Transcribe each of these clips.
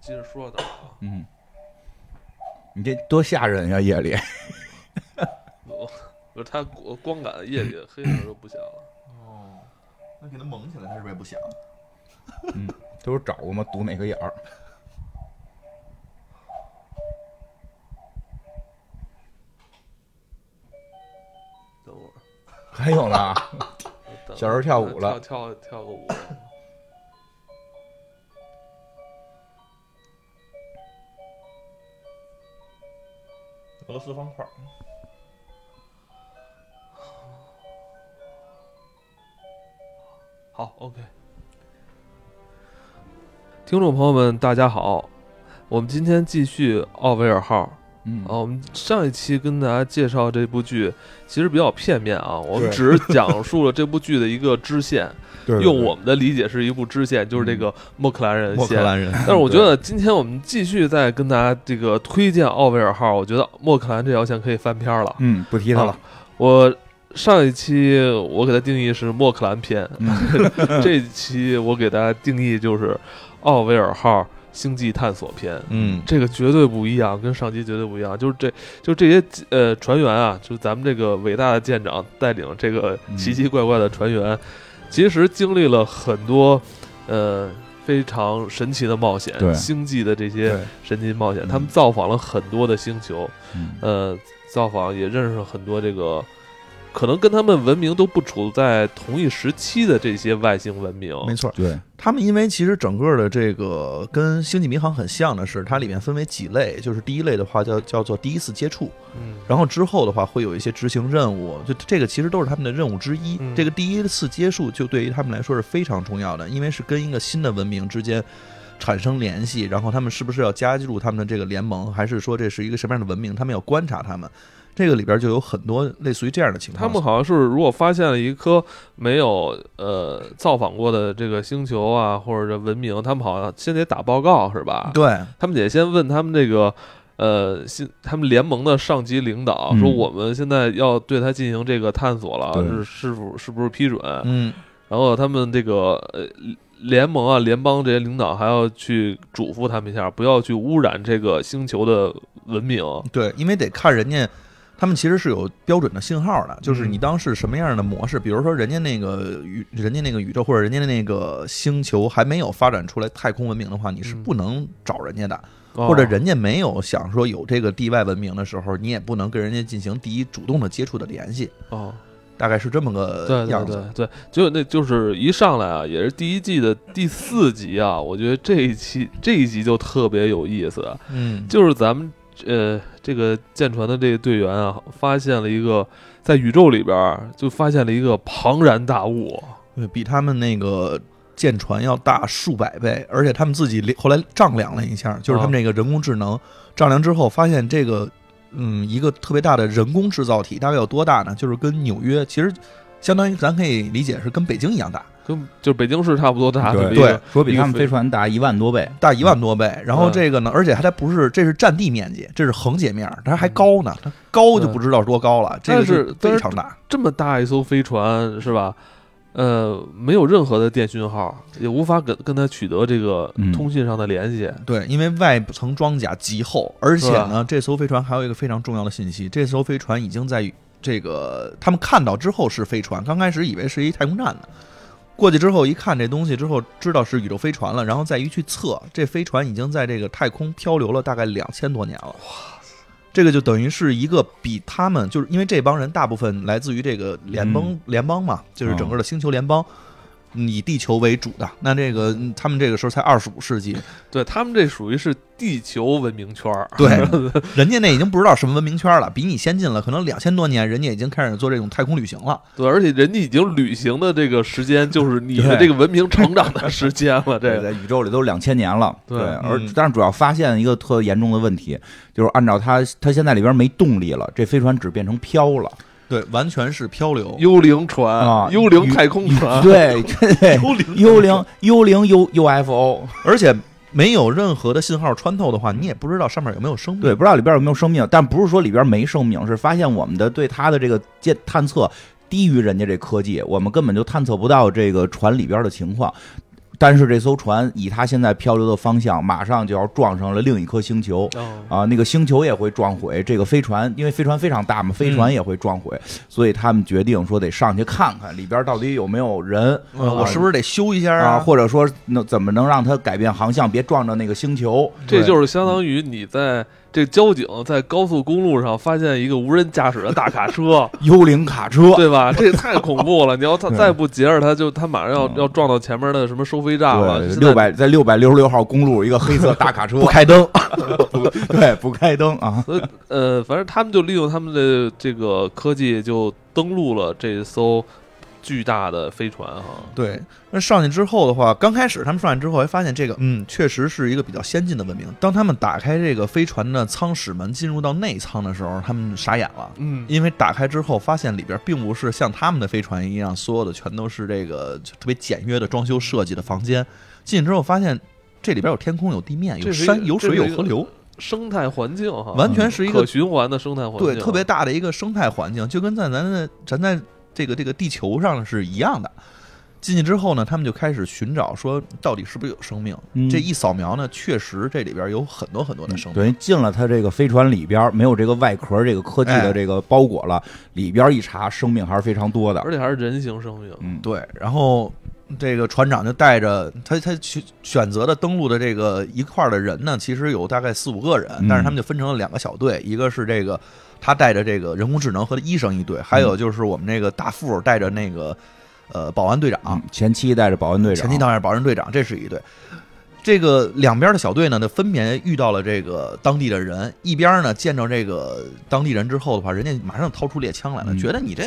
接着说到啊，嗯，你这多吓人呀，夜里。 我不是它光光感夜里黑的时候不响了，哦，那给它蒙起来，它是不是也不响？这不是找过吗？堵哪个眼儿？等会儿还 有呢？等小时候跳舞了跳跳跳个舞，俄罗斯方块。 好，OK。听众朋友们，大家好，我们今天继续奥维尔号。嗯，啊，我们上一期跟大家介绍这部剧，其实比较片面啊，我们对只是讲述了这部剧的一个支线， 对嗯用我们的理解是一部支线，就是这个莫克兰人莫克线。兰人， 但是我觉得今天我们继续再跟大家这个推荐奥维尔号，我觉得莫克兰这条线可以翻篇了。啊嗯，不提他了。我上一期我给它定义是莫克兰 篇，嗯，这一期我给大家定义就是奥维尔号星际探索篇。嗯，这个绝对不一样，跟上级绝对不一样。就是这就这些呃船员啊，就是咱们这个伟大的舰长带领这个嗯奇奇怪怪的船员，其实经历了很多呃非常神奇的冒险，对星际的这些对，神奇冒险，嗯他们造访了很多的星球，嗯呃，造访也认识了很多这个。可能跟他们文明都不处在同一时期的这些外星文明，嗯没错。对，他们因为其实整个的这个跟星际迷航很像的是，它里面分为几类，就是第一类的话叫叫做第一次接触，嗯，然后之后的话会有一些执行任务，就这个其实都是他们的任务之一。嗯这个第一次接触就对于他们来说是非常重要的，因为是跟一个新的文明之间。产生联系，然后他们是不是要加入他们的这个联盟，还是说这是一个什么样的文明？他们要观察他们，这个里边就有很多类似于这样的情况。他们好像是如果发现了一颗没有呃造访过的这个星球啊，或者这文明，他们好像先得打报告是吧？对，他们得先问他们这个呃新他们联盟的上级领导、嗯说，我们现在要对他进行这个探索了，对是是否是不是批准？嗯，然后他们这个呃联盟啊联邦这些领导还要去嘱咐他们一下，不要去污染这个星球的文明。对，因为得看人家，他们其实是有标准的信号的，就是你嗯当时什么样的模式，比如说人家那个宇，人家那个宇宙或者人家的那个星球还没有发展出来太空文明的话，你是嗯不能找人家的，哦或者人家没有想说有这个地外文明的时候，你也不能跟人家进行第一主动的接触的联系，哦。大概是这么个对对样子。对对，就那就是一上来啊，也是第一季的第四集啊，我觉得这一期这一集就特别有意思，嗯，就是咱们呃这个舰船的这个队员啊，发现了一个在宇宙里边儿就发现了一个庞然大物，对比他们那个。舰船要大数百倍，而且他们自己后来丈量了一下，就是他们啊这个人工智能丈量之后，发现这个嗯一个特别大的人工制造体大概有多大呢？就是跟纽约其实相当于咱可以理解是跟北京一样大，跟就北京市差不多大，这么一对个对，说比他们飞船大一万 多倍。大嗯一万多倍。然后这个呢，而且它不是这是占地面积，这是横截面，它还高呢，它高就不知道多高了，这个嗯但是但非是常大。这么大一艘飞船是吧？呃，没有任何的电讯号，也无法跟跟它取得这个嗯通信上的联系。对，因为外层装甲极厚，而且是呢，这艘飞船还有一个非常重要的信息，这艘飞船已经在这个他们看到之后是飞船，刚开始以为是一太空站呢。过去之后一看这东西之后，知道是宇宙飞船了，然后再一去测，这飞船已经在这个太空漂流了大概两千多年了。哇！这个就等于是一个比他们就是因为这帮人大部分来自于这个联邦、联邦嘛，就是整个的星球联邦，以地球为主的。那这个嗯他们这个时候才二十五世纪，对他们这属于是地球文明圈儿，对，嗯人家那已经不知道什么文明圈了，比你先进了，可能两千多年，人家已经开始做这种太空旅行了。对，而且人家已经旅行的这个时间，就是你的对这个文明成长 的时间了。这个，在宇宙里都两千年了。对而嗯但是主要发现一个特严重的问题，就是按照它，它现在里边没动力了，这飞船只变成飘了。对，完全是漂流。幽灵船、啊幽灵太空船， 对，对，幽灵幽灵幽灵 U UFO，而且没有任何的信号穿透的话，你也不知道上面有没有生命。对，不知道里边有没有生命，啊但不是说里边没生命，是发现我们的对它的这个监探测低于人家这科技，我们根本就探测不到这个船里边的情况。但是这艘船以它现在漂流的方向，马上就要撞上了另一颗星球。哦，啊，那个星球也会撞毁，这个飞船因为飞船非常大嘛，飞船也会撞毁，所以他们决定说得上去看看里边到底有没有人呃我是不是得修一下啊，或者说能怎么能让它改变航向，别撞着那个星球。这对就是相当于你在这交警在高速公路上发现一个无人驾驶的大卡 车，幽灵卡车，对吧？这也太恐怖了！你要他对再不截着他，就他马上要嗯要撞到前面的什么收费站了。啊现对，在六百在六百六十六号公路一个黑色大卡车，不开灯， 不对不开灯啊，所以呃，反正他们就利用他们的这个科技，就登陆了这艘巨大的飞船哈。对，那上去之后的话，刚开始他们上去之后，还发现这个，嗯，确实是一个比较先进的文明。当他们打开这个飞船的舱室门，进入到内舱的时候，他们傻眼了，嗯，因为打开之后发现里边并不是像他们的飞船一样，所有的全都是这个就特别简约的装修设计的房间。进去之后发现这里边有天空、有地面、有这是一山、个有这水、是有一个河流，生态环境哈，完全是一个啊可循环的生态环境，啊对特别大的一个生态环境，就跟在咱的咱在这个这个地球上是一样的。进去之后呢，他们就开始寻找，说到底是不是有生命？嗯这一扫描呢，确实这里边有很多很多的生命。等于进了它这个飞船里边，没有这个外壳这个科技的这个包裹了，里边一查，生命还是非常多的而。且还是人形生命。嗯，对，然后这个船长就带着他他选选择的登陆的这个一块儿的人呢，其实有大概四五个人，嗯但是他们就分成了两个小队，一个是这个他带着这个人工智能和医生一队，嗯还有就是我们那个大副带着那个呃保安队长，嗯，前期带着保安队长，前进导演、保安队长，这是一队。这个两边的小队呢，就分别遇到了这个当地的人。一边呢，见着这个当地人之后的话，人家马上掏出猎枪来了，嗯觉得你这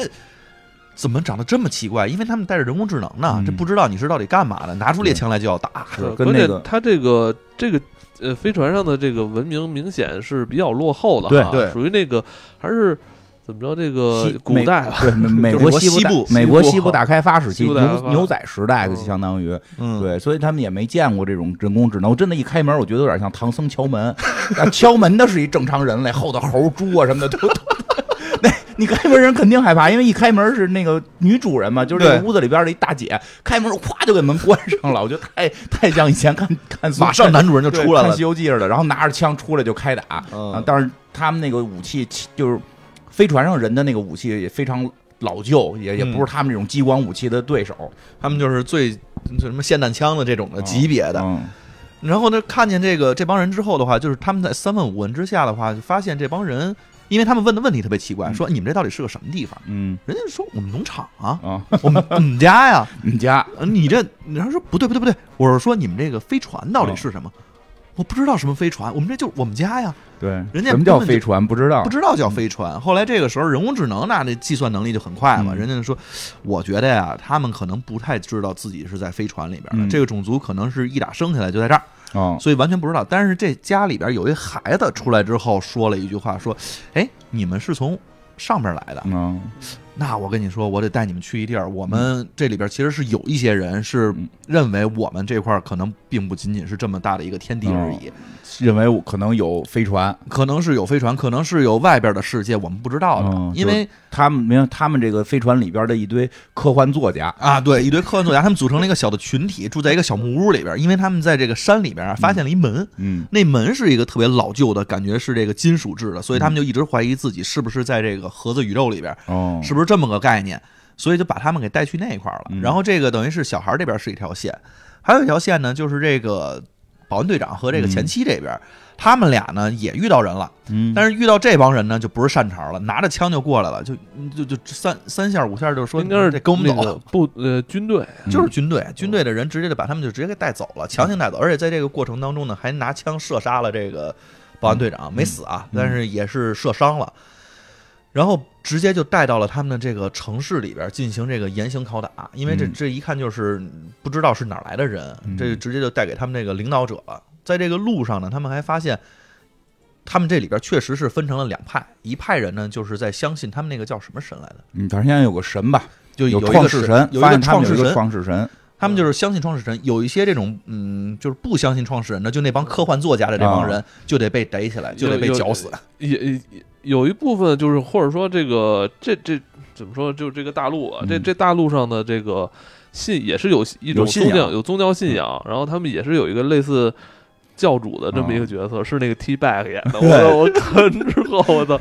怎么长得这么奇怪？因为他们带着人工智能呢，嗯这不知道你是到底干嘛的，拿出猎枪来就要打。是对跟呃关那键个它这个这个呃飞船上的这个文明明显是比较落后的对哈，对属于那个还是怎么着这个西呃古美代吧，对美美就是国说西部西大部美西国部西部好大开发时期西部大开牛发牛仔时代的嗯相当于嗯，对，所以他们也没见过这种人工智能。真的，一开门我觉得有点像唐僧敲门，啊敲门的是一正常人类，后头猴、猪啊什么的都。都那你开门人肯定害怕，因为一开门是那个女主人嘛，就是这个对屋子里边的一大姐，开门咵就给门关上了，我觉得太太像以前看看马上男主人就出来看了《西。游记》似的，然后拿着枪出来就开打。嗯啊，但是他们那个武器其就是飞船上人的那个武器也非常老旧，也也嗯不是他们这种激光武器的对手他们就是最就什么霰弹枪的这种的级别的。嗯然后呢，看见这个这帮人之后的话，就是他们在三问五问之下的话，就发现这帮人，因为他们问的问题特别奇怪，嗯说你们这到底是个什么地方？嗯人家说我们农场啊，啊，我们我们家呀，你家呃你这，然后说不对不对不对，我是说你们这个飞船到底嗯是什么？我不知道什么飞船，我们这就是我们家呀，对，人家什么叫根本就飞船不知道，不知道叫飞船。后来这个时候，人工智能那这计算能力就很快嘛，嗯人家就说，我觉得呀，他们可能不太知道自己是在飞船里边的，嗯这个种族可能是一打生下来就在这儿，啊，所以完全不知道。但是这家里边有一孩子出来之后说了一句话，说，哎，你们是从上边来的，嗯那我跟你说，我得带你们去一地儿。我们这里边其实是有一些人是认为我们这块儿可能并不仅仅是这么大的一个天地而已，认为我可能有飞船，可能是有飞船，可能是有外边的世界，我们不知道的。嗯因为他们没有他们这个飞船里边的一堆科幻作家，啊，对，一堆科幻作家，他们组成了一个小的群体，住在一个小木屋里边。因为他们在这个山里边啊发现了一门，嗯那门是一个特别老旧的，感觉是这个金属制的，所以他们就一直怀疑自己是不是在这个盒子宇宙里边。哦是不是这么个概念？所以就把他们给带去那一块儿了。嗯然后这个等于是小孩儿这边是一条线，还有一条线呢，就是这个保安队长和这个前妻这边，他们俩呢也遇到人了，嗯但是遇到这帮人呢就不是善茬儿了，拿着枪就过来了，就就就就三三下五下就说应该是得跟我们那个走。部呃军队，嗯就是军队，军队的人直接就把他们就直接给带走了，强行带走，而且在这个过程当中呢，还拿枪射杀了这个保安队嗯长，没死啊，但是也是射伤了，然后直接就带到了他们的这个城市里边进行这个严刑拷打，因为这嗯这一看就是不知道是哪儿来的人，嗯这直接就带给他们这个领导者了。在这个路上呢，他们还发现。他们这里边确实是分成了两派，一派人呢就是在相信他们那个叫什么神来的，嗯，反正现在有个神吧，就有一个创世神，有一发个现他创们有世一个神，创世神，他们就是相信创始人，有一些这种嗯，就是不相信创始人的，就那帮科幻作家的这帮人，就得被逮起来，就得被绞死。也也有一部分就是或者说这个这这怎么说，就这个大陆啊，这嗯这大陆上的这个信也是有一种有信宗仰教有宗教信仰，然后他们也是有一个类似教主的这么一个嗯角色，是那个 T Back 演 的。我我看之后，我操，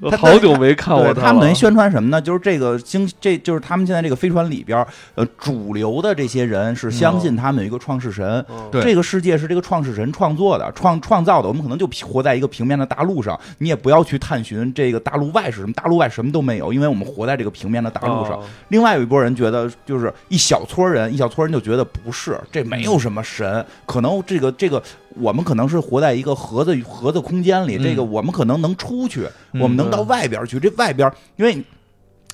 我好久没看过对，他们等了。于啊宣传什么呢？就是这个星，这就是他们现在这个飞船里边，呃，主流的这些人是嗯相信他们有一个创世神，嗯对这个世界是这个创世神创作的、创创造的，我们可能就活在一个平面的大陆上，你也不要去探寻这个大陆外是什么，大陆外什么都没有，因为我们活在这个平面的大陆上。啊另外有一拨人觉得，就是一小撮人，一小撮人就觉得不是，这没有什么神，可能这个这个我们可能是活在一个盒子盒子空间里，嗯这个我们可能能出去，嗯我们能到外边去，这外边因为。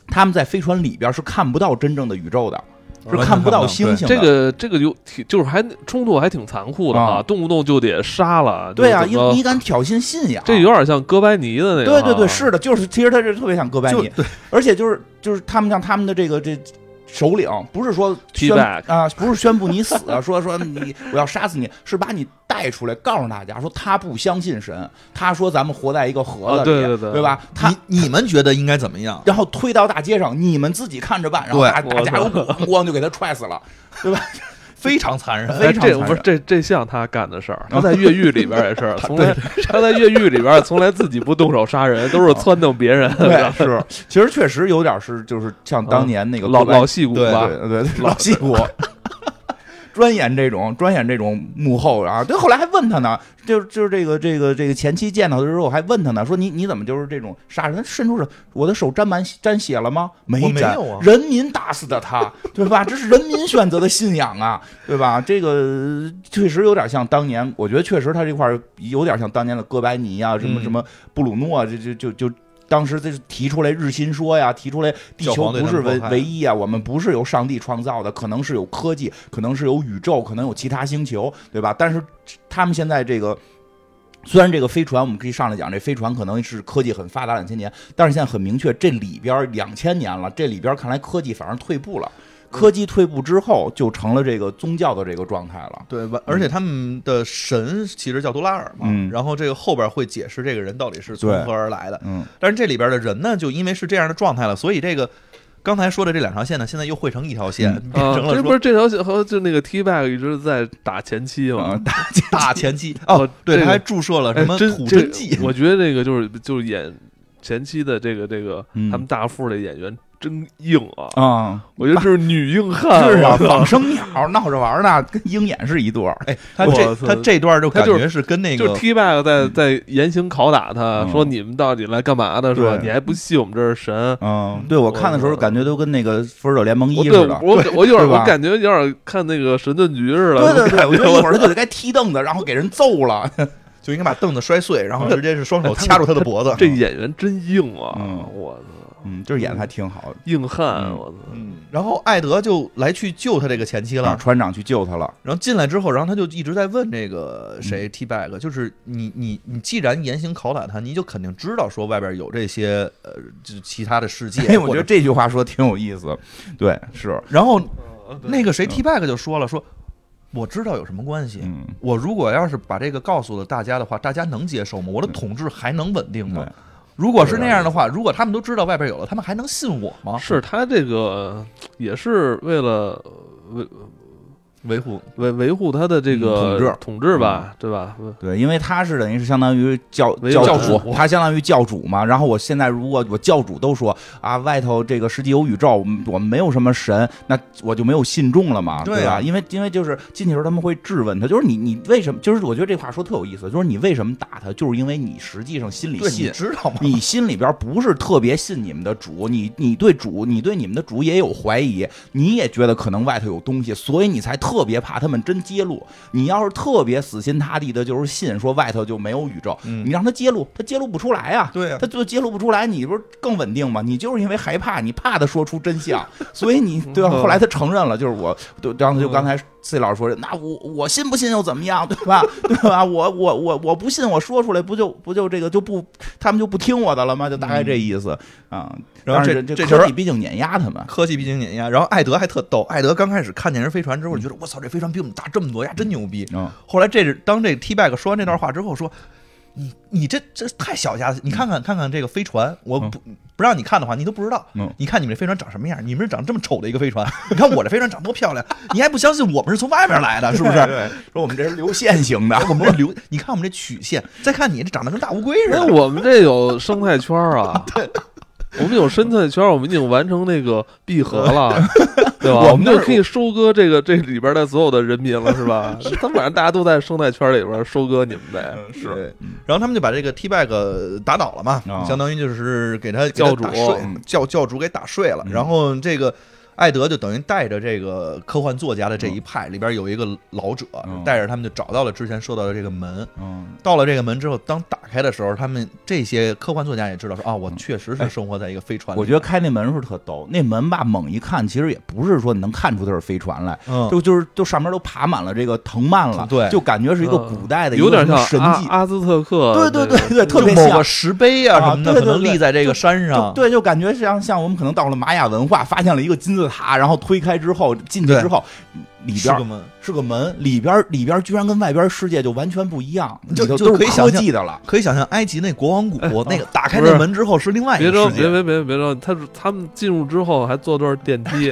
他们在飞船里边是看不到真正的宇宙的，是完看不全看不到到星星的。这个这个有挺就是还冲突还挺残酷的啊动不动就得杀了。对啊，就是因怎么为你敢挑衅信仰，这有点像哥白尼的那个。对对啊对，是的，就是其实他是特别想哥白就尼，而且就是就是他们像他们的这个这首领，不是说 T 宣 back 啊，不是宣布你死，啊说说你我要杀死你，是把你带出来，告诉大家说他不相信神，他说咱们活在一个盒啊子里，对对对吧？他。嗯你你们觉得应该怎么样？然后推到大街上，你们自己看着办。然后对大大家有目光就给他 踹死了，对吧？非常残忍。哎，非常这残不是忍。这这像他干的事儿，他在越狱里边也 是，从来他在越狱里边从来自己不动手杀人，都是撺掇别 人。对，是，其实确实有点是，就是像当年那个嗯老哥白尼老戏骨对吧，对对对，老戏骨， 专演这种专演这种幕后啊。对，后来还问他呢，就就是这个这个这个前期见到他之后还问他呢，说你你怎么就是这种杀人？伸出手，我的手沾满沾血了吗？没我没沾，有啊人民打死的他，对吧？这是人民选择的信仰啊，对吧？这个确实有点像当年，我觉得确实他这块儿有点像当年的哥白尼啊，什么嗯什么布鲁诺啊，这这就就。当时这是提出来日心说呀，提出来地教球皇对不他是们迫唯害唯一啊，我们不是由上帝创造的，可能是有科技，可能是有宇宙，可能有其他星球，对吧？但是他们现在这个。虽然这个飞船，我们可以上来讲，这飞船可能是科技很发达两千年，但是现在很明确，这里边两千年了，这里边看来科技反而退步嗯了。科技退步之后，就成了这个宗教的这个状态了。对，完而且他们的神其实叫多拉尔嘛，嗯然后这个后边会解释这个人到底是从对何而来的。嗯，但是这里边的人呢，就因为是这样的状态了，所以这个刚才说的这两条线呢，现在又汇成一条线，嗯变啊，成了这不说是这条线和就那个 T back 一直在打前期 嘛。大大 前期哦哦，对，这个他还注射了哎什么，真土这真剂，我觉得这个就是就是演前期的这个这个嗯他们大副的演员真硬啊，啊， 我觉得这是女硬 汉，是啊我，操仿生鸟闹着玩呢，跟鹰眼是一对儿。哎，他我这操他这段就感他就觉是跟那就个是 T back 在在严刑拷打他，嗯说你们到底来干嘛呢？是吧？对你还不信我们这是神？嗯，对我看的时候我感觉都跟那个《复仇者联盟一我》对似的。我我有点对吧我感觉有点看那个神盾局似的， 对对对，我觉得一我会儿他就得该踢凳子，然后给人揍了。 就应该把凳子摔碎，然后直接是双哎手掐住他的脖子。这演员真硬啊！嗯我操，嗯，就是演的还挺好硬汉！嗯我操，嗯，然后艾德就来去救他这个前妻的。了啊，，船长去救他了，然后进来之后，然后他就一直在问这个嗯谁 T bag，就是你你你既然严刑拷打他，你就肯定知道说外边有这些呃就其他的世界。 哎，我觉或得者，这句话说挺有意思。对，是，然后对那个谁 T bag 就说了说，我知道有什么关系。嗯，我如果要是把这个告诉了大家的话，大家能接受吗？我的统治还能稳定吗嗯对？如果是那样的话，如果他们都知道外边有了，他们还能信我吗？是他这个也是为了维维护维维护他的这个嗯统治统治吧，对吧？对，因为他是等于是相当于教为教教主，他相当于教主嘛。然后我现在如果我教主都说啊，外头这个世纪有宇宙，我们我们没有什么神，那我就没有信众了嘛，对对吧？啊因为因为就是进去的时候他们会质问他，就是你你为什么？就是我觉得这话说特有意思，就是你为什么打他，就是因为你实际上心里对，你信。知道吗？你心里边不是特别信你们的主，你你对主，你对你们的主也有怀疑，你也觉得可能外头有东西，所以你才特别怕他们真揭露。你要是特别死心塌地的，就是信说外头就没有宇宙，嗯你让他揭露，他揭露不出来啊。 对 啊他就揭露不出来，你不是更稳定吗？你就是因为害怕，你怕他说出真 相，所以你对吧、嗯后来他承认了，就是我，对，然后就嗯刚才 C 老师说的，那我我信不信又怎么样，对 吧？对吧？我我我我不信，我说出来不就不就这个就不他们就不听我的了吗？就大概这意思啊、嗯然后但这是这时科候技毕竟碾压他 们，科技毕竟碾压，然后艾德还特逗，艾德刚开始看见人飞船之后，就觉得我操，这飞船比我们大这么多呀，真牛逼。嗯，后来这是当这 T Bag 说完这段话之后，说你你这这太小家子，你看看看看这个飞船，我不不让你看的话，你都不知道。嗯你看你们这飞船长什么样？你们这长这么丑的一个飞船，你看我这飞船长多漂亮，你还不相信我们是从外面来的，是不 是？对，说我们这是流线型的哎， 我们这流，你看我们这曲线，再看你这长得跟大乌龟似那的。我们这有生态圈儿 啊，我们有生态圈儿，我们已经完成那个闭合了，对吧？ 我我们们那儿就可以收割这个这里边的所有的人民了，是 吧？他们晚上大家都在生态圈里边收割你们嗯呗，对，然后他们就把这个 T Bag 打倒了嘛，啊相当于就是给他教主给他打睡嗯教教主给打睡了。然后这个艾德就等于带着这个科幻作家的这一派里边有一个老者嗯，带着他们就找到了之前说到的这个门。嗯，到了这个门之后，当打开的时候，他们这些科幻作家也知道说啊，我确实是生活在一个飞船嗯哎里。我觉得开那门是特逗，那门吧猛一看，其实也不是说你能看出它是飞船来，嗯就就是就上面都爬满了这个藤蔓了，对就感觉是一个古代的一个有点像神阿迹，阿兹特克对那个，对对对，特就别某像个。石碑啊啊什么的，对对可能对立在这个山上就。对，就感觉像像我们可能到了玛雅文化，发现了一个金字塔，然后推开之后进去之后，里是边个门是个门，里边里边居然跟外边世界就完全不一样，就里头就都是可以想科象技的了。可以想象埃及那国王哎谷，那啊个打开不是那门之后是另外一别个着世别界。别别别着急，他他们进入之后还坐段电梯，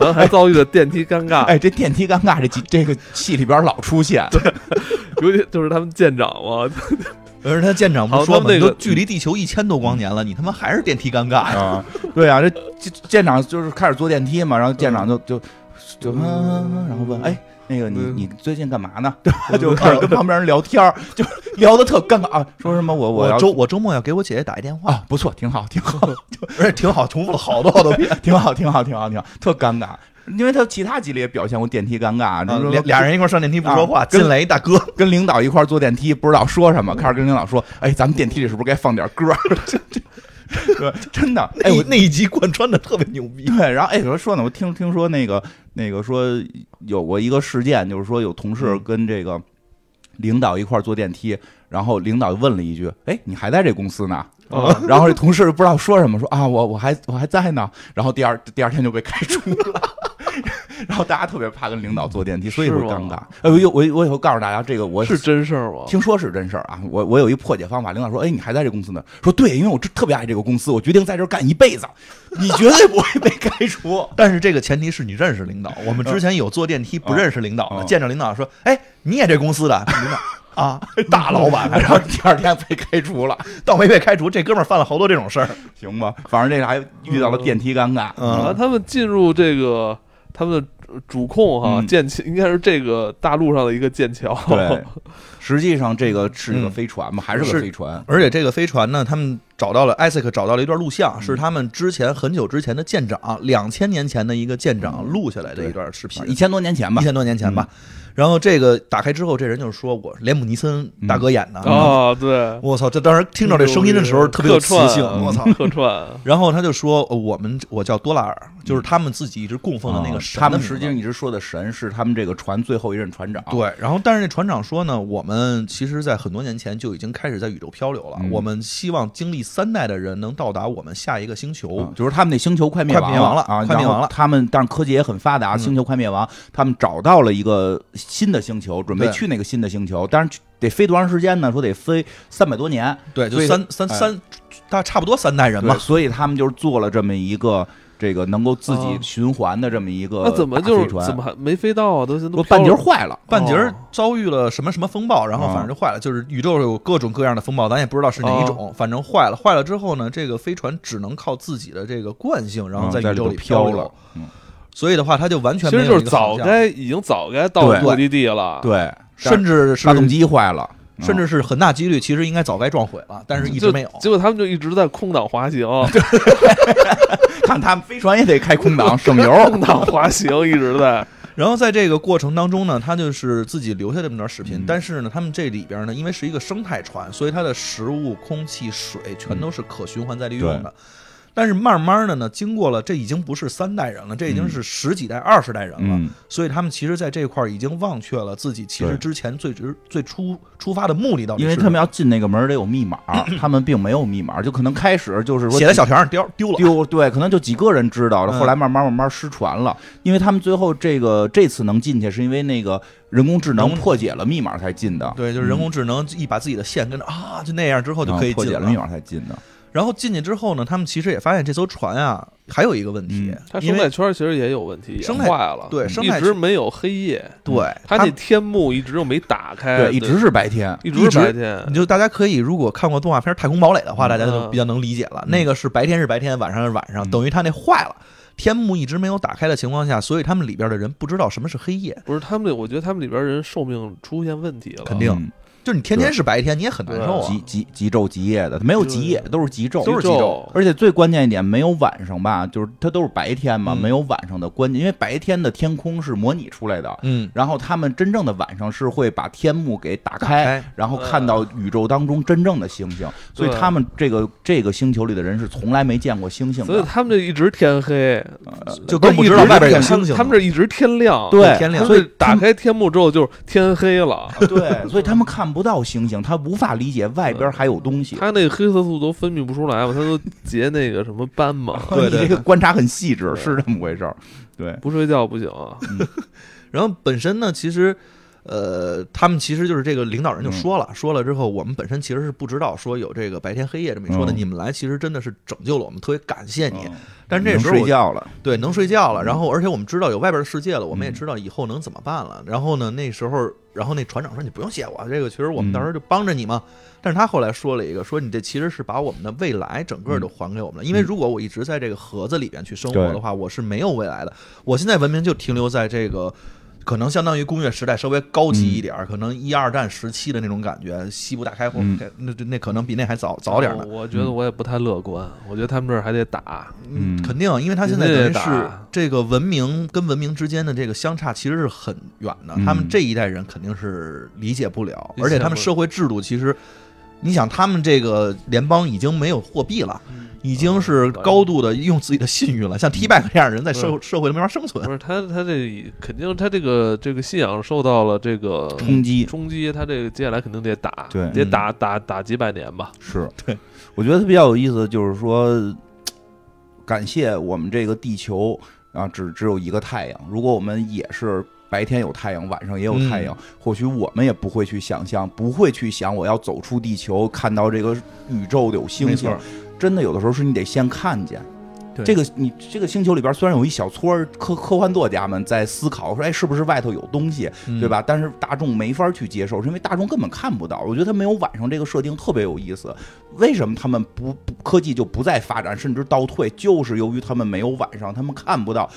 然后还遭遇了电梯尴尬，哎，这电梯尴尬，这集这个戏里边老出现。尤其就是他们舰长嘛，而他舰长不好说他嘛，们那你个都距离地球一千多光年了，你他妈还是电梯尴尬呀！啊，对啊，这这舰长就是开始坐电梯嘛，然后舰长就就就、嗯，然后问，哎，那个你嗯你最近干嘛呢？就开始跟旁边人聊天儿，就聊的特尴尬啊，说什么我 我我要周我周末要给我姐姐打一电话， 啊，不错，挺好，挺好，而且挺好，重复 了好多好多遍，挺好，挺好，挺好，挺好，特尴尬，因为他其他几里也表现过电梯尴尬，就是说俩俩人一块上电梯不说话，啊跟进来一大哥，跟领导一块儿坐电梯，不知道说什么，开始跟领导说：“哎，咱们电梯里是不是该放点歌儿？”对，真的，哎，那我那一集贯穿的特别牛 逼。对，然后哎，怎么说呢？我听听说那个那个说有过一个事件，就是说有同嗯事跟这个领导一块儿坐电梯，然后领导问了一句：“哎，你还在这公司呢？”啊然后这同事不知道说什么，说啊，我我还我还在呢。然后第二第二天就被开除了。 然后大家特别怕跟领导坐电梯，所以会是吗尴尬。哎，我有我我以后告诉大家，这个我是真事儿吗？听说是真事儿啊，我我有一破解方法。领导说：“哎，你还在这公司呢？”说：“对，因为我这特别爱这个公司，我决定在这儿干一辈子，你绝对不会被开除。 但是这个前提是你认识领导。啊我们之前有坐电梯不认识领导嗯的，嗯见着领导说：“哎，你也这公 司的？”领导啊，大老板，然后第二天被开除了，倒没被开除。这哥们儿犯了好多这种事儿。行吧？反正这个还遇到了电梯尴尬。然后嗯，啊他们进入这个他们的主控哈、嗯剑桥应该是这个大陆上的一个剑桥，对，实际上这个是一个嗯飞船嘛，还是是个飞船。而且这个飞船呢，他们找到了艾 c 克，找到了一段录像，是他们之前很久之前的舰长，两千年前的一个舰长录下来的对一段视频，一千多年前吧一，千多年前吧。然后这个打开之后，这人就说：“我是连姆尼森大哥演的。 啊，对，我操！这当时听到这声音的时候，特别有磁性。客串嗯我操！客 串，然后他就说：“呃我们我叫多拉尔，就是他们自己一直供奉的那啊个神他的们名字实际上一直说的神是他们这个船最后一任船长。对，然后但是那船长说呢，我们其实，在很多年前就已经开始在宇宙漂流了。嗯我们希望经历三代的人能到达我们下一个星球。啊就是他们那星球快灭快灭亡了了啊，快灭然后亡了他们但是科技也很发达，嗯星球快灭亡，他们找到了一个新的星球，准备对去那个新的星球，但是去得飞多长时间呢？说得飞三百多年，对，就所以三三哎三，大差不多三代人对，吧。所以他们就是做了这么一个这个能够自己哦循环的这么一个那、怎么呃大就飞是船怎么还没飞到啊？都现在说都半截飘儿了坏了，半截儿哦遭遇了什么什么风暴，然后啊反正就坏了，就是宇宙有各种各样的风暴，咱也不知道是哪一种，反正坏了。坏了之后呢，这个飞船只能靠自己的这个惯性，然后嗯在宇宙里头漂飘流了。。嗯，所以的话，它就完全其没实有就一是个航早向该已经早该到对目的地了，对，甚至是发动机坏了，嗯甚至是很大几率，其实应该早该撞毁了，但是一直就没有。结果他们就一直在空档滑 行，看他们飞船也得开空档省油，空档滑行一直在，然后在这个过程当中呢，他就是自己留下这么段视频，嗯但是呢，他们这里边呢，因为是一个生态船，所以它的食物、空气、水全都是可循环再利用的。但是慢慢的呢，经过了这已经不是三代人了，这已经是十几代、二十代人了，嗯所以他们其实在这块儿已经忘却了自己其实对之前最直最初出发的目的到底因为是什么。他们要进那个门儿得有密码，他们并没有密码，就可能开始就是说写在小条上丢丢了，丢对，可能就几个人知道了，嗯后来慢慢慢慢失传了。因为他们最后这个这次能进去，是因为那个人工智能人工破解了密码才进的，对，就是人工智能一把自己的线跟着啊，就那样之后就可以嗯破进解了。了密码才进的。然后进去之后呢，他们其实也发现这艘船啊还有一个问题，它因生为态圈其实也有问题，也生态坏了，对嗯生一态直圈没有黑夜，对它他那天幕一直又没打开，对，一直是白天。一一直直是白天，你就大家可以如果看过动画片《太空堡垒》的话，嗯大家就比较能理解了。嗯那个是白天是白天，晚上是晚上，嗯等于它那坏了，天幕一直没有打开的情况下，所以他们里边的人不知道什么是黑夜。不是他们那，我觉得他们里边人寿命出现问题了，肯定嗯就是你天天是白天，你也很难受啊极。极极昼极夜的，没有极夜，对都是极昼，都是极昼而且最关键一点，没有晚上吧，就是它都是白天嘛，嗯没有晚上的关键，因为白天的天空是模拟出来的。嗯，然后他们真正的晚上是会把天幕给打开，打开然后看到宇宙当中真正的星星，所以他们这个这个星球里的人是从来没见过星星所以 的，他们这一直天黑，呃就更不知道一直外边有天星星了他们这一直天亮，对，天亮所所以以打开天幕之后就是天黑了。对，所以他们看不到星星，他无法理解外边还有 东西。，它那个黑色素都分泌不出来嘛，它都结那个什么斑嘛对对你这个 观察很细致，对是这么回事儿。对，不睡觉不行啊。然后本身呢，其实，呃，他们其实就是这个领导人就嗯说了，说了之后，我们本身其实是不知道说有这个白天黑夜这么一说的。嗯你们来其实真的是拯救了我们，特别感谢你。嗯但是这能时候睡我觉了，对能睡嗯觉了，然后而且我们知道有外边的世界了，我们也知道以后能怎么办了。然后呢，那时候，然后那船长说你不用谢我，这个其实我嗯们到时候就帮着你嘛。但是他后来说了一个，说你这其实是把我们的未来整嗯个都还给我们了，因为如果我一直在这个盒子里边去生活的话，我是没有未来的。我现在文明就停留在这个。可能相当于工业时代稍微高级一点儿，可能一二战时期的那种感觉，西部大开火，嗯哦那那那可能比那还早早点儿呢。哦我我觉得我也不太乐观，我觉得他们这儿还得打。嗯，嗯肯定，因为他现在人类等于打是这个文明跟文明之间的这个相差其实是很远的，嗯他们这一代人肯定是理解不了，理解而且他们不了社会制度其实，你想他们这个联邦已经没有货币了，已经是嗯高度的用自己的信誉了，像 T back 这样的人在社社会里没法生存不。是他，他这肯定他这个这个信仰受到了这个冲击冲击，他这个接下来肯定得打，对得嗯打打打几百年吧。 是 对，我觉得比较有意思的就是说，感谢我们这个地球啊，只只有一个太阳。如果我们也是白天有太阳，晚上也有太嗯阳，或许我们也不会去想象，不会去想我要走出地球，看到这个宇宙有没星错星。真的，有的时候是你得先看见。对这个你这个星球里边虽然有一小撮儿科科幻作家们在思考说，哎，是不是外头有东西？嗯对吧？但是大众没法去接受，是因为大众根本看不到。我觉得他没有晚上这个设定特别有意思。为什么他们不不科技就不再发展，甚至倒退？就是由于他们没有晚上，他们看不到。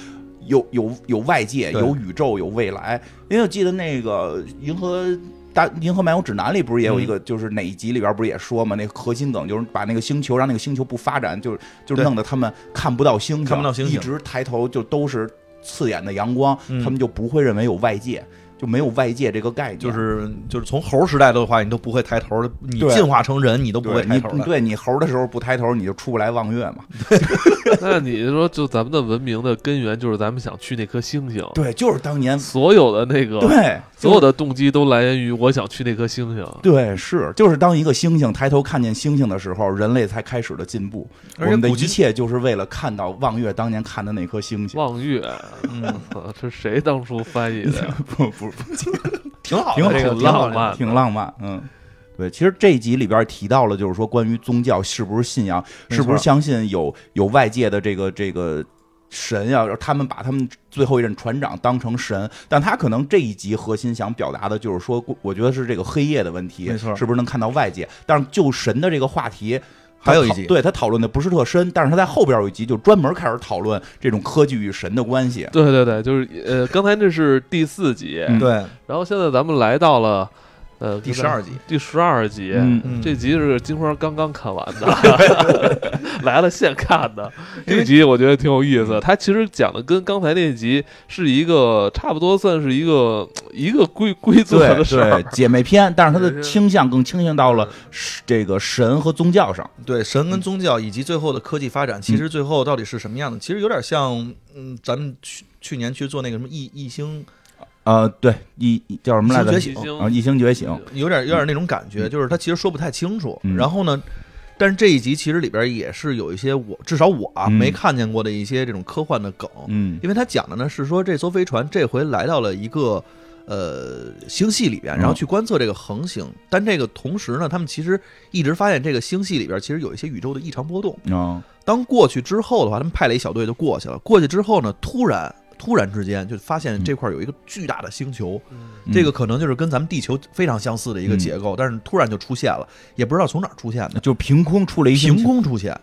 有有有外界，对有宇宙，有未来。因为我记得那个《银河大银河漫游指南》里不是也有一嗯个，就是哪一集里边不是也说嘛，那个核心梗就是把那个星球让那个星球不发展，就是就是对弄得他们看不到星星，看不到星星一直抬头就都是刺眼的阳光，嗯他们就不会认为有外界，就没有外界这个概念，就是就是从猴时代的话，你都不会抬头的，你对进化成人，你都不对会抬你嗯头的。对你猴的时候不抬头，你就出不来望月嘛。那你说，就咱们的文明的根源就是咱们想去那颗星星，对，就是当年所有的那个对所有的动机都来源于我想去那颗星星。对是，就是当一个猩猩抬头看见星星的时候，人类才开始的进步。我而且们的古一今切就是为了看到望月当年看的那颗星星。望月，嗯，啊 这谁当初翻译的 呀？ 不不不，挺好的，挺好这个挺挺好浪漫的挺浪漫，嗯。对，其实这一集里边提到了，就是说关于宗教是不是信仰，没是错不是相信有有外界的这个这个神呀、他们把他们最后一任船长当成神，但他可能这一集核心想表达的就是说，我觉得是这个黑夜的问题，没错是不是能看到外界？但是就神的这个话题。他还有一讨集对他讨论的不是特深，但是他在后边有一集就专门开始讨论这种科技与神的关系。对对对，就是呃，刚才这是第四集，嗯对，然后现在咱们来到了呃，第十二集，第十二集，嗯嗯这集是金花刚刚看完的， 来了现看的。这集我觉得挺有意思，它其实讲的跟刚才那集是一个差不多，算是一个一个规规则对的事儿对，。姐妹篇，但是它的是倾向更倾向到了是这个神和宗教上。对神嗯跟宗教以及最后的科技发展，其实最后到底是什么样的？其实有点像，嗯，咱们去去年去做那个什么异异星，呃，对，一一叫什么来着？一星觉醒啊，一星觉醒。有点有点那种感觉，就是他其实说不太清楚。嗯然后呢，但是这一集其实里边也是有一些我至少我啊嗯没看见过的一些这种科幻的梗，嗯因为他讲的呢是说这艘飞船这回来到了一个呃星系里边，嗯然后去观测这个恒星，但这个同时呢，他们其实一直发现这个星系里边其实有一些宇宙的异常波动。啊，当过去之后的话，他们派了一小队就过去了。过去之后呢，突然突然之间就发现这块有一个巨大的星球，嗯这个可能就是跟咱们地球非常相似的一个结构，嗯但是突然就出现了，也不知道从哪儿出现的，就凭空出了嗯一星凭球空出现。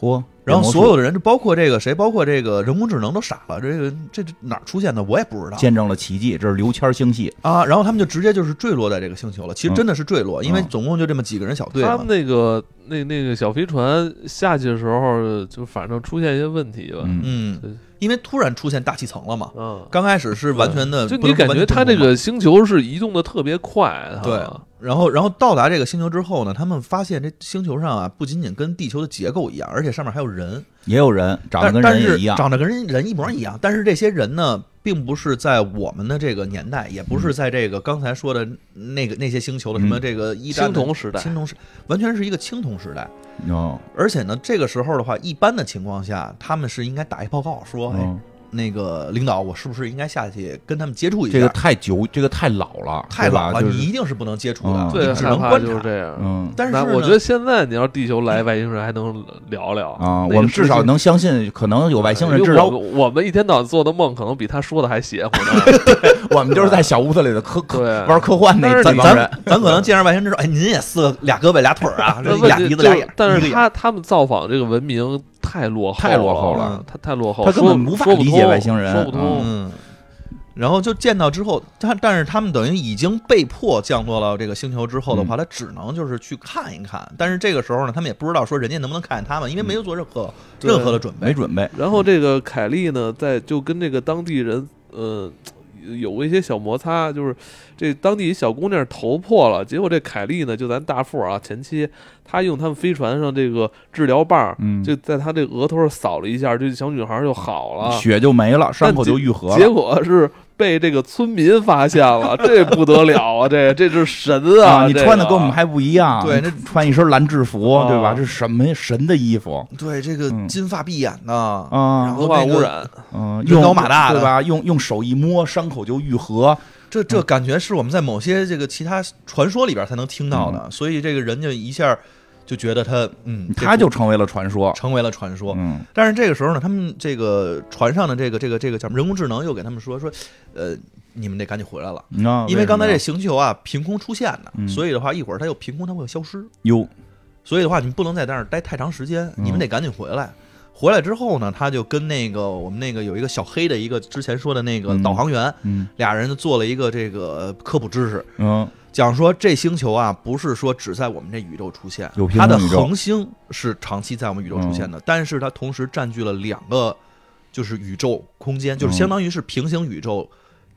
嚯，然后魔术所有的人，就包括这个谁，包括这个人工智能都傻了，这个这这哪儿出现的我也不知道见证了奇迹，这是刘谦儿星系。啊。然后他们就直接就是坠落在这个星球了，其嗯实真的是坠落，因为嗯总共就这么几个人小队啊他嘛们。那个那那个小飞船下去的时候，就反正出现一些问题吧。嗯，对嗯，因为突然出现大气层了嘛，嗯，刚开始是完全的，就不你能说感完觉全它真这空嘛个星球是移动的特别快，啊哈对，然后然后到达这个星球之后呢，他们发现这星球上啊，不仅仅跟地球的结构一样，而且上面还有人，也有人长得但跟但人也是一样。长得跟人人一模一样。但是这些人呢，并不是在我们的这个年代，也不是在这个刚才说的那个那些星球的什么嗯这个一战青的铜时代，青铜时，完全是一个青铜时代。哦，而且呢，这个时候的话，一般的情况下，他们是应该打一报告说，哎，嗯那个领导，我是不是应该下去跟他们接触一下？这个太久，这个太老了，太老了，对吧就你是一定是不能接触嗯的，最你只害能怕观就是察。这样。嗯但是那呢我觉得现在你要是地球来外星人，还能聊聊啊，那我们个至时少间能相信，可能有外星人，因为至少我们我们一天到晚做的梦，可能比他说的还邪乎 呢。我们就是在小屋子里的科科对玩科幻但那是这你帮咱人，咱可能见着外星人之后，哎，您也四个俩胳膊俩腿 儿啊，那这问俩题鼻就子俩眼是儿，，但一个是眼他他们造访这个文明太落后，太落后了，了他太落后，他根说本无法说不理解通外星人说不通。嗯。然后就见到之后，他但是他们等于已经被迫降落到这个星球之后的嗯话，他只能就是去看一看。但是这个时候呢，他们也不知道说人家能不能看见他们，因为没有做任何对任何的准备没。准备，然后这个凯莉呢，在就跟这个当地人，呃，有过一些小摩擦，就是这当地一小姑娘头破了，结果这凯莉呢，就咱大副啊前妻，她用他们飞船上这个治疗棒儿，嗯就在她这额头上扫了一下，这小女孩儿就好了，血就没了，伤口就愈合结了。果是被这个村民发现了，这不得了啊！这这是神啊，你这个穿的跟我们还不一样，对你那穿一身蓝制服啊，对吧？这是什么呀神的衣服对，这个嗯金发碧眼的然啊？文后化那个污染，嗯，人高用马大的对吧？用用手一摸，伤口就愈合。这嗯这感觉是我们在某些这个其他传说里边才能听到嗯的，所以这个人就一下就觉得他，嗯，他这就成为了传说。成为了传说。嗯，但是这个时候呢，他们这个船上的这个这个这个叫什么人工智能又给他们说说，呃，你们得赶紧回来了，那因为刚才这什星球啊凭空出现的，嗯所以的话一会儿它又凭空它会消失，么呀哟，所以的话你们不能在那儿待太长时间，嗯你们得赶紧回来。回来之后呢，他就跟那个我们那个有一个小黑的一个之前说的那个嗯导航员，嗯俩人就做了一个这个科普知识，嗯，讲说这星球啊，不是说只在我们这宇宙出现有，平它的衡宇宙恒星是长期在我们宇宙出现的，但是它同时占据了两个就是宇宙空间，就是嗯相当于是平行宇宙，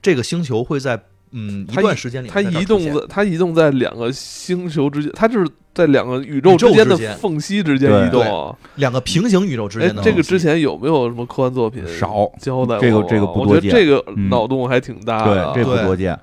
这个星球会在嗯一它段移时间里它面在这儿移出动现在它移动在两个星球之间，它就是在两个宇宙宇宙之间的之间缝隙之间对移动。啊两个平行宇宙之哎间的，这个之前有没有什么科幻作品少交代过我？啊这个这个不我多觉得见这个嗯脑洞还挺大的。啊对，这不啊对多见。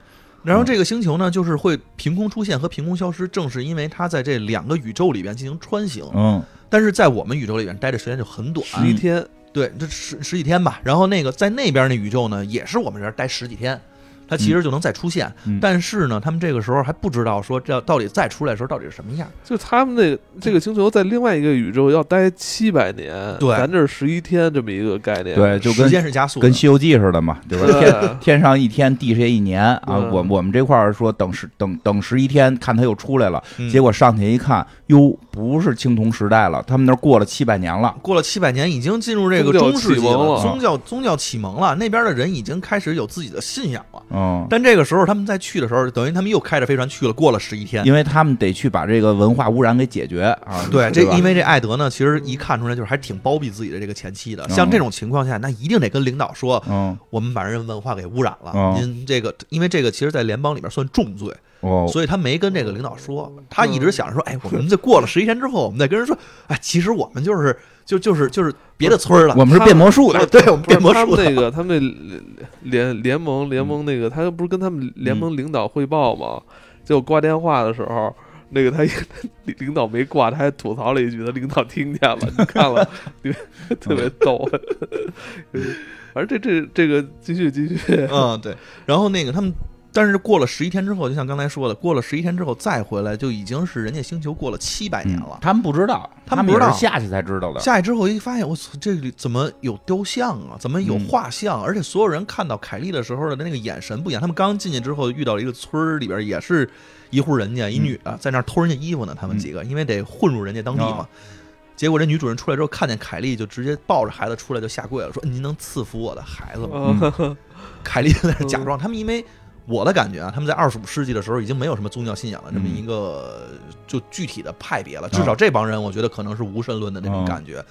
然后这个星球呢，就是会凭空出现和凭空消失，正是因为它在这两个宇宙里边进行穿行，嗯，但是在我们宇宙里边待的时间就很短，十一天，对，这十十几天吧。然后那个在那边那宇宙呢，也是我们这儿待十几天，它其实就能再出现。嗯但是呢，他们这个时候还不知道说这到底再出来的时候到底是什么样。就他们那个这个星球在另外一个宇宙要待七百年，对咱这是十一天这么一个概念。对，就时跟间是加速的，跟《西游记》似的嘛，对吧？对天天上一天，地下一年啊。嗯我我们这块儿说等十等等十一天，看他又出来了，嗯结果上去一看，哟，不是青铜时代了，他们那儿过了七百年了。过了七百年，已经进入这个宗教中世纪启蒙了宗教宗教启蒙了，那边的人已经开始有自己的信仰了。啊、嗯，但这个时候他们再去的时候，等于他们又开着飞船去了，过了十一天。因为他们得去把这个文化污染给解决 啊。对，这吧因为这艾德呢，其实一看出来就是还挺包庇自己的这个前妻的。像这种情况下，那一定得跟领导说，嗯我们把人文化给污染了嗯。您这个，因为这个其实，在联邦里边算重罪，哦所以他没跟这个领导说，嗯他一直想着说，哎，我们这过了十一天之后，我们再跟人说，哎，其实我们就是就就是就是别的村儿了。我们是变魔术的，对，我们不是 变魔他术嗯们的。那个，他们那联联盟联盟那个，他不是跟他们嗯联盟领导汇报吗？结果挂电话的时候，那个他领导没挂，他还吐槽了一句，他领导听见了，你看了，你 特别逗。 反正这这这个继续继续， 嗯，对。然后那个他们，但是过了十一天之后，就像刚才说的，过了十一天之后再回来，就已经是人家星球过了七百年嗯了。他们不知道，他他们们不知道也是下去才知道的。下去之后一发现，我操，这里怎么有雕像啊？怎么有画像？而且所有人看到凯莉的时候的那个眼神不一样。他们刚进去之后，遇到了一个村儿里边也是一户人家，一女的、在那儿偷人家衣服呢。他们几个、因为得混入人家当地嘛。结果这女主人出来之后，看见凯莉就直接抱着孩子出来就下跪了，说：“您能赐福我的孩子吗？”嗯凯莉在那假装，他们因为我的感觉啊，他们在二十五世纪的时候已经没有什么宗教信仰了，这么一个就具体的派别了。至少这帮人，我觉得可能是无神论的那种感觉，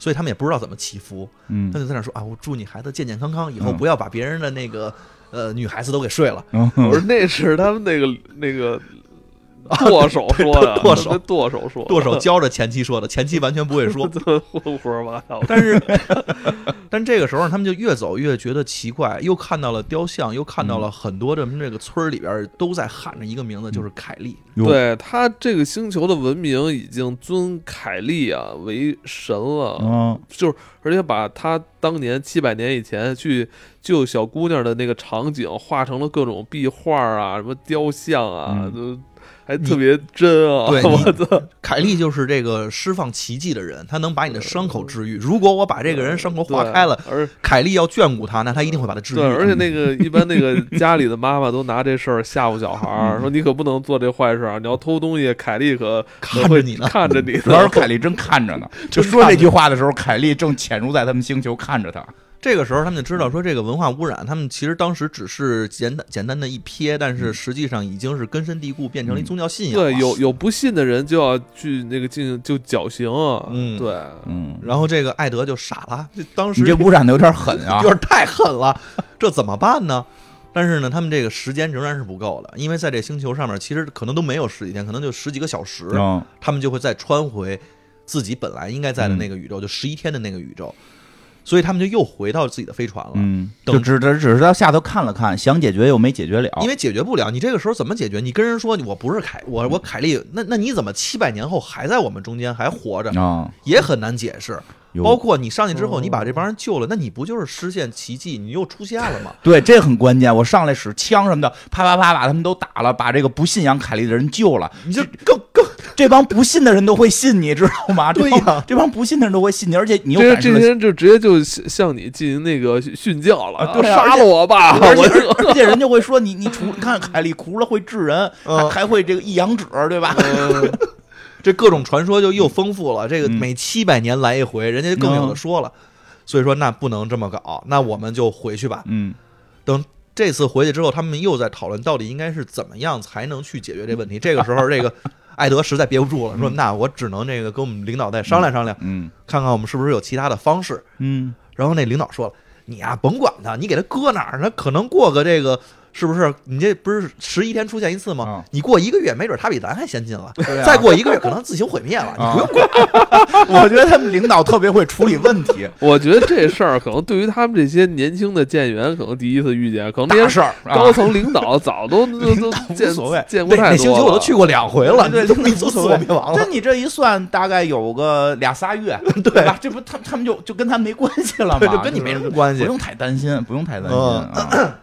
所以他们也不知道怎么祈福。嗯他就在那说啊，我祝你孩子健健康康，以后嗯不要把别人的那个呃女孩子都给睡了。嗯 我说那是他们那个那个剁手说的，剁啊手那剁手说的，剁手教着前妻说的，前妻完全不会 说。这胡说八 道。但是，但这个时候他们就越走越觉得奇怪，又看到了雕像，又看到了很多这这个村儿里边都在喊着一个名字，就是凯莉。哟对他这个星球的文明已经尊凯利啊为神了，嗯就是而且把他当年七百年以前去救小姑娘的那个场景画成了各种壁画啊，什么雕像啊，都还特别真啊！嗯对我你操，凯莉就是这个释放奇迹的人，他能把你的伤口治愈。如果我把这个人伤口划开了，对，而凯莉要眷顾他，那他一定会把他治愈对，的。而且那个一般那个家里的妈妈都拿这事儿吓唬小孩 儿，说你可不能做这坏事啊！你要偷东西，凯利可看着你呢看着你呢。主要是凯莉真看 着呢，就说这句话的时候，凯莉正潜入在他们星球看着他。这个时候，他们就知道说这个文化污染，他们其实当时只是简单简单的一瞥，但是实际上已经是根深蒂固，变成了一宗教信仰了。嗯对，有有不信的人就要去那个进行就绞刑啊。嗯对，嗯，然后这个艾德就傻了，这当时你这污染的有点狠啊 有。点太狠了， 这怎么办呢？但是呢，他们这个时间仍然是不够的，因为在这星球上面，其实可能都没有十几天，可能就十几个小时。嗯他们就会再穿回自己本来应该在的那个宇宙，就十一天的那个宇宙，所以他们就又回到自己的飞船了。嗯，等就只只只是到下头看了看，想解决又没解决了。因为解决不了，你这个时候怎么解决？你跟人说我不是凯，我我凯利，那那你怎么七百年后还在我们中间还活着，啊，也很难解释。有包括你上去之后，哦你把这帮人救了，那你不就是实现奇迹？你又出现了吗？对，这很关键。我上来使枪什么的，啪啪啪把他们都打了，把这个不信仰凯莉的人救了。你就更更这帮不信的人都会信你，知道吗？对这呀帮这帮不信的人都会信你，而且你又这感这受些了。人就直接就向向你进行那个训教了，啊对啊杀了我吧！而且我就而且人家会说你你除你看凯莉除了会治人，还嗯还会这个一阳指，对吧？这各种传说就又丰富了。这个每七百年来一回，人家更有的说了。所以说，那不能这么搞，那我们就回去吧。嗯等这次回去之后，他们又在讨论到底应该是怎么样才能去解决这问题。这个时候，这个艾德实在憋不住了，说：“那我只能这个跟我们领导再商量商量，嗯看看我们是不是有其他的方式。嗯，”然后那领导说了：“你啊，甭管他，你给他搁哪儿，他可能过个这个。”是不是你这不是十一天出现一次吗啊？你过一个月，没准他比咱还先进了。对啊嗯啊再过一个月，可能自行毁灭了。你不用管。 我觉得他们领导特别会处理问题，我觉得这事儿可能对于他们这些年轻的舰员，可能第一次遇见，可能大这事些儿啊高层领导早都都都无见所谓见过那太多了。那星球我都去过两回了，对，你都没做死我灭亡那了。你这一算，大概有个俩仨月，对吧？这不他他们就就跟他没关系了嘛，对，就跟你没什么关系不。用太担心，不用太担心嗯啊！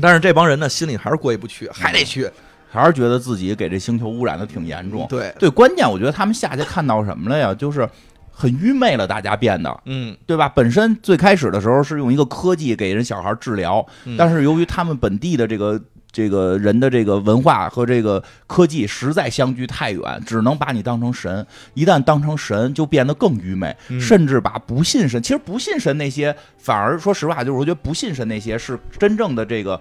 但是这帮人呢，心里还是过意不嗯去，还得去。还是觉得自己给这星球污染的挺严重。对，对，关键我觉得他们下去看到什么了呀？就是很愚昧了，大家变得。嗯，对吧？本身最开始的时候是用一个科技给人小孩治疗，嗯但是由于他们本地的这个这个人的这个文化和这个科技实在相距太远，只能把你当成神。一旦当成神，就变得更愚昧，嗯甚至把不信神，其实不信神那些，反而说实话，就是我觉得不信神那些是真正的这个。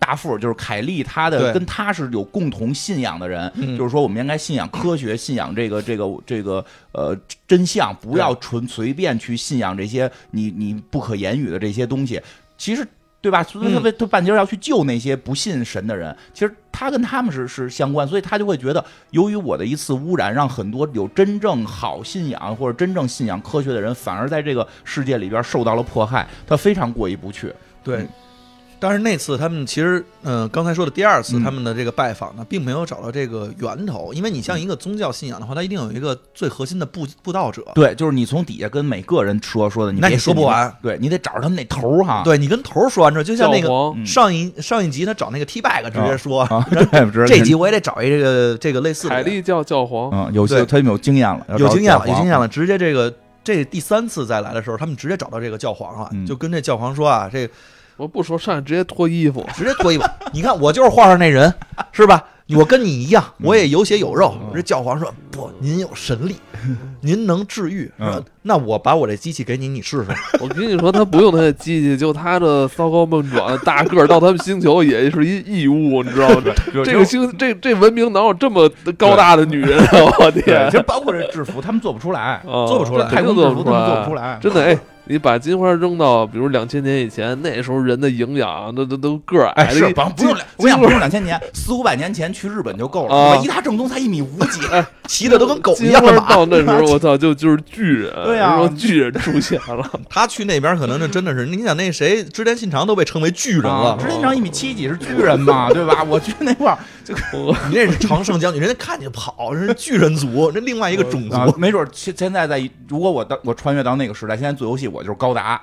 大副，就是凯利，他对嗯的跟他是有共同信仰的人，就是说我们应该信仰科学，信仰这个这个这个呃真相，不要纯随便去信仰这些你你不可言语的这些东西。其实对吧？所以他为他半截儿要去救那些不信神的人，其实他跟他们是是相关，所以他就会觉得，由于我的一次污染，让很多有真正好信仰或者真正信仰科学的人，反而在这个世界里边受到了迫害，他非常过意不去。对嗯。但是那次他们其实，嗯、刚才说的第二次嗯他们的这个拜访呢，并没有找到这个源头，因为你像一个宗教信仰的话，它一定有一个最核心的布布道者，对，就是你从底下跟每个人说说的，你那别你说不信完，对你得找着他们那头儿哈。 对你跟头儿说完之后，就像那教个皇嗯上一上一集他找那个 T bag 直接说，啊，对，这集我也得找一这个这个类似凯的人，利教教皇，嗯有对些他们有经验了，要有找经验了，教有皇经验了，直接这个这第三次再来的时候，他们直接找到这个教皇了，嗯就跟这教皇说啊，这我不说上来直接脱衣服，直接脱衣服。你看，我就是画上那人，是吧？我跟你一样，嗯我也有血有肉。这教皇说：“不，您有神力，您能治愈。是吧嗯那我把我这机器给你，你试试。我跟你说，他不用他的机器，就他的骚高梦转，大个儿到他们星球也是一异物，你知道吗？这个星这这文明哪有这么高大的女人啊！我对，天其，实包括这制服，他们做不出来，啊哦做不出来这太肯定空制做服出他们做不来出。来。真的哎，你把金花扔到比如两千年以前，那时候人的营养那都都个儿哎，矮，是这不不用两，我金想不花用两千年，四五百年前去日本就够了。啊我一大正宗才一米五几，骑的都跟狗一金样花的马到。那时候，我操，就就是巨人， 对啊说巨人出现 了，他去那边可能就真的是，你想那谁，织田信长都被称为巨人啊了直。接长一米七几是巨人嘛，对吧？我去那块儿我啊你这是常胜将军，人家看你就跑，人家巨人族，这另外一个种啊，族。没准儿现现在在，如果我到我穿越到那个时代，现在做游戏我就是高达。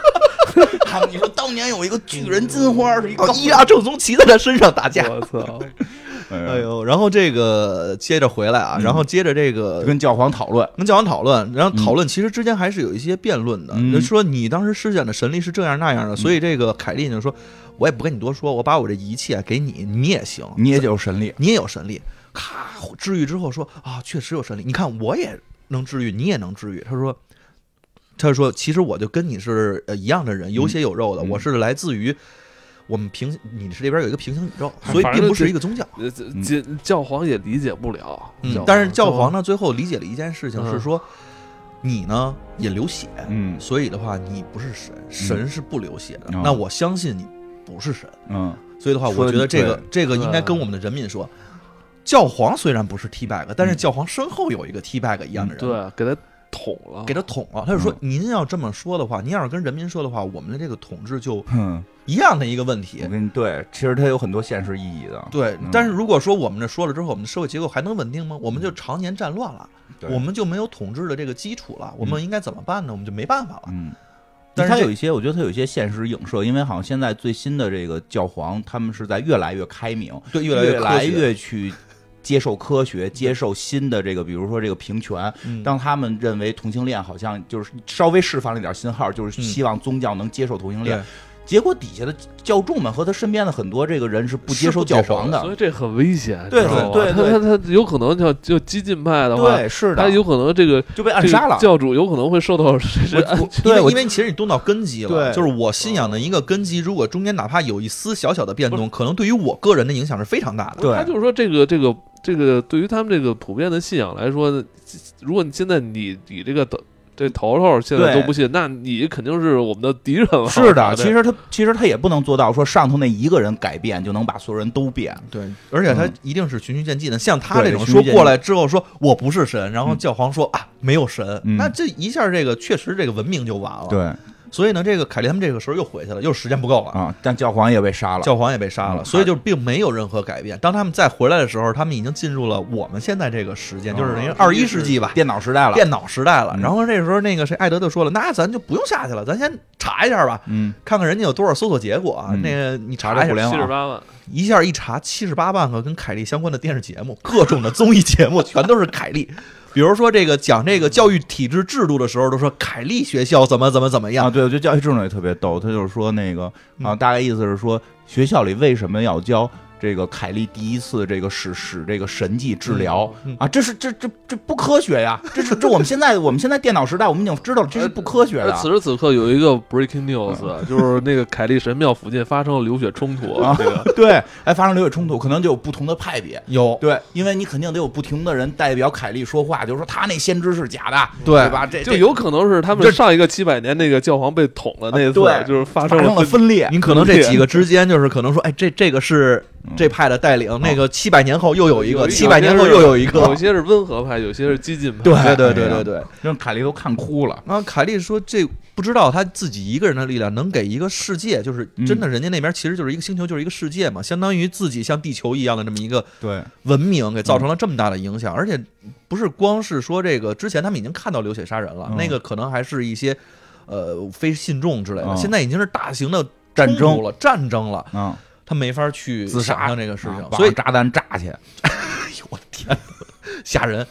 他们你说当年有一个巨人金花是一高哦，伊，拉正宗骑在他身上打架。我操，哎哎呦，呦，然后这个接着回来啊，然后接着这个嗯就跟教皇讨论，跟教皇讨论，然后讨论其实之间还是有一些辩论的，嗯就说你当时施展的神力是这样那样的，所以这个凯利就说，我也不跟你多说，我把我这仪器啊给你，你也行，你也有神力，你也有神力，咔治愈之后说啊，确实有神力，你看我也能治愈，你也能治愈，他说。他说：“其实我就跟你是呃一样的人，有血有肉的。嗯我是来自于我们平，你是这边有一个平行宇宙，所以反正并不就是一个宗教。呃这这这教皇也理解不了嗯，皇但是教皇呢，最后理解了一件事情嗯是说，你呢也流血，嗯所以的话你不是神，神是不流血的。嗯那我相信你不是神，嗯，所以的话，说我得觉得这个对这个应该跟我们的人民说。教皇虽然不是 T bag，但是教皇身后有一个 T bag 一样的人，对给他捅了，给他捅了。他就说嗯：“您要这么说的话，您要是跟人民说的话，我们的这个统治就哼，一样的一个问题。我跟你对，其实它有很多现实意义的，对，嗯但是如果说我们这说了之后，我们的社会结构还能稳定吗？我们就常年战乱了，对我们就没有统治的这个基础了，我们应该怎么办呢？我们就没办法了。嗯，但但是是它这有一些，我觉得它有一些现实影射，因为好像现在最新的这个教皇，他们是在越来越开明，对，越越来越科学越去接受科学，接受新的这个，比如说这个平权。嗯当他们认为同性恋好像就是稍微释放了一点信号，就是嗯希望宗教能接受同性恋，对结果底下的教众们和他身边的很多这个人是不是接受不接教受皇的所以的，这很危险，对你知道吗对对他他他有可能就就激进派的话，对，是他的，有可能这个就被暗这杀个了。教主有可能会受到我这我因 对，为我因为其实你动到根基对了，就是我信仰的一个根基，如果中间哪怕有一丝小小的变动，可能对于我个人的影响是非常大的。对他就是说这个这个这个对于他们这个普遍的信仰来说，如果你现在你你这个头这头头现在对都不信，那你肯定是我们的敌人了。是我的，觉得其实他其实他也不能做到说上头那一个人改变就能把所有人都变。对，而且他嗯一定是循序渐进的。像他这对种循序说渐过进来之后说我不是神，然后嗯教皇说啊没有神，嗯那这一下这个确实这个文明就完了。，对所以呢，这个凯利他们这个时候又回去了，又时间不够了。啊，但教皇也被杀了。教皇也被杀了，嗯所以就并没有任何改变。当他们再回来的时候，他们已经进入了我们现在这个时间，就是等于哦二一世纪吧，电脑时代了，电脑时代了。嗯然后这时候那个谁，艾德就说了，那咱就不用下去了，咱先查一下吧，嗯，看看人家有多少搜索结果啊。嗯那个你查查查一下互联哎网七十八万，一下一查，七十八万个跟凯利相关的电视节目，各种的综艺节目 全都是凯利。比如说这个讲这个教育体制制度的时候，都说凯利学校怎么怎么怎么啊，样。对，我觉得教育这种也特别逗，他就是说那个啊，嗯大概意思是说学校里为什么要教这个凯利第一次这个使使这个神迹治疗、嗯嗯啊，这是这这这不科学呀！这是这我们现在我们现在电脑时代，我们已经知道这是不科学而的。此时此刻有一个 breaking news，就是啊那个凯利神庙附近发生了流血冲呃突，啊这个啊对，哎，发生流血冲突，可能就有不同的派别。有对，因为你肯定得有不停的人代表凯利说话，就是说他那先知是假的，对吧？这就这有可能是他这啊们上一个七百年那个教皇被捅了那次，对就是发发生了了分裂。您可能这几个之间就是可能说，哎，这这个是嗯这派的带领，那个七百年后又有一有个，一七百年后又有一有个。些是温和派，有些是激进派。对对对哎呀对对。让凯利都看哭了。然后凯莉说，这不知道他自己一个人的力量能给一个世界，就是真的，人家那边其实就是一个星球，就是一个世界嘛，相当于自己像地球一样的这么一个对，文明给造成了这么大的影响，而且不是光是说这个，之前他们已经看到流血杀人了，嗯那个可能还是一些呃非信众之类的，嗯现在已经是大型的战冲争突了，战争了，嗯，他没法去自杀想象这个事情，啊所以把炸弹炸去，吓人。嗯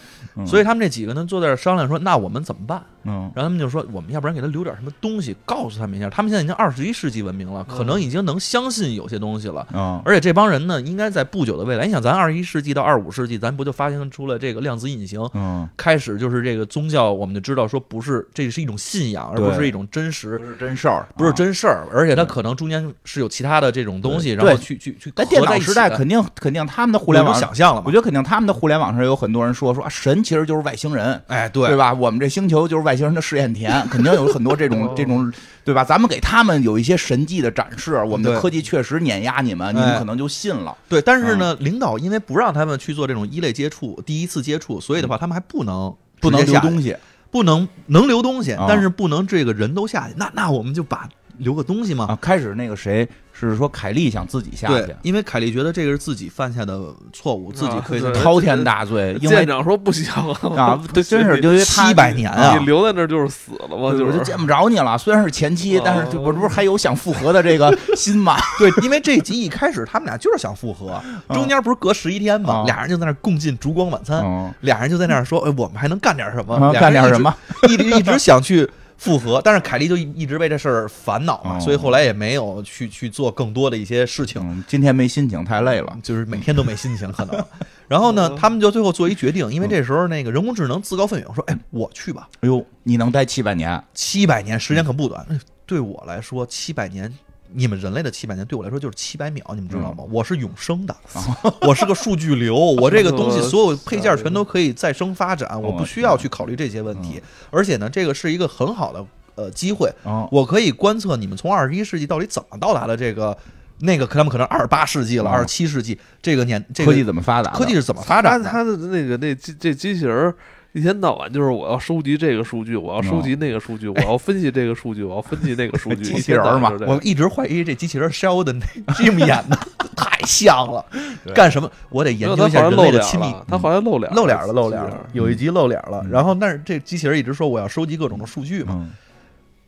所以他们这几个呢坐在这儿商量说，那我们怎么办？嗯然后他们就说，我们要不然给他留点什么东西，告诉他们一下，他们现在已经二十一世纪文明了，可能已经能相信有些东西了。嗯而且这帮人呢，应该在不久的未来，你想，咱二十一世纪到二十五世纪，咱不就发现出了这个量子隐形，嗯，开始就是这个宗教，我们就知道说不是这是一种信仰，而对不是一种真实，是真事儿，不是。真事儿，啊而且它可能中间是有其他的这种东对西，然后去去去在电合脑在一时起代，的肯定肯定他们的互有联种网，想象了我嘛。觉得肯定他们的互联网上有很多人说说啊，神其实就是外星人，哎，对对，吧？我们这星球就是外星人的试验田， 肯定有很多这哦种这种，对吧？咱们给他们有一些神迹的展示，我们的对科技确实碾压你们，你哎们可能就信了。对，但是嗯呢，领导因为不让他们去做这种一类接触，第一次接触，所以的话，他们还不能嗯不能直接留下东西，不能能留东西啊，但是不能这个人都下去。那那我们就把留个东西嘛啊，。开始那个谁是说凯莉想自己下去对，，因为凯莉觉得这个是自己犯下的错误，自己亏啊的。 对滔天大呃罪，因舰为长说不行，啊对，真是因为他700年啊你留在那儿就是死了嘛，对就我就是哦见不着你了。虽然是前妻，但是这我这不是还有想复合的这个心 吗？对，因为这集一开始他们俩就是想复合，中间不是隔十一天啊嘛，俩人就在那儿共进烛光晚餐，嗯，俩人就在那儿说，哎，我们还能干点什么？俩人啊干点什么？ 一直？一直一直想去复合，但是凯莉就一一直为这事儿烦恼嘛，哦所以后来也没有去去做更多的一些事情，嗯，今天没心情，太累了。就是每天都没心情可能。然后哦呢，他们就最后做一决定，嗯因为这时候那个人工智能自告奋勇说，哎，我去吧，哎呦，你能待七百年？七百年时间可不短，嗯哎对我来说七百年。你们人类的七百年对我来说就是七百秒，你们知道吗？嗯我是永生的，哦我是个数据流，我这个东西所有配件全都可以再生发展，哦我不需要去考虑这些问嗯题。而且呢，这个是一个很好的呃机会，哦，我可以观测你们从二十一世纪到底怎么到达的这个那个，可他们可能二十八世纪了，哦二十七世纪这个年这个科技怎么发达的？科技是怎么发展他他的？的那个那机这机器人儿一天到晚就是我要收集这个数据，我要嗯收集那个数据，我要分析这个数据，我要分析那个 数据。机器人儿嘛一天到晚就是这样我一直怀疑这机器人 Sheldon 那 Jim 演的太像了，干什么？我得没研有究他一好下像人露类脸的亲密嗯了，啊他好像露脸，露脸了，露脸机器人了儿，有一集露脸了。嗯然后，但是这机器人一直说我要收集各种的数据嘛。嗯，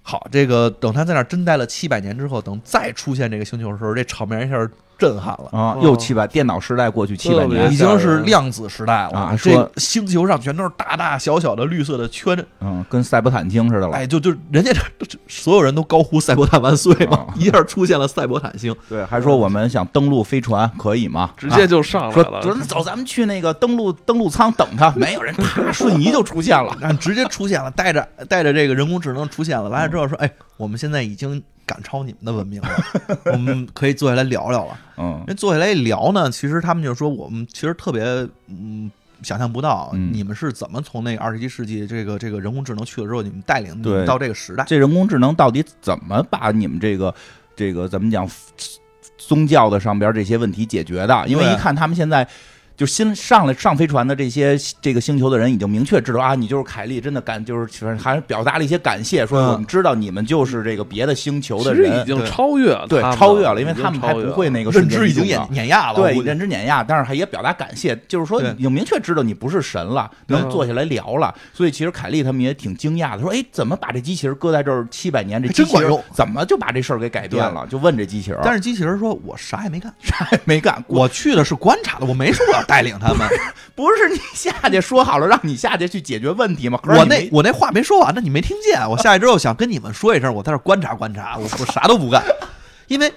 好，这个等他在那儿真待了七百年之后，等再出现这个星球的时候，这场面一下震撼了。啊哦，又七百，电脑时代过去七百特别年已，经是量子时代了啊这说星球上全都是大大小小的绿色的圈，嗯，跟塞伯坦星似的了。哎，就就人家这这所有人都高呼“赛博坦万岁”嘛，啊一下出现了赛博坦星，对，还说我们想登陆飞船，可以吗？直接就上啊来说了。走，走，咱们去那个登陆登陆舱等他，没有人，啪，瞬移就出现了。啊，直接出现了，带着带着这个人工智能出现了，完了之后嗯说，哎，我们现在已经赶超你们的文明了， 我们可以坐下来聊聊了。嗯人坐下来一聊呢，其实他们就说，我们其实特别嗯。想象不到嗯你们是怎么从那个二十一世纪这个这个人工智能去了之后，你们带领你对们到这个时代。这人工智能到底怎么把你们这个这个怎么讲宗教的上边这些问题解决的？因为对一看他们现在。就新上来上飞船的这些这个星球的人已经明确知道啊，你就是凯莉，真的感就是反正还是表达了一些感谢，说嗯我们知道你们就是这个别的星球其的实人，已经超越了对他们超越了，因为已经他们还超越不了会那个瞬认间知已移动经的碾碾压了，对我认知碾压，但是还也表达感谢，就是说对已经明确知道你不是神了，对能坐下来聊了。所以其实凯莉他们也挺惊讶的，说：“哎，怎么把这机器人搁在这儿七百年？这还机真器人管用怎么就把这事儿给改变了？”就问这机器人，但 是是机器人说：“我啥也没干，啥也没干。我去的是观察的，我没说我要带领他们。不是你下去说好了让你下去去解决问题吗？可是我你那没我那话没说完呢，你没听啊 见？我下去之后想跟你们说一声，我在这儿观察观察，我我啥都不干，因为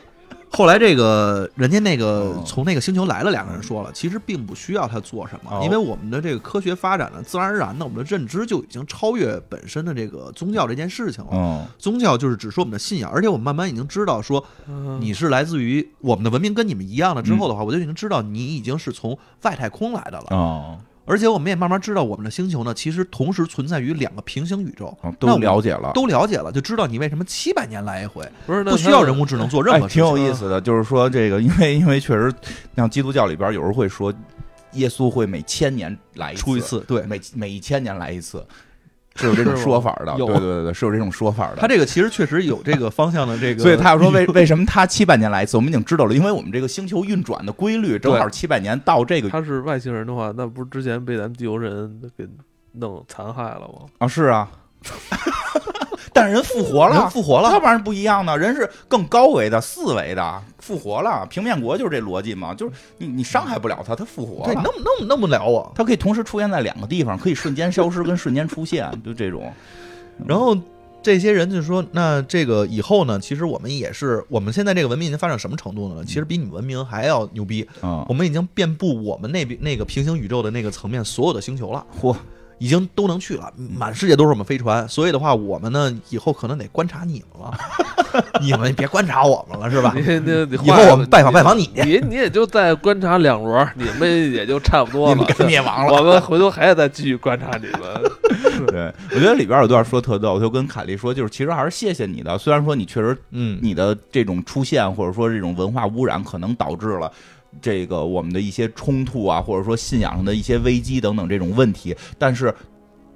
后来这个人家那个哦从那个星球来了两个人说了，其实并不需要他做什哦么，因为我们的这个科学发展呢，自然而然的我们的认知就已经超越本身的这个宗教这件事情了。嗯，宗教就是只是我们的信仰，而且我们慢慢已经知道说嗯你是来自于我们的文明跟你们一样了之后的嗯话，我就已经知道你已经是从外太空来的了。哦，而且我们也慢慢知道，我们的星球呢，其实同时存在于两个平行宇宙哦，那都我了解了，都了解了，就知道你为什么七百年来一回，不是那不需要人物。工智能做任哎何事挺情。有意思的。就是说这个，因为因为确实，像基督教里边有时候会说，耶稣会每千年来出一次，次，对每每一千年来一次，是有这种是吗说法的。有对对对对，是有这种说法的。他这个其实确实有这个方向的这个，所以他要说为为什么他七百年来一次，我们已经知道了，因为我们这个星球运转的规律正好七百年到这个他是外星人的话，那不是之前被咱们地球人给弄残害了吗？啊是啊， 但人复活人了，复活要了。不然不一样呢，人是更高维的四维的复活了，平面国就是这逻辑嘛，就是你你伤害不了他，他复活对，了那。么那么那么聊我，它可以同时出现在两个地方，可以瞬间消失跟瞬间出现，就这种。然后这些人就说，那这个以后呢，其实我们也是，我们现在这个文明已经发展到什么程度呢？其实比你们文明还要牛逼，啊我们已经遍布我们那边那个平行宇宙的那个层面所有的星球了。嚯，已经都能去了，满世界都是我们飞船，所以的话，我们呢以后可能得观察你们了，你们别观察我们了，是吧 你？你你啊以后我们拜访拜访你去，你你也就再观察两轮儿，你们也就差不多你了们。该灭亡了。我们回头还得再继续观察你们。 对，我觉得里边有段说特逗，我就跟凯莉说，就是其实还是谢谢你的，虽然说你确实嗯，你的这种出现或者说这种文化污染可能导致了。这个我们的一些冲突啊，或者说信仰上的一些危机等等这种问题，但是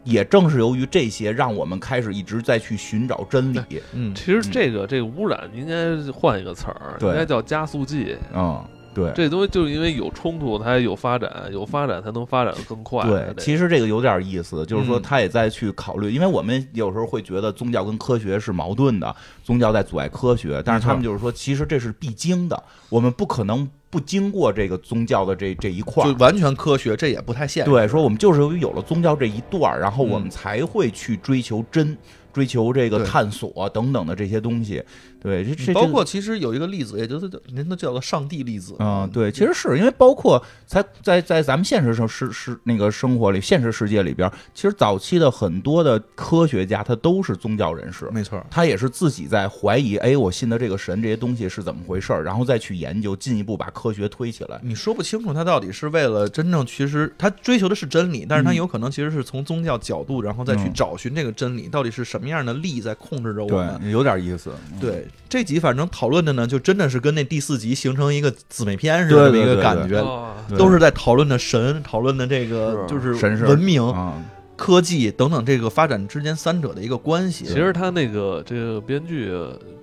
也正是由于这些，让我们开始一直在去寻找真理。嗯，其实这个这个污染应该换一个词儿，对应该叫加速剂。嗯，对，这东西就是因为有冲突才有发展，有发展才能发展得更快。对，这其实这个有点意思，就是说嗯他也在去考虑，因为我们有时候会觉得宗教跟科学是矛盾的，宗教在阻碍科学，但没是错他们就是说，其实这是必经的，我们不可能不经过这个宗教的这这一块就儿。完全科学，这也不太现实。对，说我们就是由于有了宗教这一段儿，然后我嗯们才会去追求真，追求这个对探索等等的这些东西。对，这这包这个括其实有一个例子，也就是您都叫做上帝粒子嗯，对，其实是因为包括在在在咱们现实生是是那个生活里，现实世界里边，其实早期的很多的科学家他都是宗教人士，没错，他也是自己在怀疑，哎，我信的这个神这些东西是怎么回事儿，然后再去研究，进一步把科学推起来。你说不清楚他到底是为了真正，其实他追求的是真理，但是他有可能其实是从宗教角度，然后再去嗯找寻这个真理，到底是什么样的力在控制着我们。，有点意思。对，这集反正讨论的呢，就真的是跟那第四集形成一个姊妹篇似对的对一个对感对觉，啊对都是在讨论的神，讨论的这个是就是神是文明、啊，科技等等这个发展之间三者的一个关系。其实他那个这个编剧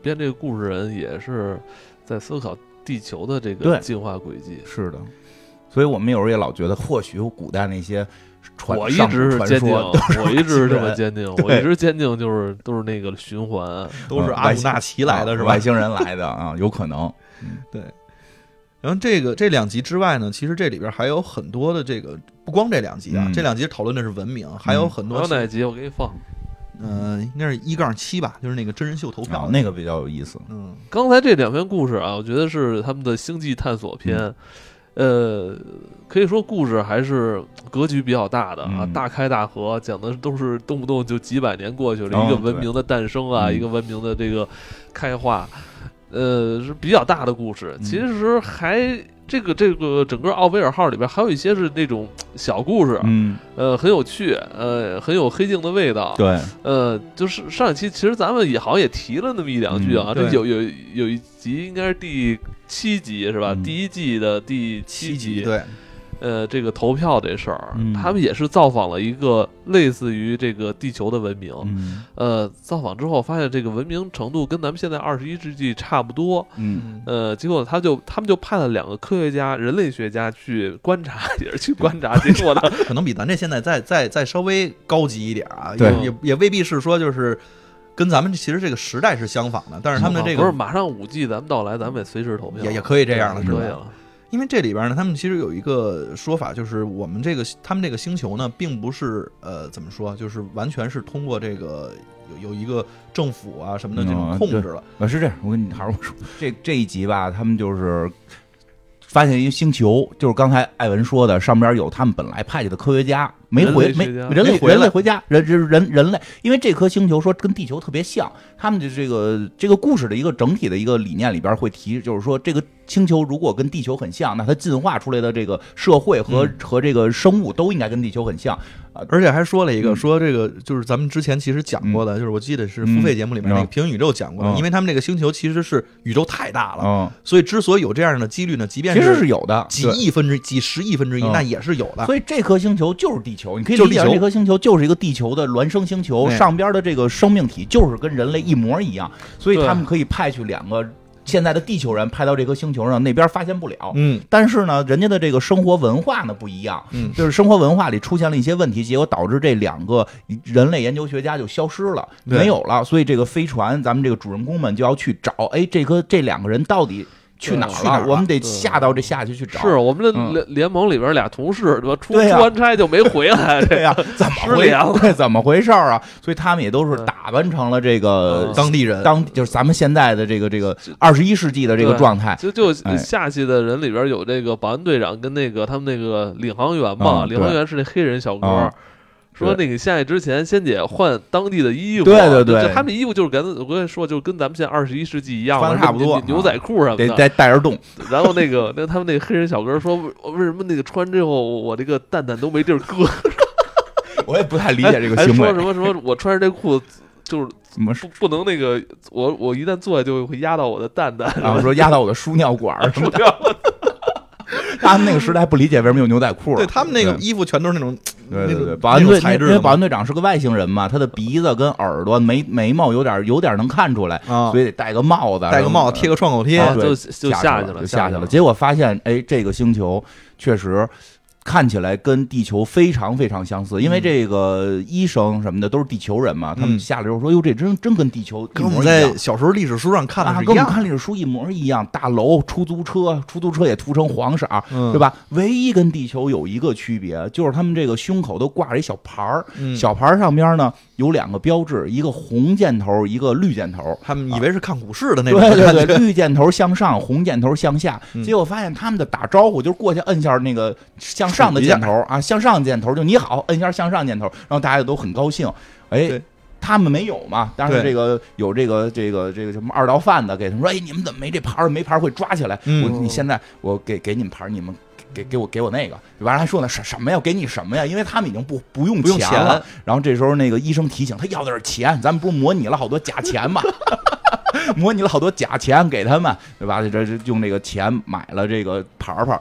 编这个故事人也是在思考地球的这对个进化轨迹。是的。所以我们有时候也老觉得，或许有古代那些传我一上直是传坚定，说我一直是这外星么人坚定，我一直坚定就是都是那个循环。都是嗯阿外努星纳奇来的是吧？外星人来的啊，有可能。然后这个这两集之外呢，其实这里边还有很多的这个，不光这两集啊，嗯这两集讨论的是文明，还有很还有多，哪集我给你放？嗯、应该是一杠七吧，就是那个真人秀投票啊的，，那个比较有意思。嗯，刚才这两篇故事啊，我觉得是他们的星际探索嗯篇，呃，可以说故事还是格局比较大的啊，嗯大开大合，讲的都是动不动就几百年过去了，一个哦文明的诞生啊，嗯一个文明的这个开化，呃，是比较大的故事。嗯其实还这个这个整个奥维尔号里边还有一些是那种小故事，嗯，呃，很有趣，呃，很有黑镜的味道，对，呃，就是上一期其实咱们也好像也提了那么一两句啊，嗯这对有有有一集应该是第七集是吧？嗯第一季的第七集对，呃，这个投票这事儿，嗯他们也是造访了一个类似于这个地球的文明，嗯呃，造访之后发现这个文明程度跟咱们现在二十一世纪差不多，嗯，嗯呃，结果他就他们就派了两个科学家、人类学家去观察， 也是去观察，结果呢，可能比咱这现在再再再稍微高级一点啊，对也也也未必是说就是跟咱们其实这个时代是相仿的，但是他们的这啊嗯不是个马上五 G 咱们到来，咱们也随时投票，也也可以这样了，是可吧以？了，因为这里边呢，他们其实有一个说法，就是我们这个他们这个星球呢，并不是呃怎么说，就是完全是通过这个有有一个政府啊什么的这嗯种控制了。啊，是这样，我跟你好好说，这这一集吧，他们就是发现一个星球，就是刚才艾文说的，上边有他们本来派去的科学家，没人回类没学家人类没回来人类回家，人人人人类，因为这颗星球说跟地球特别像，他们的这个这个故事的一个整体的一个理念里边会提，就是说这个星球如果跟地球很像，那它进化出来的这个社会和、和这个生物都应该跟地球很像，而且还说了一个，嗯说这个就是咱们之前其实讲过的，就是我记得是付费节目里面那个嗯平行宇宙讲过的，嗯因为他们这个星球其实是宇宙太大了，嗯，所以之所以有这样的几率呢，即便其实是有的，几对亿分之几十亿分之一，嗯那也是有的。所以这颗星球就是地球，你可以就是理地解球为这颗星球就是一个地球的孪生星球，哎上边的这个生命体就是跟人类一模一样，所以对他们可以派去两个现在的地球人派到这颗星球上，那边发现不了。嗯但是呢，人家的这个生活文化呢不一样，嗯就是生活文化里出现了一些问题，结果导致这两个人类研究学家就消失了，对没有了，所以这个飞船，咱们这个主人公们就要去找，哎，这颗这两个人到底去哪儿去哪儿了我们得对下到这下去去找。是我们的嗯联联盟里边俩同事对吧？出出对呀完差就没回来，对啊这呀、怎么失回联了对怎么回事儿啊？所以他们也都是嗯打扮成了这个嗯当地人，当就是咱们现在的这个这个二十一世纪的这个对状态。就就哎下期的人里边有这个保安队长跟那个他们那个领航员嘛，嗯领航员是那黑人小哥嗯。说对那个下去之前，先得换当地的衣服。对对对就就他们衣服就是跟我跟你说，就跟咱们现在二十一世纪一样嘛，穿得差不多什么牛牛仔裤什么得的。得带着动，然后那个那他们那黑人小哥说，为为什么那个穿之后我这个蛋蛋都没地儿搁？我也不太理解这个还行哎说为什。么什么，我穿上这裤子就是怎么不不能那个，我我一旦坐下就会压到我的蛋 蛋，啊？说压到我的输尿管儿什么的，然后 他们那个时代不理解为什么有牛仔裤了。对他们那个衣服全都是那种对那对种对，保安那种队材因质为的因为保嘛安队长是个外星人嘛，他的鼻子跟耳朵眉眉毛有点有点能看出来，啊所以得嗯戴个帽子，戴个然帽，后贴个创口贴，啊对就就下去了，就下去了。结果发现，哎，这个星球确实看起来跟地球非常非常相似，因为这个医生什么的都是地球人嘛，他们嗯下来之后说，哟，这真真跟地球一跟我模们一样在。小时候历史书上看的啊，是跟我一们样，看历史书一模一样，大楼、出租车，出租车也涂成黄色儿，嗯对吧？唯一跟地球有一个区别，就是他们这个胸口都挂着一小牌儿，嗯小牌儿上边呢有两个标志，一个红箭头，一个绿箭头。他们以为是看股市的那种对感对觉，对，绿箭头向上，红箭头向下。嗯结果发现他们的打招呼就是过去摁一下那个向上的箭头啊，向上箭头就你好，摁一下向上箭头，然后大家都很高兴。哎对，他们没有嘛？当然对这个有这个这个这个什么二道贩子给他们说，哎，你们怎么没这牌儿？没牌儿会抓起来。嗯我你现在我给给你们牌儿，你们。给给我给我那个，完了还说呢什什么呀？给你什么呀？因为他们已经不不用不用钱了了。然后这时候那个医生提醒他要的是钱，咱们不是模拟了好多假钱嘛， 模拟了好多假钱给他们，对吧？这这这用这个钱买了这个牌牌。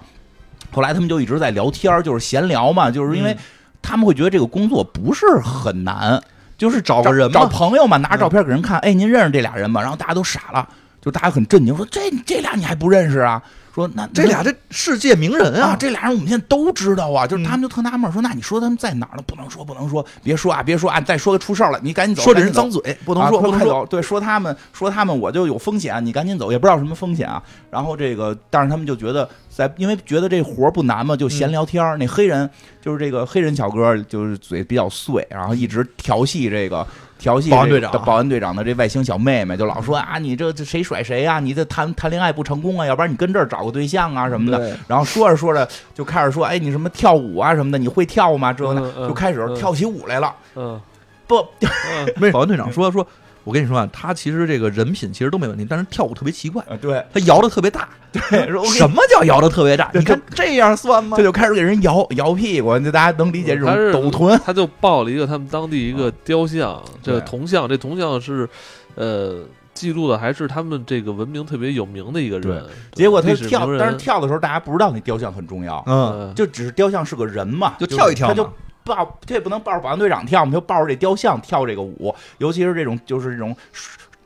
后来他们就一直在聊天儿，就是闲聊嘛，就是因为嗯他们会觉得这个工作不是很难，就是找找个人嘛找朋友嘛，拿着照片给人看，哎，您认识这俩人吗？然后大家都傻了，就大家很震惊，说这这俩你还不认识啊？说那这俩这世界名人啊，啊，这俩人我们现在都知道啊，就是嗯他们就特纳闷儿说，那你说他们在哪儿呢？不能说，不能说，别说啊，别说啊，再说个出事儿了，你赶紧走，说这赶人紧走脏嘴，不啊不能说，不能说，对，说他们说他们我就有风险，你赶紧走，也不知道什么风险啊。然后这个，但是他们就觉得在，因为觉得这活儿不难嘛，就闲嗯聊天儿。那黑人就是这个黑人小哥，就是嘴比较碎，然后一直调戏这个。调戏保安这个队长保安队长的这外星小妹妹就老说啊，你这这谁甩谁啊，你这谈谈恋爱不成功啊，要不然你跟这儿找个对象啊什么的对。然后说着说着就开始说，哎，你什么跳舞啊什么的，你会跳吗？这个嗯嗯那就开始嗯跳起舞来了。 嗯不，嗯，保安队长说说，我跟你说啊，他其实这个人品其实都没问题，但是跳舞特别奇怪， 对，他摇的特别大。对，说我给你什么叫摇的特别大？对你看这样算吗他？就开始给人摇摇屁股，就大家能理解这种他是抖臀，他就抱了一个他们当地一个雕像，这对铜像，这铜像是呃记录的还是他们这个文明特别有名的一个人对，对结果他历史跳名，人但是跳的时候大家不知道那雕像很重要，嗯，嗯就只是雕像是个人嘛，就是跳一跳嘛他就抱，这也不能抱着保安队长跳，我们就抱着这雕像跳这个舞，尤其是这种就是这种。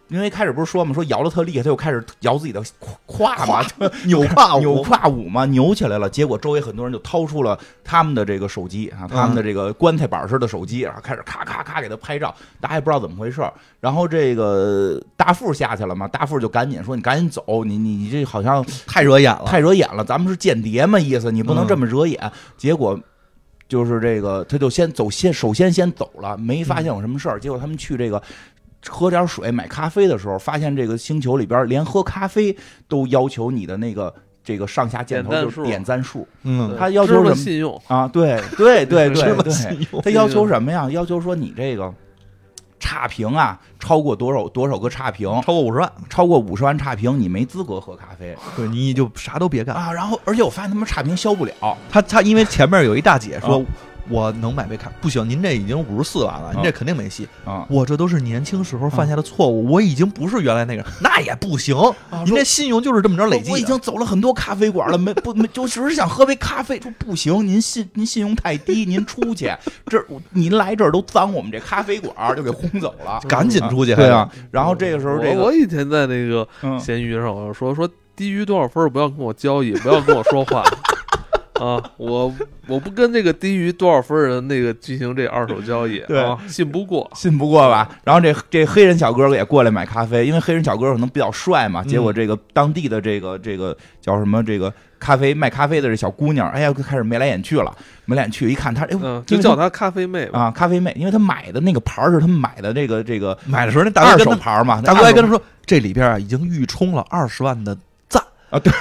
因为开始不是说嘛，说摇的特厉害，他又开始摇自己的胯胯嘛，就扭胯舞扭胯舞嘛，扭起来了。结果周围很多人就掏出了他们的这个手机啊，他们的这个棺材板式的手机，然后开始咔咔咔给他拍照，大家也不知道怎么回事儿。然后这个大副下去了嘛，大副就赶紧说：“你赶紧走，你你你这好像太惹眼了。太惹眼了，咱们是间谍嘛意思，你不能嗯这么惹眼。结果就是这个，他就先走先，首先先走了，没发现有什么事儿。结果他们去这个。喝点水、买咖啡的时候，发现这个星球里边连喝咖啡都要求你的那个这个上下箭头点赞就是数点赞数嗯，他要求知了什么信用，啊！对 对 对吃对了对，用他要求什么呀？要求说你这个差评啊，超过多少多少个差评，超过五十万，超过五十万差评，你没资格喝咖啡。 对，你就啥都别干。啊，然后而且我发现他们差评消不了，他他因为前面有一大姐说啊，我能买杯咖，不行，您这已经五十四万了，您这肯定没戏。啊我这都是年轻时候犯下的错误，我已经不是原来那个，那也不行。您这信用就是这么着累积啊的。啊我已经走了很多咖啡馆了，没不没，就只是想喝杯咖啡，说不行，您信您信用太低，您出去，这儿您来这儿都脏我们这咖啡馆，就给轰走了，赶紧出去。对啊，然后这个时候这我个我以前在那个嗯闲鱼上我就说说低于多少分儿不要跟我交易，不要跟我说话啊！我我不跟这个低于多少分儿的那个进行这二手交易，对啊，信不过。信不过吧？然后这这黑人小哥也过来买咖啡，因为黑人小哥可能比较帅嘛。嗯结果这个当地的这个这个叫什么这个咖啡卖咖啡的这小姑娘，哎呀，开始眉来眼去了，眉来眼去，一看她，哎呦，嗯，因就叫为她她咖啡妹吧。啊，咖啡妹，因为她买的那个牌儿是他们买的这个这个买的时候那大二手哥跟他牌儿嘛，那大哥还跟二他手说，这里边啊已经预充了二十万的赞啊 对。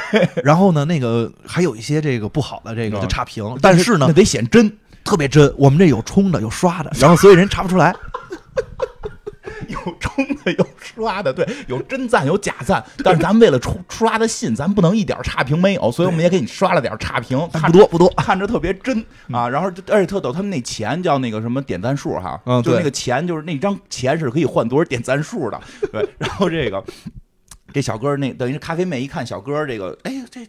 然后呢，那个还有一些这个不好的这个嗯就差评，但是呢那得显真，特别真，我们这有充的有刷的，然后所以人查不 出来。 有充的有刷的，对，有真赞有假赞，但是咱们为了出出拉的信，咱不能一点差评没有，所以我们也给你刷了点差评，但看不多不多 看着特别真嗯啊。然后就而且特逗，他们那钱叫那个什么点赞数哈，嗯就是那对个钱就是那张钱是可以换多少点赞数的，对。然后这个这小哥儿那等于是咖啡妹一看小哥儿这个，哎呀这。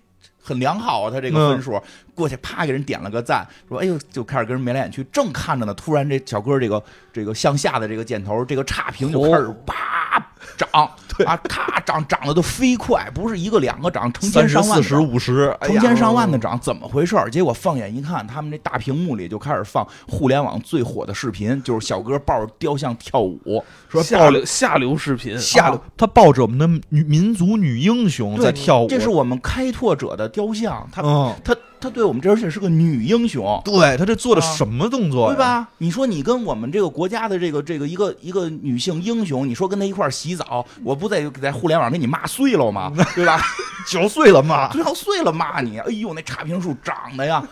很良好啊，他这嗯个分数、过去，啪给人点了个赞，说哎呦，就开始跟人眉来眼去。正看着呢，突然这小哥儿这个这个向下的这个箭头，这个差评就开始哦叭涨，啊咔涨，涨得都飞快，不是一个两个涨，成千上万的涨五十，哎成呀千上万的涨，怎么回事儿？结果放眼一看，他们这大屏幕里就开始放互联网最火的视频，就是小哥抱着雕像跳舞，说下流下流视频，啊下流，他抱着我们的女民族女英雄啊对在跳舞，这是我们开拓者的雕像，他、嗯，他他对我们这而且是个女英雄。对他这做的什么动作？啊对？吧？你说你跟我们这个国家的这个这个一个一个女性英雄，你说跟她一块儿洗澡，我不得在互联网给你骂碎了 吗？对吧？九岁 了嘛，最后碎了骂你，哎呦，那差评数涨的呀！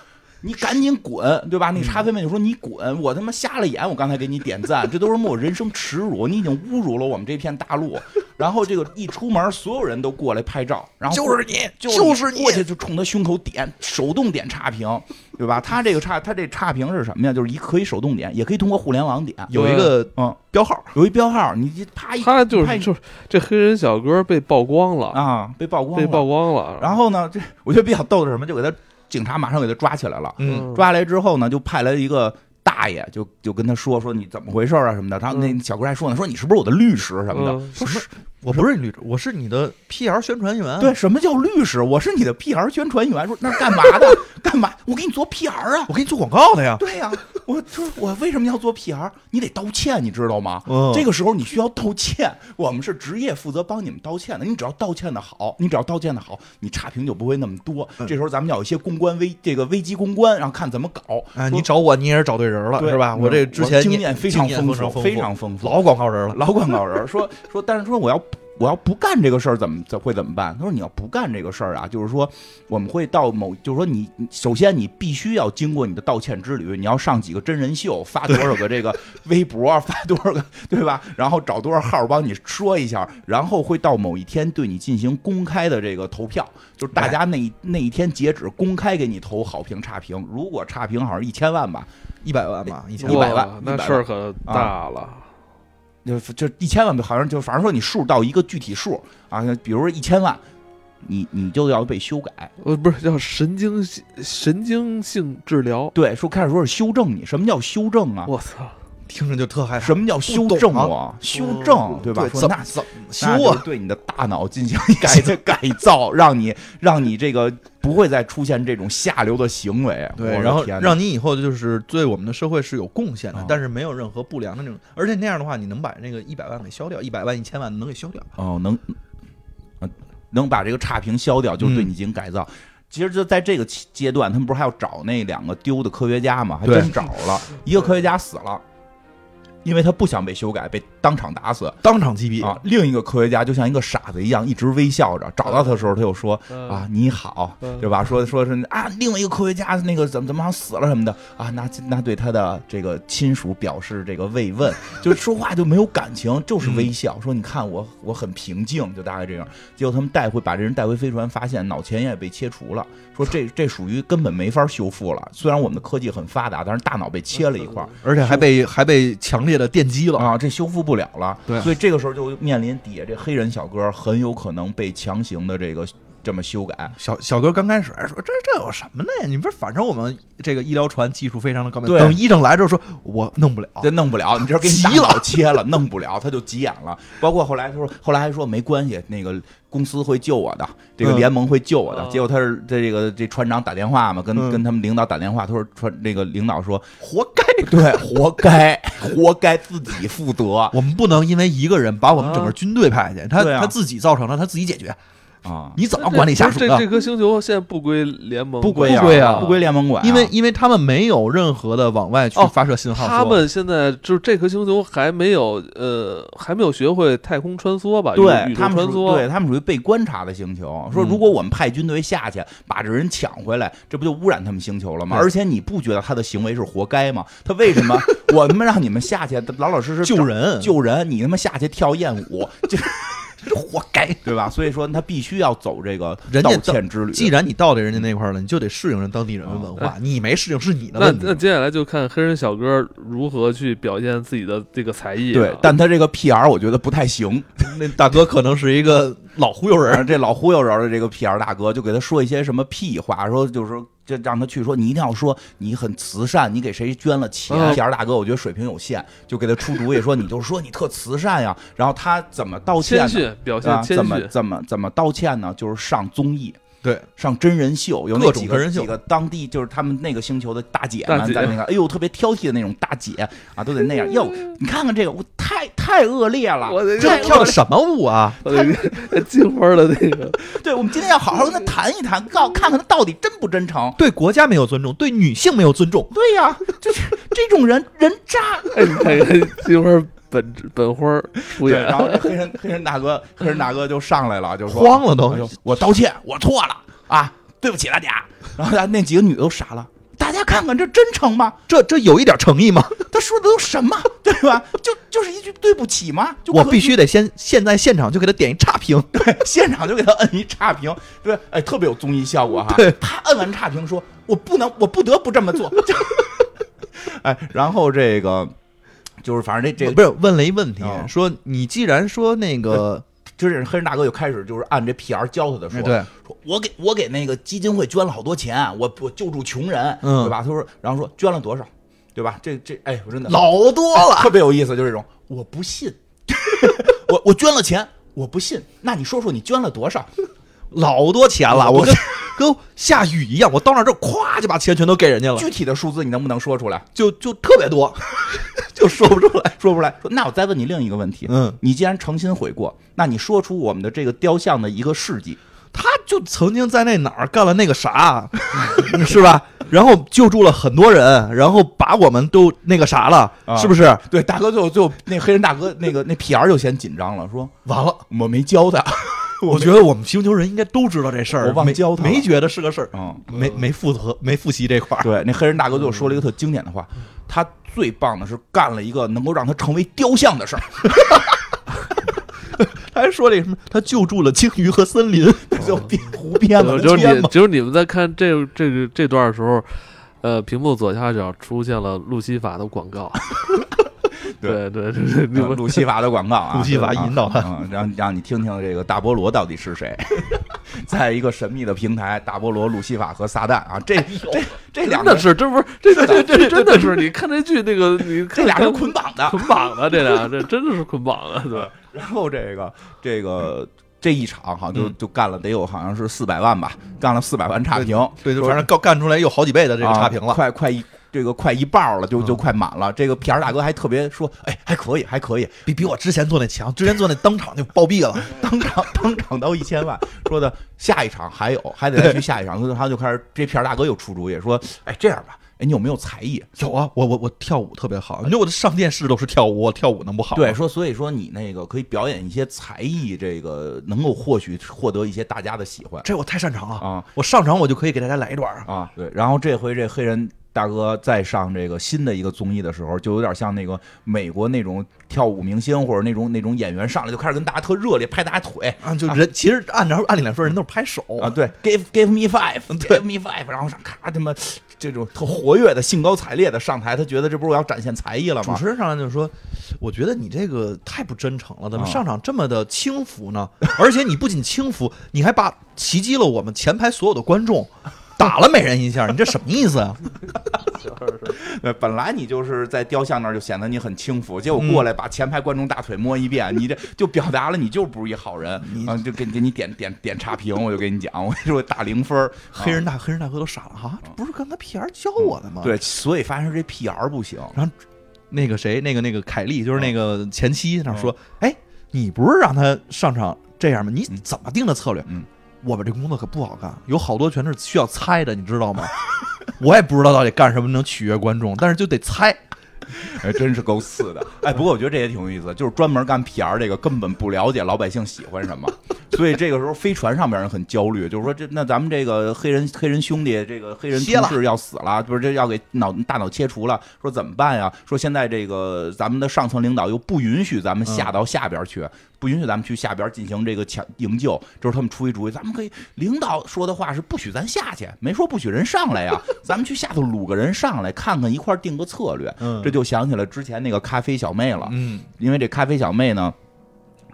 你赶紧滚，对吧？那咖啡妹就说你滚，我他妈瞎了眼，我刚才给你点赞，这都是我人生耻辱，你已经侮辱了我们这片大陆。 然后这个一出门，所有人都过来拍照，然后就是你，就是你过，去就冲他胸口点，手动点差评，对吧？他这个差，他这差评是什么呀？就是一可以手动点，也可以通过互联网点。有一个嗯，标号，有一标号，你一啪一他就哎拍是就是这黑人小哥被曝光了，啊，被曝光被了。曝光了。嗯然后呢，这我觉得比较逗的是什么，就给他警察马上给他抓起来了。嗯，抓来之后呢，就派来一个大爷，就就跟他说说你怎么回事啊什么的。然后那嗯小哥还说呢，说你是不是我的律师什么的。嗯说是我不是你律师，我是你的 PR 宣传员。对，，什么叫律师？我是你的 PR 宣传员。说那干嘛的？ 干嘛？我给你做 PR 啊我。给你做广告的呀。对呀、我说我为什么要做 PR？你得道歉，你知道吗？嗯这个时候你需要道歉，我们是职业负责帮你们道歉的。你只要道歉的好，你只要道歉的好，你差评就不会那么多。嗯这时候咱们要有一些公关危这个危机公关，然后看怎么搞。说啊，你找我，你也是找对人了，对是吧？嗯我这之前我经也验非常经验丰非常富非常丰富老广告人了。老广告人说说，但是说我要我要不干这个事儿，怎么怎会怎么办？他说你要不干这个事儿啊，就是说我们会到某，就是说你你首先你必须要经过你的道歉之旅，你要上几个真人秀，发多少个这个微博，发多少个对吧？然后找多少号帮你说一下，然后会到某一天对你进行公开的这个投票，就是大家那一那一天截止公开给你投好评差评，如果差评好像一千万吧，一百万吧，以前一哇百万那一百万事儿可大了。就就一千万，好像就反正说你数到一个具体数啊，比如说一千万，你你就要被修改。呃，不是叫神经性神经性治疗。对，说开始说是修正你，什么叫修正啊？我操，听着就特害怕。什么叫修不正懂啊？啊？修正对吧？说怎那么怎么修那就是啊？对你的大脑进 行改造改造，让你让你这个不会再出现这种下流的行为。对，我的然后天哪让你以后就是对我们的社会是有贡献的啊，但是没有任何不良的那种，而且那样的话，你能把那个一百万给消掉，一百万、一千万能给消掉。哦，能啊能把这个差评消掉，就是对你进行改造。其实就在这个期阶段，他们不是还要找那两个丢的科学家吗？还对真找了，一个科学家死了，因为他不想被修改，被当场打死当场击毙啊。另一个科学家就像一个傻子一样，一直微笑着。找到他的时候，他又说：“嗯啊，你好，嗯对吧？说说是啊，另外一个科学家那个怎么怎么好像死了什么的啊，那那对他的这个亲属表示这个慰问，就说话就没有感情，就是微笑，说你看我我很平静，就大概这样。结果他们带回把这人带回飞船，发现脑前叶被切除了，说这这属于根本没法修复了。虽然我们的科技很发达，但是大脑被切了一块儿，而且还被还被强烈的电击了。啊，这修复不了了。对所以这个时候就面临底下这黑人小哥很有可能被强行的这个这么修改。小小哥刚开始还说这这有什么呢？你不是反正我们这个医疗船技术非常的高明，对等医生来之后说我弄不了，这弄不了，你这给你大急了脑切了，弄不了，他就急眼了。包括后来他说，后来还说没关系，那个公司会救我的，这个嗯联盟会救我的。哦结果他是这个这船长打电话嘛，跟、嗯跟他们领导打电话，他说船那个领导说，活该。对，活该，活该自己负责我们不能因为一个人把我们整个军队派去，他对啊他自己造成的，他自己解决，啊，你怎么管理下属啊这呢这？颗星球现在不归联盟管，不归不归啊，啊不归联盟管啊、因为因为他们没有任何的往外去哦发射信号说，他们现在就是这颗星球还没有呃，还没有学会太空穿梭啊吧？宇对宇宙他们穿属对梭，他们属于被观察的星球。嗯说如果我们派军队下去，把这人抢回来，这不就污染他们星球了吗？对而且你不觉得他的行为是活该吗？他为什 么我他妈让你们下去老老实实救找人救人，你他妈下去跳艳舞，这 这活该，对吧？所以说他必须要走这个人道家歉之旅。既然你到了人家那块儿了，你就得适应人当地人的文化，你没适应是你的那问那题。接下来就看黑人小哥如何去表现自己的这个才艺了。啊对，但他这个 PR 我觉得不太行。那 大哥可能是一个老忽悠然后人，这老忽悠人的这个 PR 大哥就给他说一些什么屁话，说就是说就让他去说你一定要说你很慈善，你给谁捐了钱、嗯 p r 大哥我觉得水平有限，就给他出主意说你就说你特慈善呀。然后他怎么道谦歉呢？逊表现啊，谦怎么逊，怎么怎么道歉呢？就是上综艺。对，上真人秀，有那各种几个真人秀几个当地就是他们那个星球的大姐大们姐在那个，哎呦，特别挑剔的那种大姐啊，都得那样。哟，你看看这个，我太太恶劣了，我的太这天跳的什么舞啊？我那个金花的那个，对，我们今天要好好跟他谈一谈，告看看他到底真不真诚。对国家没有尊重，对女性没有尊重，对呀、就是这种人人渣。哎，你看看金花本本花出啊演，然后这黑人黑人大哥黑人大哥就上来了，就说慌了都哎呦我道歉，我错了啊，对不起大家。然后那几个女的都傻了，大家看看这真诚吗？这这有一点诚意吗？他说的都什么，对吧？就就是一句对不起吗？就可以我必须得先现在现场就给他点一差 评。 现场就给他摁一差评，对，哎，特别有综艺效果哈。对他摁完差评说：“我不能，我不得不这么做。 就”哎，然后这个就是反正这这不是问了一问题哦，说你既然说那个就是黑人大哥就开始就是按这 PR 教他的说，哎对说我给我给那个基金会捐了好多钱，我我救助穷人，嗯对吧？他说，然后说捐了多少，对吧？这这，哎，我真的 老多了，特别有意思，就是这种我不 信，我我捐了钱，我不信，那你说说你捐了多少？老多钱了，我我跟 跟下雨一样，我到那儿之后咵就把钱全都给人家了，具体的数字你能不能说出来？就就特别 多，就说不出来。说不出来。说那我再问你另一个问题，嗯，你既然诚心悔过，那你说出我们的这个雕像的一个事迹，他就曾经在那哪儿干了那个啥， 是吧？然后救助了很多人，然后把我们都那个啥了，啊是不是？对，大哥就就那黑人大 哥那个那 PR 就先紧张了，说完了，我没教他，我觉得我们星球人应该都知道这事儿，我忘没教他了没觉得是个事儿，嗯，没没复合，没复习这块 儿。对，那黑人大哥就说了一个特经典的话，他最棒的是干了一个能够让他成为雕像的事儿。他还说这什么，他救助了鲸鱼和森 林，就编胡编嘛，就是编你嘛，就是你们在看这这个这段的时候，呃，屏幕左下角出现了路西法的广 告。对对对对对，你们呃鲁 西法的广告啊，路西法对吧引导他嗯，让让你听听这个大菠萝到底是谁。 在一个神秘的平台打波罗、鲁西法和撒旦啊，这哎这这两真个的是，这不是这这这这真的是，你看这剧那个，你这看俩是捆绑嗯的，捆绑的，这俩这真的是捆绑的，对，然后这个这个这一场好像就嗯就干了得有好像是四百万吧，干了四百万差评，对，就说反正干干出来有好几倍的这个啊差评了。快快一。这个快一半了，就嗯就快满了。这个皮尔大哥还特别说：“哎，还可以，还可以，比比我之前做那强，之前做那当场就暴毙了。当场 当场到一千万。”说的下一场还有，还得再去下一场。所以他就开始，这皮尔大哥又出主意说：“哎，这样吧，哎，你有没有才艺？ 有啊，我我我跳舞特别好，你说我上电视都是跳舞，我跳舞能不好吗？啊对，说所以说你那个可以表演一些才艺，这个能够获取获得一些大家的喜欢这我太擅长了，啊我上场我就可以给大家来一段啊。啊。对，然后这回这黑人大哥再上这个新的一个综艺的时候，就有点像那个美国那种跳舞明星或者那种那种演员上来就开始跟大家特热烈拍大家腿啊，就人其实按照按理来说，人都是拍手啊，，对，give give me five，give me five，然后上咔他妈这种特活跃的兴高采烈的上台，他觉得这不是我要展现才艺了主吗？持人上来就说：“我觉得你这个太不真诚了，怎么啊上场这么的轻浮呢？ 而且你不仅轻浮，你还把袭击了我们前排所有的观众，打了每人一下，你这什么意思啊？对，呃本来你就是在雕像那儿就显得你很轻浮，结果过来把前排观众大腿摸一遍， 你这就表达了你就不是一好人，你啊，就给给你点点点差评，我就跟你讲，我就说打零分儿，黑啊人大黑人大哥都傻了啊，这不是刚才 PR 教我的吗？”嗯对，所以发现这 PR 不行，然后那个谁，那个那个凯莉，就是那哦个前妻，那说：“哎，你不是让他上场这样吗？你怎么定的策略？嗯我们这工作可不好干，有好多全是需要猜的，你知道吗？ 我也不知道到底干什么能取悦观众，但是就得猜。哎，真是够次的。哎，不过我觉得这也挺有意思的，就是专门干 PR 这个根本不了解老百姓喜欢什么，所以这个时候飞船上边人很焦虑，就是说这那咱们这个黑人黑人兄弟，这个黑人歇同了事要死了，不是这要给脑大脑切除了，说怎么办呀？说现在这个咱们的上层领导又不允许咱们嗯下到下边去。不允许咱们去下边进行这个抢营救，这是他们出一主意，咱们可以领导说的话是不许咱下去，没说不许人上来呀、咱们去下头掳个人上来，看看一块儿定个策略。嗯这就想起了之前那个咖啡小妹了，嗯，因为这咖啡小妹呢。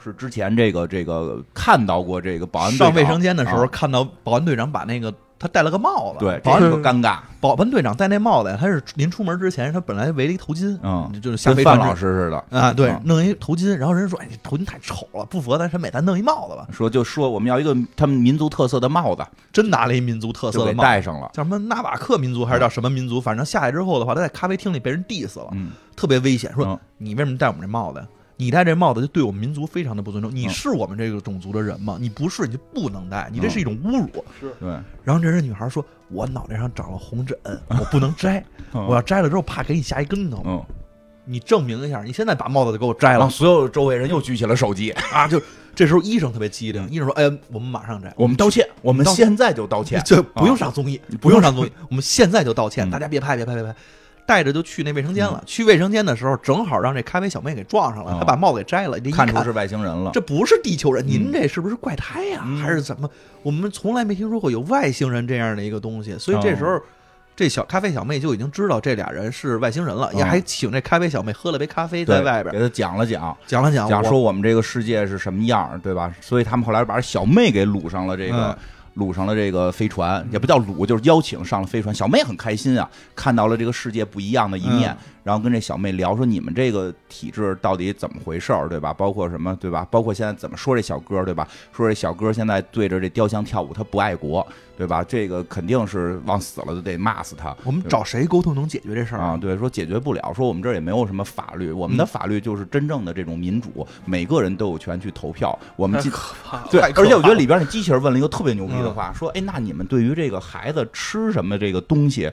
是之前这个这个看到过这个保安队上长卫生间的时候啊看到保安队长把那个他戴了个帽子，对，保这安个尴尬，保安队长戴那帽子，他是临出门之前，他本来围了一头巾，嗯，就是下跟飞范船老师师似的啊，对嗯，弄一头巾，然后人家说：“哎，你头巾太丑了，不符合咱审美，咱弄一帽子吧。”说就说我们要一个他们民族特色的帽子，真拿了一民族特就色给的帽子，戴上了，叫什么纳瓦克民族还是叫什么民族？反正下来之后的话，他在咖啡厅里被人 diss 了，嗯，特别危险。嗯说你为什么戴我们这帽子呀？你戴这帽子就对我们民族非常的不尊重。你嗯是我们这个种族的人吗？你不是，你就不能戴，你这嗯是一种侮辱。对，然后这人女孩说：“我脑袋上长了红疹，我不能摘， 嗯我要摘了之后怕给你吓一跟头。嗯，你证明一下，你现在把帽子都给我摘然了后所有周围人又举起了手机，啊！”就这时候医生特别机灵，医生说：“哎，我们马上摘。”我们道歉，我们道现在就道歉，就不用啊上综艺，不不用用上综艺，我们现在就道歉，嗯大家别拍，别拍，别拍。带着就去那卫生间了。去卫生间的时候，正好让这咖啡小妹给撞上了哦，她把帽子给摘了。这一看看出是外星人了，这不是地球人，您这是不是怪胎呀嗯？还是怎么？我们从来没听说过有外星人这样的一个东西，所以这时哦候。这小咖啡小妹就已经知道这俩人是外星人了，也哦还请这咖啡小妹喝了杯咖啡，对在外边给他讲了讲，讲了讲，讲啊我说我们这个世界是什么样儿，对吧？所以他们后来把小妹给掳上了这个。嗯掳上了这个飞船，也不叫掳，就是邀请上了飞船。小妹很开心啊，看到了这个世界不一样的一面，嗯然后跟这小妹聊说你们这个体制到底怎么回事儿，对吧？包括什么，对吧？包括现在怎么说这小哥，对吧？说这小哥现在对着这雕像跳舞，他不爱国，对吧？这个肯定是往死了就得骂死他。我们找谁沟通能解决这事儿嗯啊，？对，说解决不了，说我们这儿也没有什么法律，我们的法律就是真正的这种民主，每个人都有权去投票。我们太 进可怕了，对，哎太可而且我怕觉得了嗯里边那机器人问了一个特别牛逼的话，说：“哎，那你们对于这个孩子吃什么这个东西，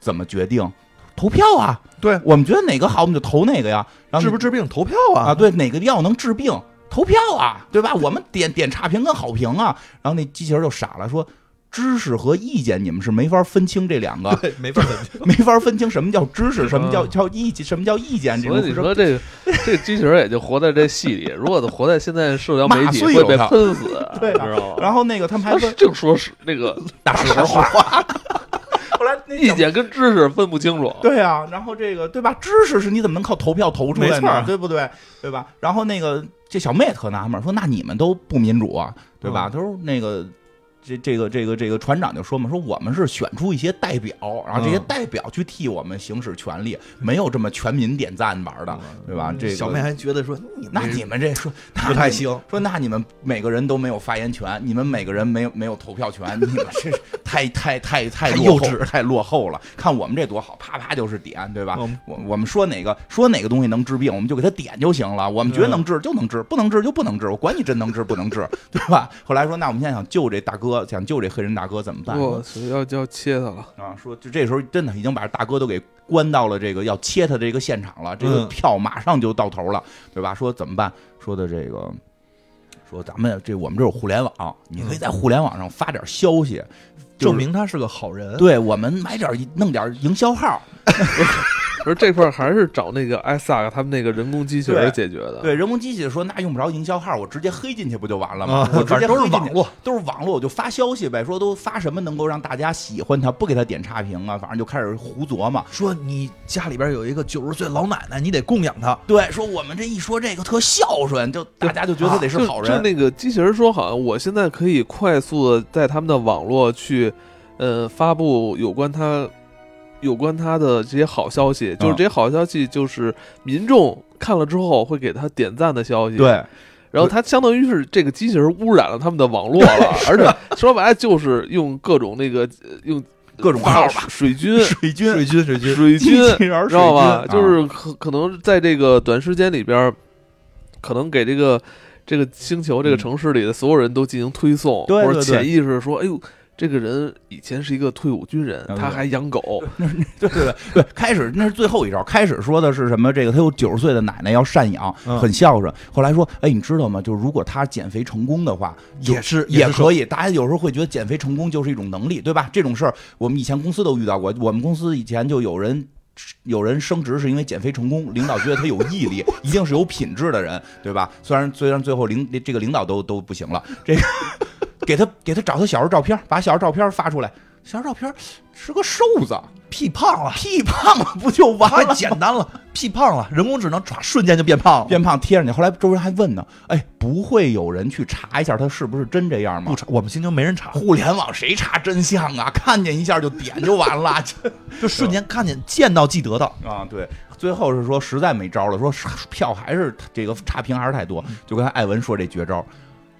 怎么决定？投票啊？对，我们觉得哪个好，我们就投哪个呀。然后治你不治病投票啊？对，哪个药能治病？投票啊，对吧？我们点点差评跟好评啊。然后那机器人就傻了，说：知识和意见你们是没法分清这两个。”对，没法解决。没法分清什么叫知识，什么叫嗯叫意见，什么叫意见这所种以你说这个这机器人也就活在这戏里，如果活在现在社交媒骂体碎会有被他喷 死，对知啊道吗？然后那个他们还他是问净说是那个 大实话， 后来那意见跟知识分不清楚，对啊，然后这个对吧？知识是你怎么能靠投票投出来没错呢？儿对不对？对吧？然后那个这小妹特纳闷儿说：“那你们都不民主啊，对吧？”她说：“那个这这个这个这个船长就说嘛，说我们是选出一些代表，然后这些嗯代表去替我们行使权利，没有这么全民点赞玩嗯的，对吧？这个小妹还觉得说，你们那这你们这说那不你太们行说那你们每个人都没有发言权，你们每个人没有没有投票 权，你们这是太太太太太落后幼稚太落后了。看我们这多好，啪啪就是点，对吧？嗯我我们说哪个说哪个东西能治病，我们就给它点就行了。我们觉得嗯能治就能治，不能治就不能治，我管你真能治不能治，对吧？后来说那我们现在想救这大哥，想救这黑人大哥怎么办？我操，要要切他了，啊，说就这时候真的已经把大哥都给关到了这个要切他的这个现场了，这个嗯票马上就到头了，对吧？说怎么办？说的这个，说咱们这我们这有互联网，你可以在互联网上发点消息，就是嗯证明他是个好人。对我们买点弄点营销号，嗯而这块儿还是找那个艾萨克他们那个人工机器人对解决的。对人工机器说那用不着营销号，我直接黑进去不就完了吗？啊， 我直反接正都黑是进网去。络，都是网络，我就发消息呗，说都发什么能够让大家喜欢他，不给他点差评啊，反正就开始胡琢磨。说你家里边有一个九十岁老奶奶，你得供养她。对，说我们这一说这个特孝顺，就大家就觉得他得是就好就人。啊那个机器人说，好像我现在可以快速的在他们的网络去，呃，发布有关他有关他的这些好消息，就是嗯这些好消息就是民众看了之后会给他点赞的消息。。对，然后它相当于是这个机器人污染了他们的网络了，而且说白了就是用各种那个呃用各种号发吧，水军、水军水军，水军，水军，啊机器人儿知道吧？水军啊就是可可能在这个短时间里边儿，可能给这个这个星球、这个嗯城市里的所有人都进行推送，对或者对对潜意识说，哎呦。这个人以前是一个退伍军人，嗯他还养狗， 对对对对，开始那是最后一招，开始说的是什么？这个他有九十岁的奶奶要赡养，嗯很孝顺。后来说，哎，你知道吗？就是如果他减肥成功的话，就也是也是可以。大家有时候会觉得减肥成功就是一种能力，对吧？这种事儿我们以前公司都遇到过，我们公司以前就有人。有人升职是因为减肥成功，领导觉得他有毅力， 一定是有品质的人，对吧？虽然虽然最后领这个领导都都不行了，这个给他给他找他小时候照片，把小时候照片发出来，小时候照片是个瘦子，屁胖了，屁胖了不就完太了？简单了，屁胖了，人工智能唰瞬间就变胖了。变胖贴上去，后来周围人还问呢，哎，不会有人去查一下他是不是真这样吗不？查，我们星球没人查，互联网谁查真相啊？ 看见一下就点就完了， 就瞬间看见见到即得到。啊，对，最后是说实在没招了，说是票还是这个差评还是太多，就跟艾文说这绝招，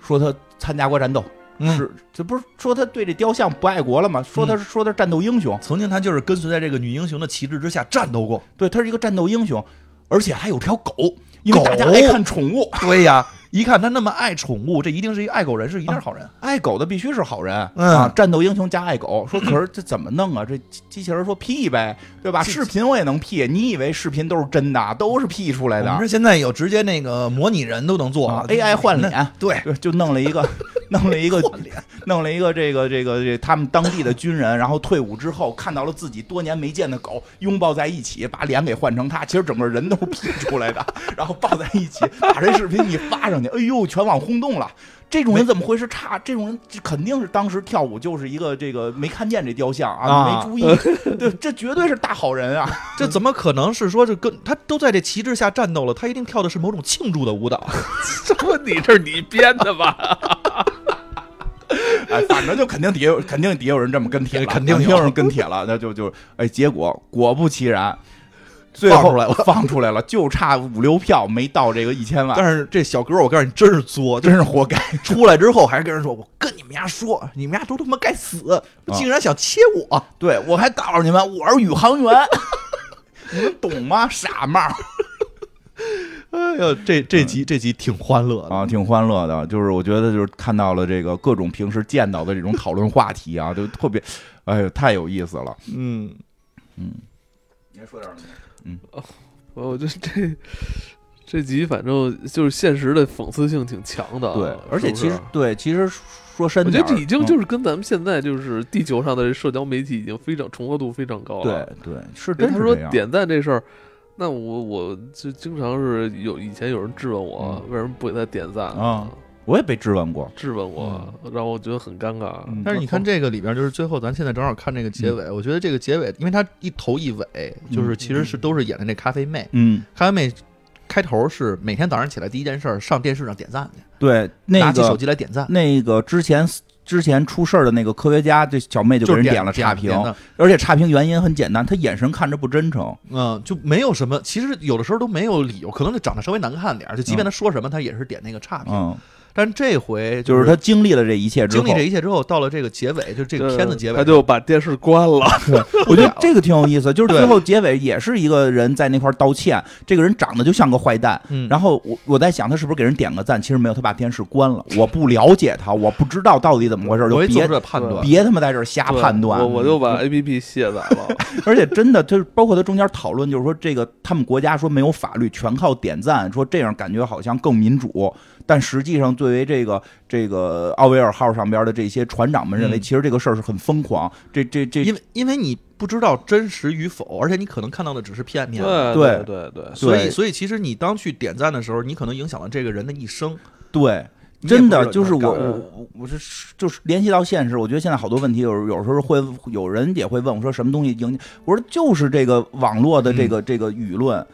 说他参加过战斗，嗯是这不是说他对这雕像不爱国了吗？说他是、说他是战斗英雄，曾经他就是跟随在这个女英雄的旗帜之下战 斗过。对，他是一个战斗英雄，而且还有条狗，因为狗大家爱看宠物，对呀，一看他那么爱宠物，这一定是一个爱狗人士，一啊定是好人。爱狗的必须是好人、嗯啊！战斗英雄加爱狗，说可是这怎么弄啊？这机机器人说 P 呗，对吧？这视频我也能 P，你以为视频都是真的，啊都是 P 出来我的们这现在有直接那个模拟人都能做啊？AI 换脸，对，对， 就弄了一个，弄了一个，弄了一个这个这个这他们当地的军人，然后退伍之后看到了自己多年没见的狗，拥抱在一起，把脸给换成他，其实整个人都是 P 出来的，然后抱在一起，把这视频一发上去，哎呦，全网轰动了。这种人怎么会是差？这种人这肯定是当时跳舞就是一个这个没看见这雕像啊，啊没注意，对，这绝对是大好人啊！这怎么可能是说这跟他都在这旗帜下战斗了，他一定跳的是某种庆祝的舞蹈。这不你这是你编的吧？ 哎，反正就肯定底下有，肯定底下有人这么跟帖了，肯定有有人跟帖了，那就就哎，结果果不其然，最放后出来了放出来了，就差五六票没到这个一千万，但是这小哥，我告诉你，真是作，真是活该。出来之后还跟人说，我跟你们家说，你们家都他妈该死，竟然想切我，对我还告诉你们，我是宇航员， 你们懂吗？傻帽哎呦，这这集这集挺欢乐的，啊，挺欢乐的，就是我觉得就是看到了这个各种平时见到的这种讨论话题啊，就特别，哎呦，太有意思了。嗯，您说点什么？我觉得这这集反正就是现实的讽刺性挺强的啊，对，呃而是且不其是实对，其实说深我觉点得儿，这已经嗯就是跟咱们现在就是地球上的这社交媒体已经非常重合度非常高了对。对，是对，真他是说这样。点赞这事儿，那我我就经常是有以前有人质问我、为什么不给他点赞嗯啊，我也被质问过，质问我，让我觉得很尴尬。嗯但是你看这个里边，就是最后咱现在正好看这个结尾，我觉得这个结尾，因为它一头一尾，就是其实是都是演的那咖啡妹，嗯，咖啡妹开头是每天早上起来第一件事儿上电视上点赞去，对，那拿起手个机来点赞，那个之前之前出事儿的那个科学家，这小妹就给就人是点点了差评点，的而且差评原因很简单，她眼神看着不真诚。嗯，就没有什么，其实有的时候都没有理由，可能就长得稍微难看点儿，就即便他说什么，他也是点那个差评。嗯，但这回就是是她经历了这一切之经后历，这一切之后，到了这个结尾，就这个片子结尾，呃他就把电视关了。我觉得这个挺有意思。就是最 对后结尾也是一个人在那块儿道歉，这个人长得就像个坏蛋。嗯，然后我我在想，他是不是给人点个赞？其实没有，他把电视关了。我不了解他，我不知道到底怎么回事，就我也做别出了判断，别他妈在这儿瞎判断。我我就把 A P P 卸载了。而且真的，就是包括他中间讨论，就是说这个他们国家说没有法律，全靠点赞，说这样感觉好像更民主，但实际上作为这个这个奥维尔号上边的这些船长们认为，嗯其实这个事儿是很疯狂，这这这因为因为你不知道真实与否，而且 你可能看到的只是片面。对对对对，所以，对所以其实你当去点赞的时候，你可能影响了这个人的一生。对。你也真不知的道就是你我要干嘛我我我是就是联系到现实，我觉得现在好多问题有有时候会有人也会问我说什么东西影响，我说就是这个网络的这嗯个、这个舆论，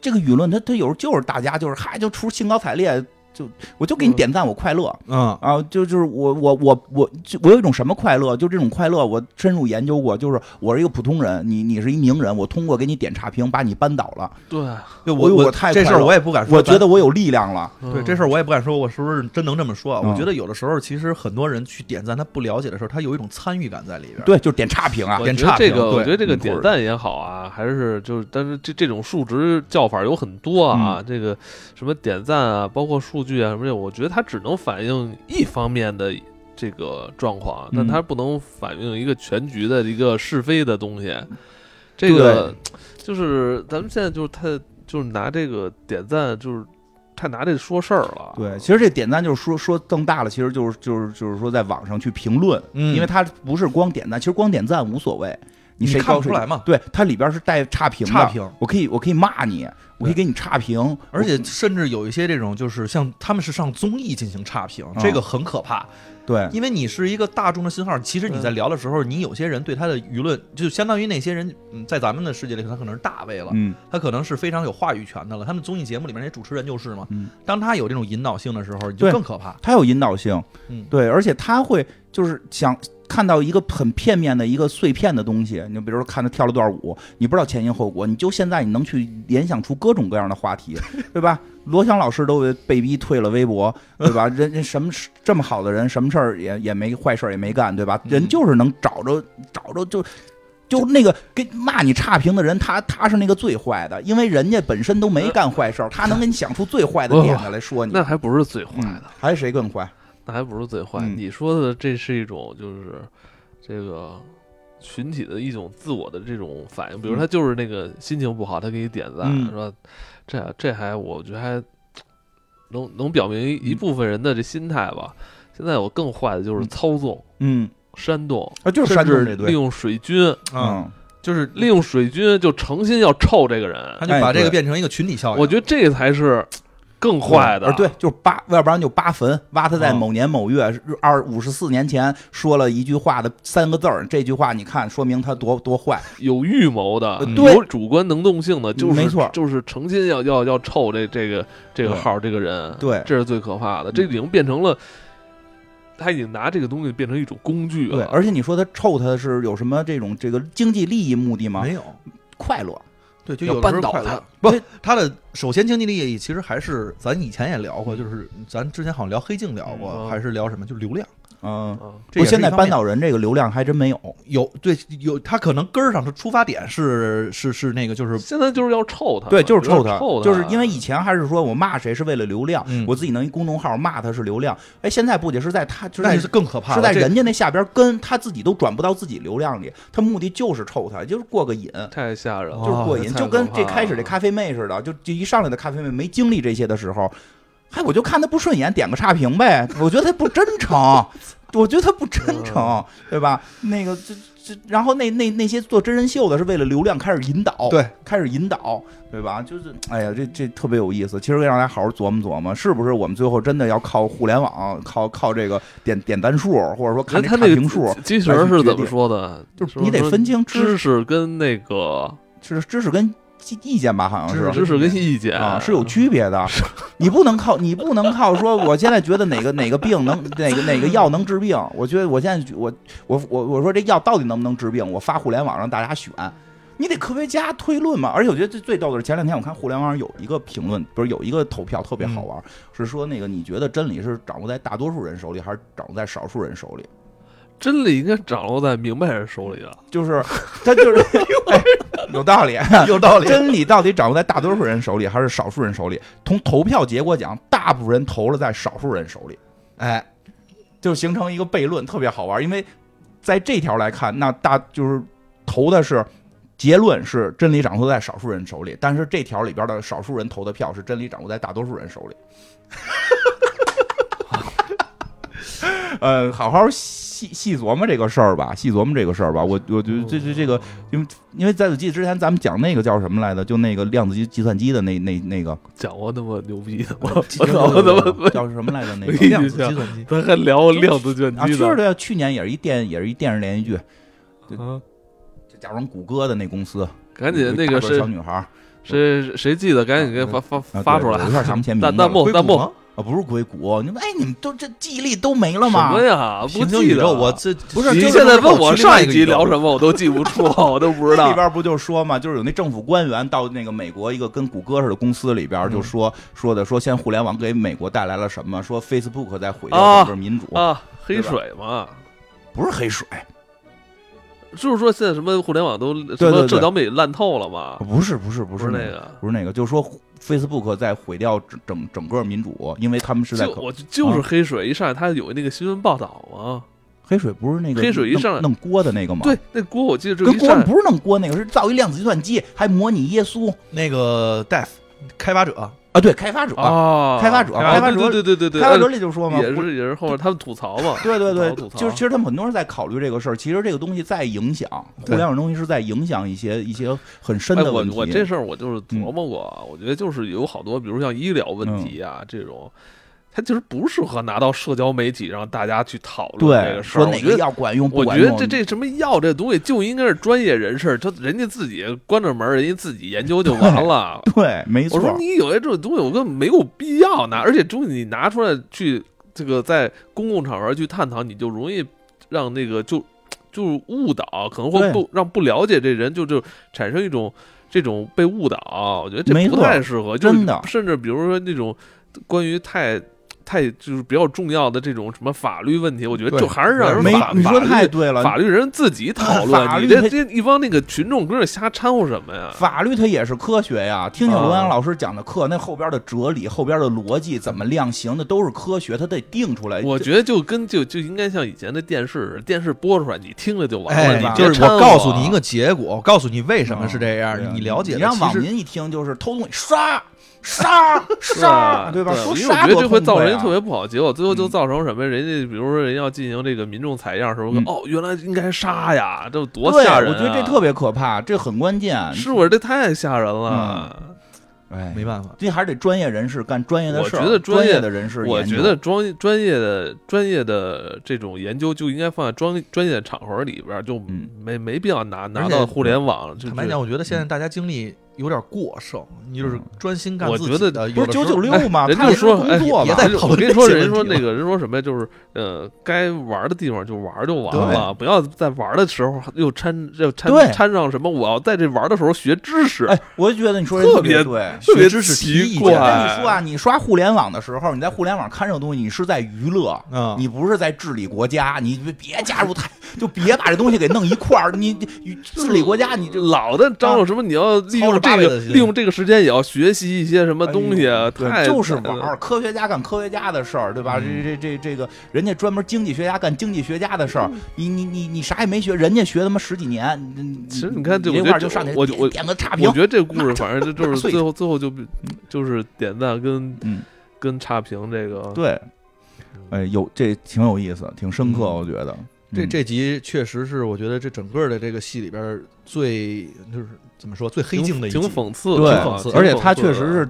这个舆论它它有时候就是大家就是嗨就出兴高采烈，就我就给你嗯点赞我快乐，嗯，啊，就就是我我我我就我有一种什么快乐，就这种快乐，我深入研究过，就是我是一个普通人，你你是一名人，我通过给你点差评把你扳倒了，对，就哎我呦我我太这事快儿乐我也不啊敢说，我觉得我有力量了，但对这事儿我也不敢说，我是不是真能这么说啊？我嗯觉得有的时候其实很多人去点赞，他不了解的时候，他有一种参与感在里边儿。对，就是点差评啊我，点觉得差这评个，我对觉得这个嗯点或者赞也好啊，还是就是，但是这这种数值叫法有很多啊，这个什么点赞啊，包括数据啊什么的，我觉得它只能反映一方面的这个状况，但嗯它不能反映一个全局的一个是非的东西。这个就是咱们现在就是他就是拿这个点赞就是太拿这说事儿了，对，其实这点赞就是说说更大了，其实就是就是就是说在网上去评论，嗯因为它不是光点赞，其实光点赞无所谓，你你谁看高不出谁来嘛？对，它里边是带差评的，差评，我可以我可以骂你，我可以给你差评，而且甚至有一些这种，就是像他们是上综艺进行差评，嗯这个很可怕，对因为你是一个大众的信号。其实你在嗯聊的时候，你有些人对他的舆论，就相当于那些人，嗯，在咱们的世界里，他可能是大 V 了，嗯。他可能是非常有话语权的了。他们综艺节目里面那些主持人就是嘛嗯，当他有这种引导性的时候，你就对更可怕。它有引导性，嗯对，而且它会就是想看到一个很片面的一个碎片的东西，你就比如说看他跳了段舞，你不知道前因后果，你就现在你能去联想出各种各样的 话题，对吧？罗翔老师都被逼退了微博，对吧？人人什么事这么好的人，什么事儿也也没坏事儿也没干，对吧？人嗯就是能找着找着就。就那个跟骂你差评的人，他他是那个最坏的，因为人家本身都没干坏事儿，他能给你想出最坏的呃不点子来说你。那还不是最坏嗯的。，还是谁更坏？那还不是最坏。嗯你说的这是一种就是这个群体的一种自我的这种反应，比如嗯他就是那个心情不好，他给你点赞，嗯说这这还我觉得还能能表明一嗯一部分人的这心态吧。现在我更坏的就是操纵、嗯，煽动，啊，就是甚山至东这利队，用水军，啊，嗯，就是利用水军就诚心要臭这个他人。就哎把这对个变成一个群体效应。我觉得这才是更坏的。啊对，就是扒，要不然就扒坟，挖他在嗯某年某月二五十四年前说了一句话的三个字儿，这句话你看说明他多多坏，有预谋的呃，对嗯有主观能动性的，就是没错就是诚心要要要臭这这个这个号这个人，对嗯这是最可怕的，这已经变成了，他已经拿这个东西变成一种工具对，了。而且你说他臭他是有什么这种这个经济利益目的吗？没有，快乐，对，就要有扳时候倒快乐他不，他的首先经济利益其实还是咱以前也聊过，就是咱之前好像聊黑镜聊嗯过，还是聊什么，就流量。嗯，啊，这我也是现一在方扳面倒人这个流量还真没有，有对有，他可能根儿上的出发点是是是那个，就是现在就是要臭他，对，就是要臭他，就是因为以前还是说我骂谁是为了流量，嗯我自己弄一公众号骂他是流量，哎，现在不仅是在他就是那在是更可怕是了。在这人家那下边跟，他自己都转不到自己流量里，他目的就是臭他，就是过个瘾，太吓人了，就是过瘾，太就跟可怕这开始这了咖啡妹似的，就就一上来的咖啡妹没经历这些的时候，嗨，我就看他不顺眼，点个差评呗，我觉得他不真诚， 我觉得他不真诚，对吧？那个这这，然后那那那些做真人秀的是为了流量开始引导，对，开始引导，对吧？就是哎呀，这这特别有意思，其实让大家好好琢磨琢磨，是不是我们最后真的要靠互联网，靠靠这个点点单数，或者说看人这他差那个评数，基石是怎么说的？就是你得分清知知识跟那个就是知识跟意见吧，好像是知知识跟意见啊，是有区别的。 你不能靠你不能靠说，我现在觉得哪个哪个病能哪个哪个药能治病，我觉得我现在我我我我说这药到底能不能治病，我发互联网让大家选。你得科学家推论嘛，而且我觉得最最逗的是前两天我看互联网上有一个评论，不是有一个投票特别好玩，是说那个你觉得真理是掌握在大多数人手里，还是掌握在少数人手里？真理应该掌握在明白人手里啊。就是他就是、 哎、有道理，啊有道理。真理到底掌握在大多数人手里还是少数人手里？从投票结果讲，大部分人投了在少数人手里，哎，就形成一个悖论，特别好玩。因为在这条来看，那大就是投的是结论是真理掌握在少数人手里，但是这条里边的少数人投的票是真理掌握在大多数人手里。呃，好好细细琢磨这个事儿吧，细琢磨这个事儿吧。我我觉得这这这个，因为因为在此记之前，咱们讲那个叫什么来着？就那个量子计计算机的那那那个，讲过那么牛逼的吗？ 我操我怎么叫什么来 着？那没个印量子象计算机咱还聊量子计啊，算机确呢实的，去年也是一电也是一电视连续剧，啊！嗯就假装谷歌的那公司，赶紧那个有一大谁小女孩儿谁谁记得，赶紧给发发啊发出对来我有。点想不起来名弹字弹了幕硅谷弹幕吗啊，不是硅谷，你们哎，你们都这记忆力都没了什吗么？呀？不平行记宇得宙，我这不是你就是现在说问我我去上另一一个集宇宙聊什么，我都记不 住，我都不知那里道。边不就说嘛，就是有那政府官员到那个美国一个跟谷歌似的公司里边，就说、说的说，现在互联网给美国带来了什么？说 Facebook 在毁掉整个民主，啊，对黑吧水嘛，不是黑水，啊就是说现在什么互联网都什对么对这两美烂透了嘛，啊不是不是不不是那个，个。不是那个，就说 Facebook 在毁掉整整整个民主，因为他们是在就可我就就是啊黑水一上来，他有那个新闻报道嘛。黑水不是那个黑水一弄上来弄锅的那个吗？对，，那锅我记得就跟一锅上来不是弄锅那个，是造一量子计算机，还模拟耶稣那个 Def 开发者，啊，对，开发者。啊，开发者啊开发者对对对对对，呃开发者里就说嘛，也是也是后面他们吐槽嘛，对对对吐槽吐，槽就是其实他们很多人在考虑这个事儿，其实这个东西在影响互对联网，东西是在影响一些一些很深哎，的我问题。嗯我这事儿我就是琢磨过啊，我觉得就是有好多，比如像医疗问题啊、这种，它其实不适合拿到社交媒体让大家去讨论这对个事儿。说我哪觉个得，药管用不我管觉用？得这这什么药这东西就应该是专业人士，他人家自己关着门儿，人家自己研究就完 了。对，没我错，说你有些这种东西，我根本没有必要拿，而且东西你拿出来去这个在公共场合去探讨，你就容易让那个就就误导，可能会对不让不了解这人就就产生一种这种被误导，我觉得这没不错太适合，真的就是甚至比如说那种关于太。太就是比较重要的这种什么法律问题，我觉得对就还是让人没法你说法律太对了。法律人自己讨法论，律你它这这一帮那个群众跟这瞎掺和什么呀？法律它也是科学呀，听听啊罗阳老师讲的课，那后边的哲理、后边的逻辑怎么量刑，那都是科学，它得定出来。我哎这觉得就跟就就应该像以前的电视似的，电视播出来你听了就完了，哎你，别就是掺我和告诉你一个结果，我告诉你为什么是这对啊样，你了解你的让其网实民一听就是偷东西 杀杀是啊杀，对吧？说因为我杀觉得多这会痛造快成一个啊特别不好的结果，最后就嗯造成什么？人家比如说人要进行这个民众采样的时候，嗯哦，原来应该杀呀，这有多对，吓人、啊！我觉得这特别可怕，这很关键。啊是我这太吓人了。哎，没办法，这还是得专业人士干专业的事儿。我觉得专专业的人士研究，我觉得专专业的专业的这种研究就应该放在专专业的场合里边儿，就嗯没、没必要拿拿而且到互联网。就坦白是讲，我觉得现在大家精力有点过剩，你就是嗯专心干我自觉己得的，不有是的九时候九六嘛，人他家是说，哎，工作别嘛在，再讨论我跟这你说，些人家说问题那个人说什么呀？就是呃，该玩的地方就玩就完对了，不要在玩的时候又掺又掺对掺上什么。我要在这玩的时候学知识，哎，我就觉得你说这特别别对。特别学知识提意奇见怪。但你说啊，你刷互联网的时候，你在互联网看这种东西，你是在娱乐，嗯你不是在治理国家，你别别加入太，就别把这东西给弄一块儿，你你治理国家，你这老的张罗什么？你要利操用着这八辈个子去利用这个时间也要学习一些什么东西啊，太哎嗯对，就是玩儿。科学家干科学家的事儿，对吧？这这这这个，人家专门经济学家干经济学家的事儿，嗯你你你你啥也没学，人家学他妈十几年，你其实你看这这我觉得块儿这就上去我点我点个差我评觉，得这故事反正就就 那是碎最后最后就比就是点赞跟嗯跟差评这个对，嗯哎，有这挺有意思，挺深刻，我觉得这嗯这集确实是，我觉得这整个的这个戏里边儿最就是怎么说最黑挺镜的一集，挺讽刺的，对啊讽刺，挺而且他讽刺确的啊实是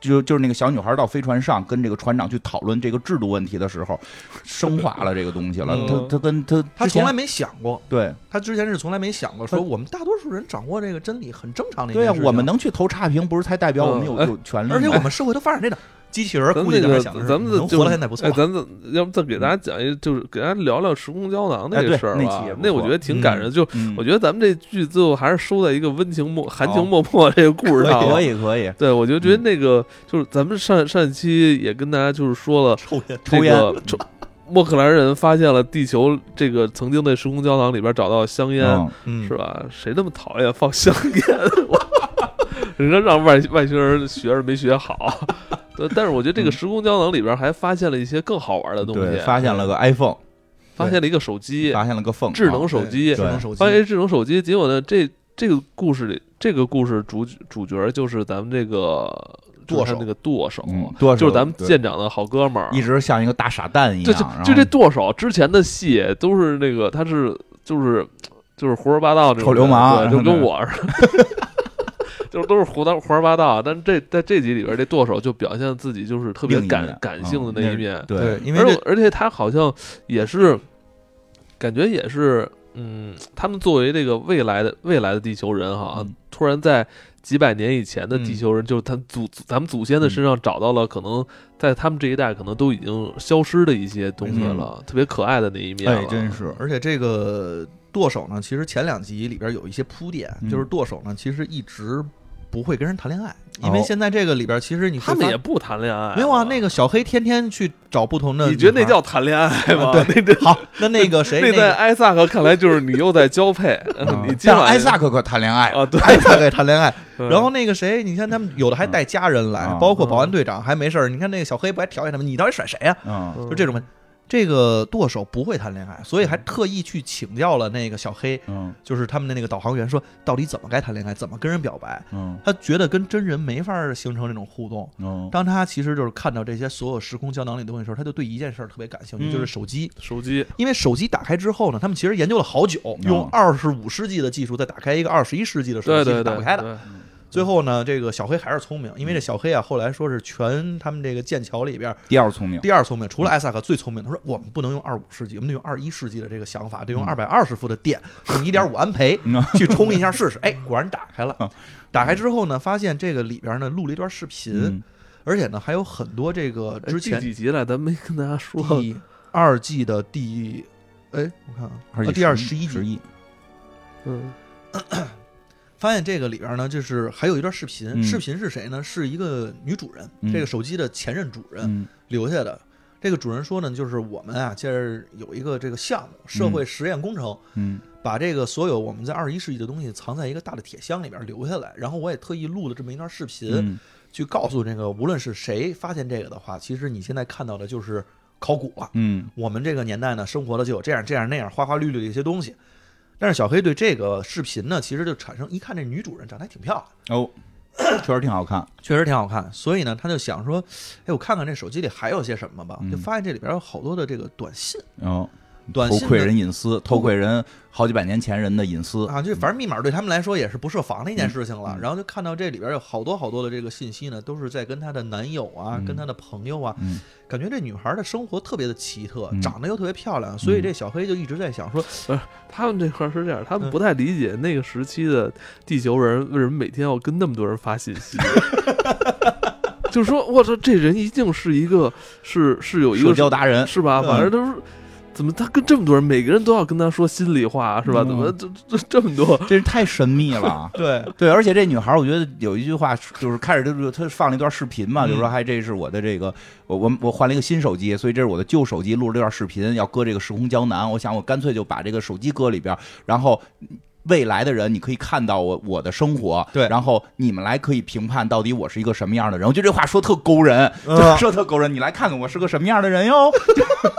就就是那个小女孩到飞船上跟这个船长去讨论这个制度问题的时候，升华了这个东西了。嗯他他跟他他之前从来没想过，对他之前是从来没想过说我们大多数人掌握这个真理很正常的一呃对件呀、事情。我们能去投差评，不是才代表我们有、嗯哎有权利吗？而且我们社会都发展这种机器人儿咱估那计在那个儿想的是，咱们能就活到现在不错哎，。咱咱要不再给大家讲一个，就是给大家聊聊时空胶囊那哎个对事儿那吧期也。不那我错觉得挺感人，就嗯我觉得咱们这剧最后还是收在一个温情脉、含好情脉脉这个故事上。可。以嗯可以，对，我就觉得那个就是咱们上上一期也跟大家就是说了，抽烟这抽烟个抽莫克兰人发现了地球这个曾经在时空胶囊里边找到香烟，嗯嗯是吧？谁那么讨厌放香烟？ 人家让外外星人学着没学好。对，但是我觉得这个时空胶囊里边还发现了一些更好玩的东西嗯啊嗯对，，发现了个 iPhone，发现了一个手机，发现了个啊缝，智能手哦机，智能手机发现一智能手机。结果呢，这这个故事里，这个故事主主角就是咱们这个就是剁他手那个剁手，嗯剁手就是咱们对舰长的好哥们儿，一直像一个大傻蛋一就样，就然后就这剁手之前的戏都是那个他是就是就是胡说八道那种臭流氓对然后就跟我似的， 就是都是胡闹胡说八道。但是这在这集里边，这剁手就表现自己就是特别另一感面感性的嗯那一面，对对，，因而为且这而且他好像也是感觉也是嗯，他们作为这个未来的未来的地球人哈，嗯突然在。几百年以前的地嗯球人，就是他们祖咱们祖先的身上找到了，可能在他们这一代可能都已经消失的一些东西没错嗯了，特别可爱的那一面了。哎，真是，而且这个剁手呢，其实前两集里边有一些铺垫，嗯就是剁手呢，其实一直不会跟人谈恋爱，因为哦现在这个里边其实你会他们发也不谈恋爱，没有啊，那个小黑天天去找不同的女孩儿，你觉得那叫谈恋爱吗？啊那这好？那那个啊谁，那那在个艾萨克看来就是你又在交配，嗯你今但晚是艾萨克可谈恋爱了，啊，对，艾萨克也谈恋爱，嗯然后那个谁，你看他们有的还带家人来嗯，包括保安队长还没事儿。你看那个小黑不还调戏他们？你到底甩谁呀？嗯嗯就这种问题。这个剁手不会谈恋爱，所以还特意去请教了那个小黑，嗯就是他们的那个导航员，说到底怎么该谈恋爱，怎么跟人表白。嗯他觉得跟真人没法儿形成这种互动。嗯，当他其实就是看到这些所有时空胶囊里的东西的时候，他就对一件事儿特别感兴趣，嗯就是手机。手机，因为手机打开之后呢，他们其实研究了好久，用二十五世纪的技术再打开一个二十一世纪的手嗯对机对是打对，不开的。对最后呢，这个小黑还是聪明，因为这小黑啊，后来说是全他们这个剑桥里边第二聪明，第二聪明，除了艾萨克最聪明。他说我们不能用二五世纪，我们得用二一世纪的这个想法，得用二百二十伏的电，用一点五安培嗯去充一下试试。哎，果然打开了。 打开之后呢，发现这个里边呢录了一段视频，嗯而且呢还有很多这个哎之前第几集来咱没跟大家说，第二季的第，哎，我看啊，而哦啊且第二十十一集十，一，嗯，发现这个里边呢，就是还有一段视频，嗯视频是谁呢？是一个女主人，嗯这个手机的前任主人嗯留下的。这个主人说呢，就是我们啊，这儿有一个这个项目，社会实验工程，嗯把这个所有我们在二十一世纪的东西藏在一个大的铁箱里边留下来。然后我也特意录了这么一段视频，嗯去告诉这个无论是谁发现这个的话，其实你现在看到的就是考古了。嗯我们这个年代呢，生活的就有这样这样那样花花绿绿的一些东西。但是小黑对这个视频呢，其实就产生一看这女主人长得还挺漂亮，哦，确实挺好看，确实挺好看，所以呢，他就想说，哎，我看看这手机里还有些什么吧，嗯就发现这里边有好多的这个短信，哦，短偷信窥的人隐私，偷窥人好几百年前人的隐私，啊，就反正密码对他们来说也是不设防的一件事情了。嗯嗯嗯然后就看到这里边有好多好多的这个信息呢，都是在跟她的男友啊，嗯跟她的朋友啊，嗯感觉这女孩的生活特别的奇特，嗯长得又特别漂亮，所以这小黑就一直在想说，他们这块儿是这样，他们嗯不太理解那个时期的地球人为什么每天要跟那么多人发信息， 就是说，我操，这人一定是一个是是有一社个交达人，是吧？嗯。反正都是。怎么他跟这么多人，每个人都要跟他说心里话，是吧？嗯怎么这这这么多？真是太神秘了对，对，而且这女孩，我觉得有一句话就是开始就是她放了一段视频嘛，嗯就说还这是我的这个，我我我换了一个新手机，所以这是我的旧手机，录了这段视频要搁这个时空胶囊，我想我干脆就把这个手机搁里边，然后。未来的人，你可以看到我我的生活，对然后你们来可以评判到底我是一个什么样的人。我觉得这话说特勾人，嗯就说特勾人。你来看看我是个什么样的人哟。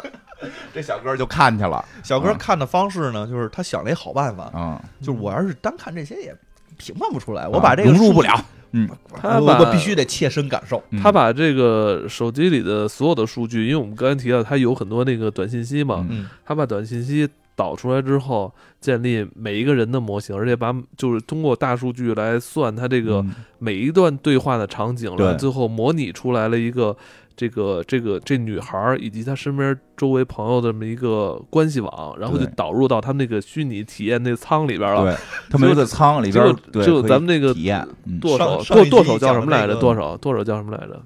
这小哥就看去了，小哥嗯看的方式呢，就是他想了一好办法，啊，就是我要是单看这些也评判不出来，啊我把这个融入数不了，嗯他我把我必须得切身感受。嗯他把这个手机里的所有的数据，因为我们刚才提到他有很多那个短信息嘛，嗯他把短信息导出来之后，建立每一个人的模型，而且把就是通过大数据来算它这这个每一段对话的场景，嗯对然后最后模拟出来了一个这个这个这女孩儿以及她身边周围朋友的这么一个关系网，然后就对导入到他们那个虚拟体验那仓里边了。对，他们就有在仓里边儿就，对就可以咱们那个体验，嗯，剁手上上剁一集剁手叫讲什的么来那着？个剁手剁手叫什么来着？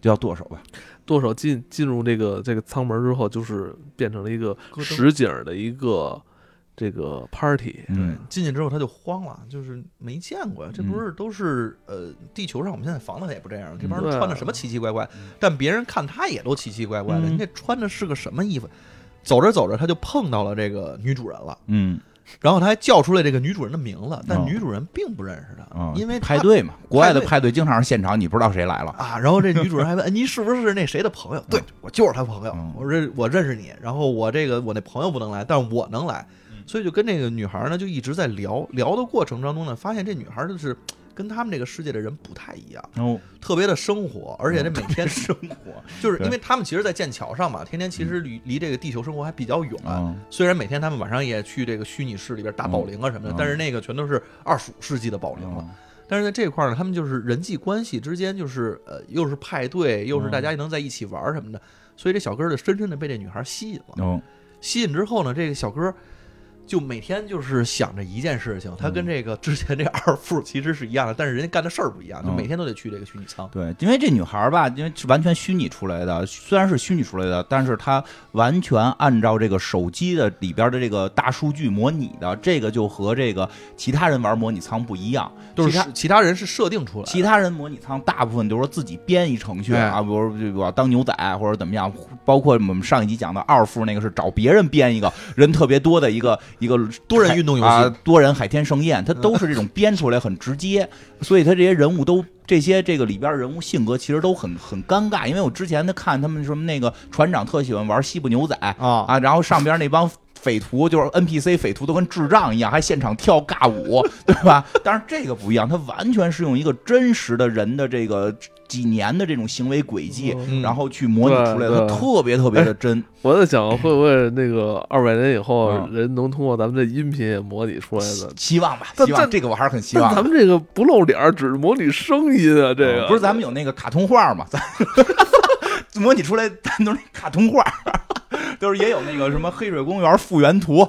就叫剁手吧，剁手进进入这个这个舱门之后，就是变成了一个咯噔实景儿的一个这个 party。嗯，进去之后他就慌了，就是没见过呀，这嗯不是都是呃地球上我们现在房子也不这样，这帮人对啊穿着什么奇奇怪怪，但别人看他也都奇奇怪怪的，嗯你这穿的是个什么衣服？走着走着他就碰到了这个女主人了，嗯，然后他还叫出来这个女主人的名字，但哦女主人并不认识他，哦啊，因为他派对嘛，国外的派对派对经常是现场，你不知道谁来了，啊，然后这女主 人还问：“哎您是不是那谁的朋友？”对，我就是他朋友嗯，我认我认识你。然后我这个我那朋友不能来，但是我能来，嗯所以就跟这个女孩呢就一直在聊。聊的过程当中呢，发现这女孩就是跟他们这个世界的人不太一样，哦，特别的生活，而嗯且这每天生活，就是对嗯因为他们其实，在剑桥上嘛，天天其实离离这个地球生活还比较远。啊，虽然每天他们晚上也去这个虚拟室里边打保龄啊什么的，嗯但是那个全都是二十五世纪的保龄哦了。但是在这块儿呢，他们就是人际关系之间，就是呃，又是派对，又是大家能在一起玩儿什么的，所以这小哥儿就深深的被这女孩吸引了。哦，吸引之后呢，这个小哥儿就每天就是想着一件事情，他跟这个之前这二副其实是一样的，但是人家干的事儿不一样，就嗯每天都得去这个虚拟舱。对，因为这女孩儿吧，因为是完全虚拟出来的，虽然是虚拟出来的，但是她完全按照这个手机的里边的这个大数据模拟的，这个就和这个其他人玩模拟舱不一样，都是其他其他人是设定出来的，其他人模拟舱大部分都是自己编一程序哎啊，比如就我要当牛仔或者怎么样，包括我们上一集讲的二副那个是找别人编一个人特别多的一个一个多人运动游戏啊，多人海天盛宴，它都是这种编出来很直接，所以他这些人物都。这些这个里边人物性格其实都很很尴尬，因为我之前他看他们什么那个船长特喜欢玩西部牛仔啊啊，然后上边那帮匪徒就是 NPC 匪徒都跟智障一样，还现场跳尬舞，对吧？但是这个不一样，它完全是用一个真实的人的这个几年的这种行为轨迹，嗯然后去模拟出来对的，对哎它特别特别的真。我在想，会不会那 个二百年以后，嗯人能通过咱们这音频也模拟出来的？希望吧，但希望但这个我还是很希但望咱的。们这个不露脸儿，只是模拟声音啊，这个、嗯不是咱们有那个卡通画嘛？咱 模拟出来咱都是卡通画，就是也有那个什么黑水公园复原图。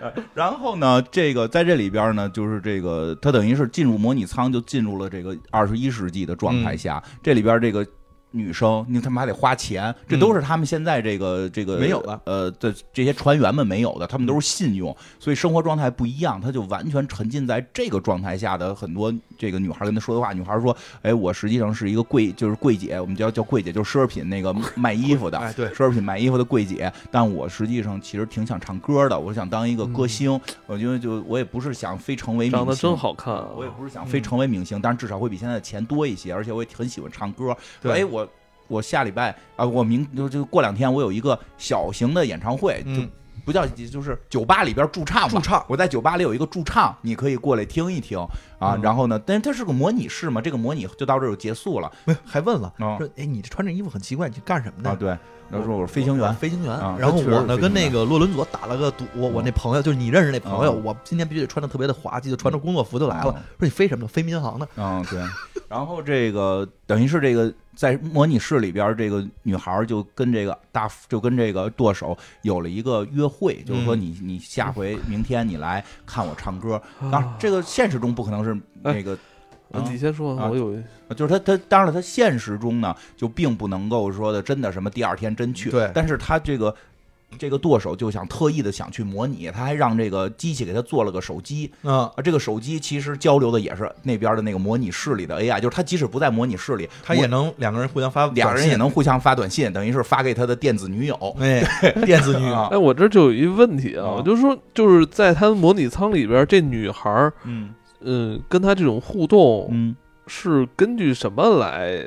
呃然后呢，这个在这里边呢，就是这个他等于是进入模拟舱，就进入了这个二十一世纪的状嗯态下。这里边这个女生，你他妈还得花钱，这都是他们现在这个这个嗯没有的呃，这这些船员们没有的，他们都是信用，所以生活状态不一样，他就完全沉浸在这个状态下的很多这个女孩跟他说的话，女孩说：“哎，我实际上是一个柜，就是柜姐，我们叫叫柜姐，就是奢侈品那个卖衣服的，哎对奢侈品卖衣服的柜姐，但我实际上其实挺想唱歌的，我想当一个歌星，我觉得就我也不是想非成为明星，长得真好看啊！我也不是想非成为明星，但是至少会比现在的钱多一些，而且我也很喜欢唱歌。对哎，我我下礼拜啊，我明就就过两天我有一个小型的演唱会，就嗯不叫就是酒吧里边驻唱吧，驻唱我在酒吧里有一个驻唱，你可以过来听一听啊。然后呢，但是它是个模拟室嘛，这个模拟就到这儿就结束了没有 还问了，啊说哎，你这穿这衣服很奇怪，你干什么的啊。？对，他说我是飞行员，飞行员啊。然后他确实我是呢飞跟行员那个洛伦佐打了个赌，我那朋友就是你认识那朋友，嗯我今天必须得穿的特别的滑稽，就穿着工作服就来了嗯。说你飞什么的？飞民航的。嗯，对。 然后这个等于是这个在模拟室里边儿，这个女孩儿就跟这个大就跟这个剁手有了一个约会，就是说你你下回明天你来看我唱歌。当然，这个现实中不可能是那个。啊啊你先说，啊我有一就是他，他当然了，他现实中呢，就并不能够说的真的什么第二天真去，对但是他这个这个剁手就想特意的想去模拟，他还让这个机器给他做了个手机，啊，啊，这个手机其实交流的也是那边的那个模拟室里的 AI，就是它即使不在模拟室里，他也我能两个人互相发，俩人也。能互相发短信，等于是发给他的电子女友。哎，电子女啊 哎，我这就有一问题啊，啊我就说，就是在他的模拟舱里边，这女孩儿，嗯嗯，跟他这种互动嗯，是根据什么来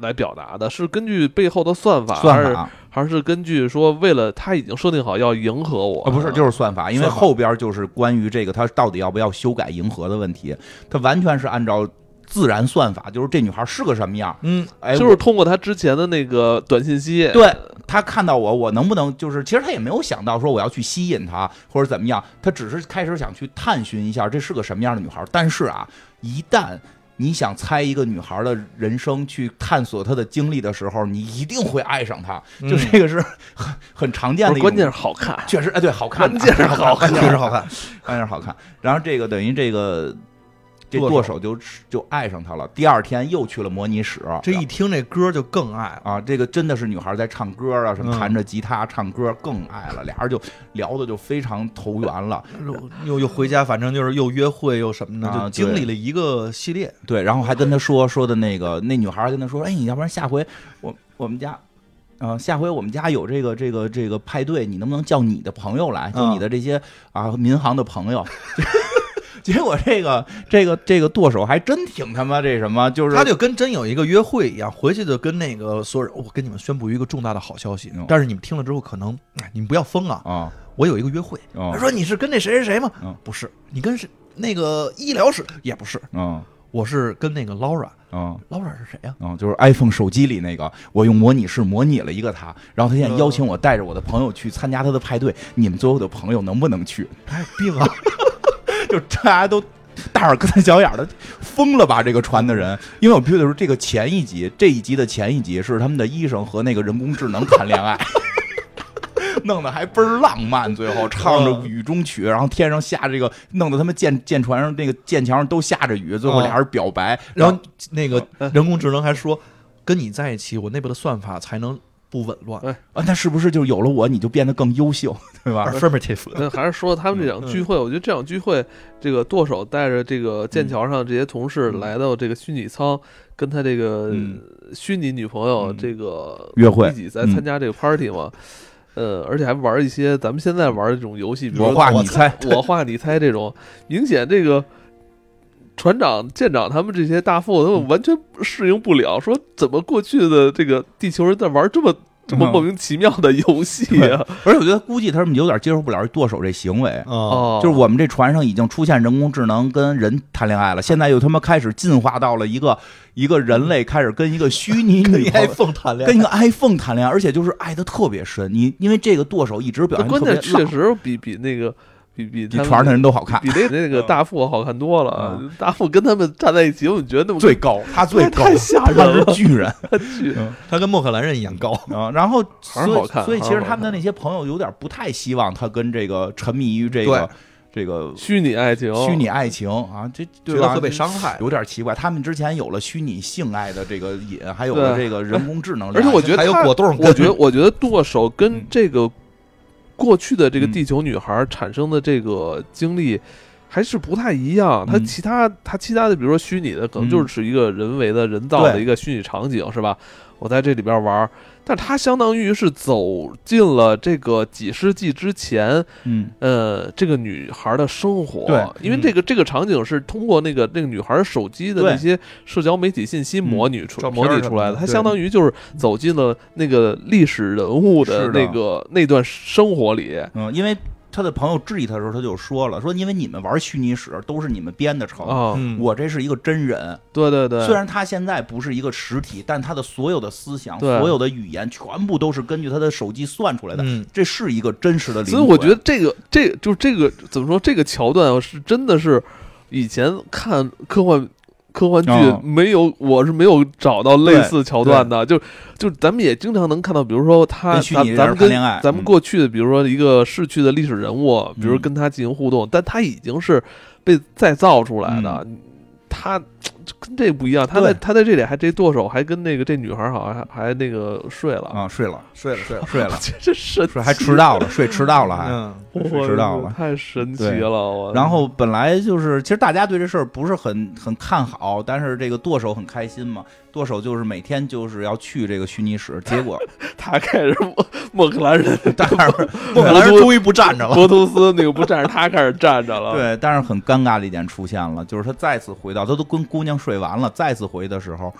来表达的？是根据背后的算法，算法还是还是根据说为了他已经设定好要迎合我？啊，不是，就是算法，因为算法后边就是关于这个他到底要不要修改迎合的问题，他完全是按照自然算法，就是这女孩是个什么样。 嗯，哎，就是通过他之前的那个短信息，对他看到我，我能不能就是，其实他也没有想到说我要去吸引她或者怎么样，他只是开始想去探寻一下这是个什么样的女孩。但是啊，一旦你想猜一个女孩的人生，去探索她的经历的时候，你一定会爱上她。就嗯这个是很很常见不的是一种，关键是好看，确实哎，对，好看，关键是好看啊确哎确实实好好看看，关键是好看。然后这个等于这个这剁剁手手就就爱上她了，第二天又去了模拟室，这一听这歌就更爱了。啊，这个真的是女孩在唱歌啊，什么嗯弹着吉他唱歌更爱了，俩人就聊的就非常投缘了。又又回家，反正就是又约会又什么的，啊对就经历了一个系列。对，然后还跟他说说的那个那女孩还跟他说，哎，你要不然下回我我们家。呃，下回我们家有这个这个这个派对，你能不能叫你的朋友来？就嗯你的这些啊，民航的朋友。 结果这个这个这个剁手还真挺他妈这什么，就是他就跟真有一个约会一样，回去就跟那个所有人，我跟你们宣布一个重大的好消息嗯，但是你们听了之后可能，哎你们不要疯啊，啊我有一个约会。啊他说你是跟那谁谁谁吗？嗯不是，你跟是那个医疗室也不是，啊我是跟那个 Laura。啊 Laura 是谁呀、啊！就是 iPhone 手机里那个，我用模拟式模拟了一个他，然后他现在邀请我带着我的朋友去参加他的派对，你们所有的朋友能不能去？ 他有病啊！就大家都大耳跟小眼儿的，疯了吧？这个船的人，因为我必须得说，这个前一集，这一集的前一集是他们的医生和那个人工智能谈恋爱。 弄得还倍儿浪漫，最后唱着雨中曲，然后天上下这个，弄得他们舰舰船上那个舰桥上都下着雨，最后啊俩人表白， 然然后后那个人工智能还说，跟你在一起，我内部的算法才能不紊乱。啊，那是不是就有了我，你就变得更优秀，对 吧？Affirmative，那还是说他们这场聚会，我觉得这场聚会，这个剁手带着这个剑桥上这些同事来到这个虚拟舱，跟他这个嗯虚拟女朋友嗯这个约会嗯一起在参加这个 party 嘛。呃，而且还玩一些咱们现在玩的这种游戏，比如我说画我你猜，我画你猜这种，明显这个船长、舰长他们这些大副，他们完全适应不了，说怎么过去的这个地球人在玩这么这么嗯莫名其妙的游戏啊？ 而且我觉得估计他们有点接受不了剁手这行为，哦，哦，就是我们这船上已经出现人工智能跟人谈恋爱了，现在又他妈开始进化到了一个一个人类开始跟一个虚拟跟女朋 友。 iPhone 谈恋 跟爱一个 iPhone 谈恋爱，而且就是爱的特别深。你因为这个剁手一直表那现关特别键确浪，实比比那个比比比他们船上的人都好看，比那那嗯个大副好看多了啊。 大副跟他们站在一起，我觉得那么 最高，他最 高，太吓人他是了巨 人。去他跟莫克兰人一样高。啊，然后还所是以好看所以其还实是好他们的那些朋友有点不太希望他跟这个沉迷于这个这个虚拟哦爱情，虚拟爱情啊，这觉对得吧？会被这伤害有点奇怪。他们之前有了虚拟性爱的这个瘾，还有了对这个人工智能 而恋且爱，我觉得还有他果冻跟我觉得我觉得剁手跟这个过去的这个嗯地球女孩产生的这个经历。还是不太一样，他嗯其他他其他的，比如说虚拟的，可能嗯就是一个人为的、人造的对一个虚拟场景，是吧？我在这里边玩儿，但他相当于是走进了这个几世纪之前，嗯，呃，这个女孩的生活，对因为嗯这个、这个场景是通过那个那个女孩手机的那对些社交媒体信息模拟嗯出、照片模儿拟什出么来的它对相当于就是走进了那个历史人物的是的那个那段生活里。嗯，因为他的朋友质疑他的时候，他就说了，说因为你们玩虚拟史都是你们编的成。啊、嗯我这是一个真人，对对对，哦虽然他现在不是一个实体，但他的所有的思想、对所有的语言，全部都是根据他的手机算出来的。嗯这是啊一个真实的灵魂。所以我觉得这个这就是这个怎么说，这个桥段是真的是以前看科幻。科幻剧哦没有，我是没有找到类似桥段的。就就咱们也经常能看到，比如说他跟虚拟咱咱们人谈跟恋爱咱们嗯过去的，比如说一个逝去的历史人物，比如嗯跟他进行互动，但他已经是被再造出来的。他跟这不一样，他在嗯对他在这里还这剁手还跟那个这女孩好像还还那个睡了，啊，睡了，睡了睡了，睡了， 这神睡还迟到了，睡迟到了还。嗯，我知道了太神奇对了。我然后本来就是，其实大家对这事儿不是很很看好，但是这个剁手很开心嘛。剁手就是每天就是要去这个虚拟室，结果他开始莫莫克兰 人但是莫克兰人终于不站着了。博图斯那个不站着，他开始站着了。，对，但是很尴尬的一点出现了，就是他再次回到，他都跟姑娘睡完了，再次回的时候，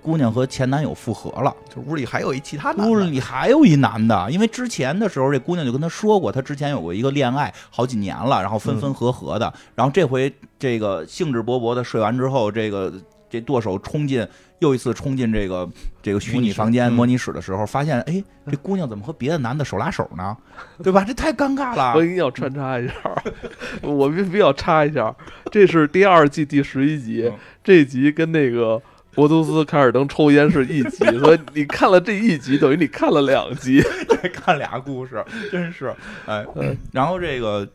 姑娘和前男友复合了。就屋里还有一其他男屋的，里还有一男的，因为之前的时候，这姑娘就跟他说过，她之前有过一个恋爱，好几嗯年了，然后分分合合的。然后这回这个兴致勃勃的睡完之后，这个这舵手冲进又一次冲进这个这个虚模拟拟室房间嗯模拟室的时候，发现哎，这姑娘怎么和别的男的手拉手呢？对吧？这太尴尬我了一。定要穿插一下儿， 我必须要插一下儿，这是第二季第十一集嗯，这集跟那个博图斯凯尔登抽烟是一 集，所以你看了这一集，等于你看了两集。看俩故事，真是哎嗯。然后这个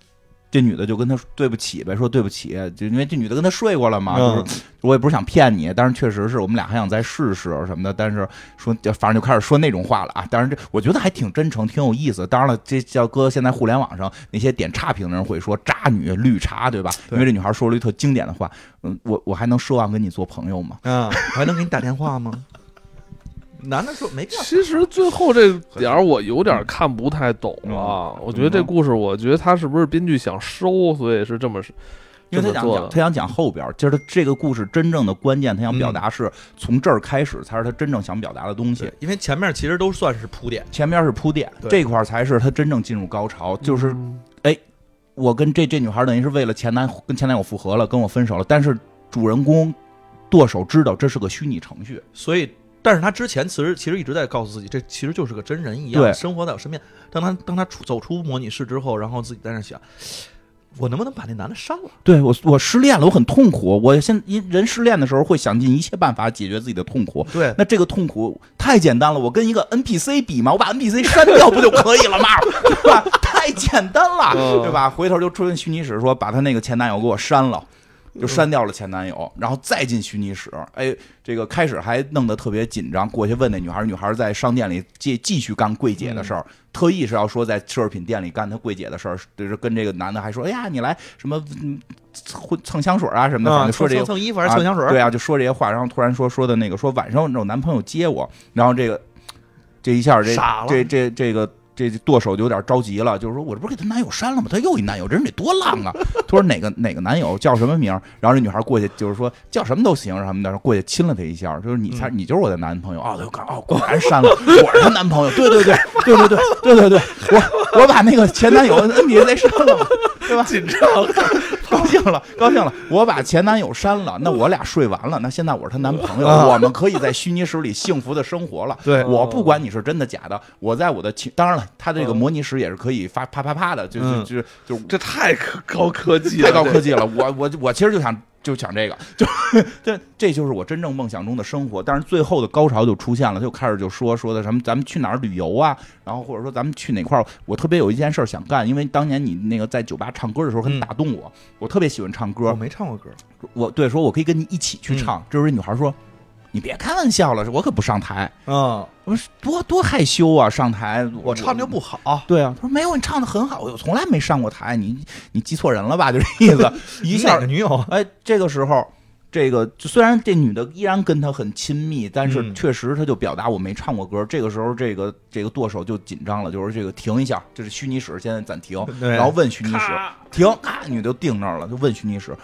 这女的就跟他说对不起呗，说对不起，就因为这女的跟他睡过了嘛，嗯就是我也不是想骗你，但是确实是我们俩还想再试试什么的，但是说就反正就开始说那种话了啊。当然这我觉得还挺真诚，挺有意思。当然了，这叫搁现在互联网上那些点差评的人会说渣女绿茶，对吧？对因为这女孩说了一特经典的话，嗯，我我还能奢望跟你做朋友吗？啊，我还能给你打电话吗？ 男的说没必要，其实最后这点儿我有点看不太懂了，我觉得这故事，我觉得他是不是编剧想收，所以是这么因为他这想么做讲，的他想讲后边儿，就是他这个故事真正的关键，他想表达是从这儿开始才是他真正想表达的东西。因为前面其实都算是铺垫，前面是铺垫，对这块儿才是他真正进入高潮。就是嗯我跟这这女孩等于是为了前男跟前男友复合了，跟我分手了，但是主人公剁手知道这是个虚拟程序，所以。但是他之前其实其实一直在告诉自己，这其实就是个真人一样对生活在我身边。当他当他出走出模拟室之后，然后自己在那想，我能不能把那男的删了？对我我失恋了，我很痛苦。我现因人失恋的时候会想尽一切办法解决自己的痛苦。对，那这个痛苦太简单了，我跟一个 NPC 比嘛，我把 NPC 删掉不就可以了 吗？对吧？太简单了，嗯对吧？回头就出现虚拟室说把她那个前男友给我删了。就删掉了前男友，然后再进虚拟室。哎，这个开始还弄得特别紧张，过去问那女孩，女孩在商店里继继续干柜姐的事嗯儿，特意是要说在奢侈品店里干她柜姐的事儿，就是跟这个男的还说，哎呀，你来什么嗯蹭蹭香水啊什么的，反啊，正说这蹭个蹭衣服还是蹭香水？啊对啊，就说这些话，然后突然说说的那个说晚上我男朋友接我，然后这个这一下这傻了这这这个。这剁手就有点着急了，就是说我这不是给她男友删了吗？她又一男友，这人得多浪啊！他说哪个哪个男友叫什么名儿？然后这女孩过去就是说叫什么都行什么的，然后过去亲了他一下，就是你才、你就是我的男朋友啊！哦他就哦，果然删了，我是她男朋友，对对对对对对对对对，我我把那个前男友 NBA 删了，对吧？紧张。高兴了，高兴了！我把前男友删了，那我俩睡完了，那现在我是她男朋友，我们可以在虚拟室里幸福的生活了。啊对我不管你是真的假的，我在我的情，当然了，他这个模拟室也是可以发啪啪啪的，就嗯就就就这太科高科技了，太高科这技了。我我我其实就想就想这个，就这这就是我真正梦想中的生活。但是最后的高潮就出现了，他就开始就说说的什么咱们去哪儿旅游啊，然后或者说咱们去哪块儿。我特别有一件事儿想干，因为当年你那个在酒吧唱歌的时候很嗯哦打动我，我特别喜欢唱歌。我没唱过歌，我对说，我可以跟你一起嗯去唱。这时候这女孩说：“你别开玩笑了，我可不上台。嗯，”我说：“多多害羞啊，上台我唱的又不好，对啊。”他说：“没有，你唱的很好，我从来没上过台，你你记错人了吧？就这意思。” 一你哪下个，女 友啊，哎，这个时候，这个就虽然这女的依然跟他很亲密，但是嗯确实她就表达我没唱过歌。这个时候，这个这个剁手就紧张了，就是这个停一下，就是虚拟室现在暂停，对然后问虚拟室咔停，咔，女的就定那儿了，就问徐女士，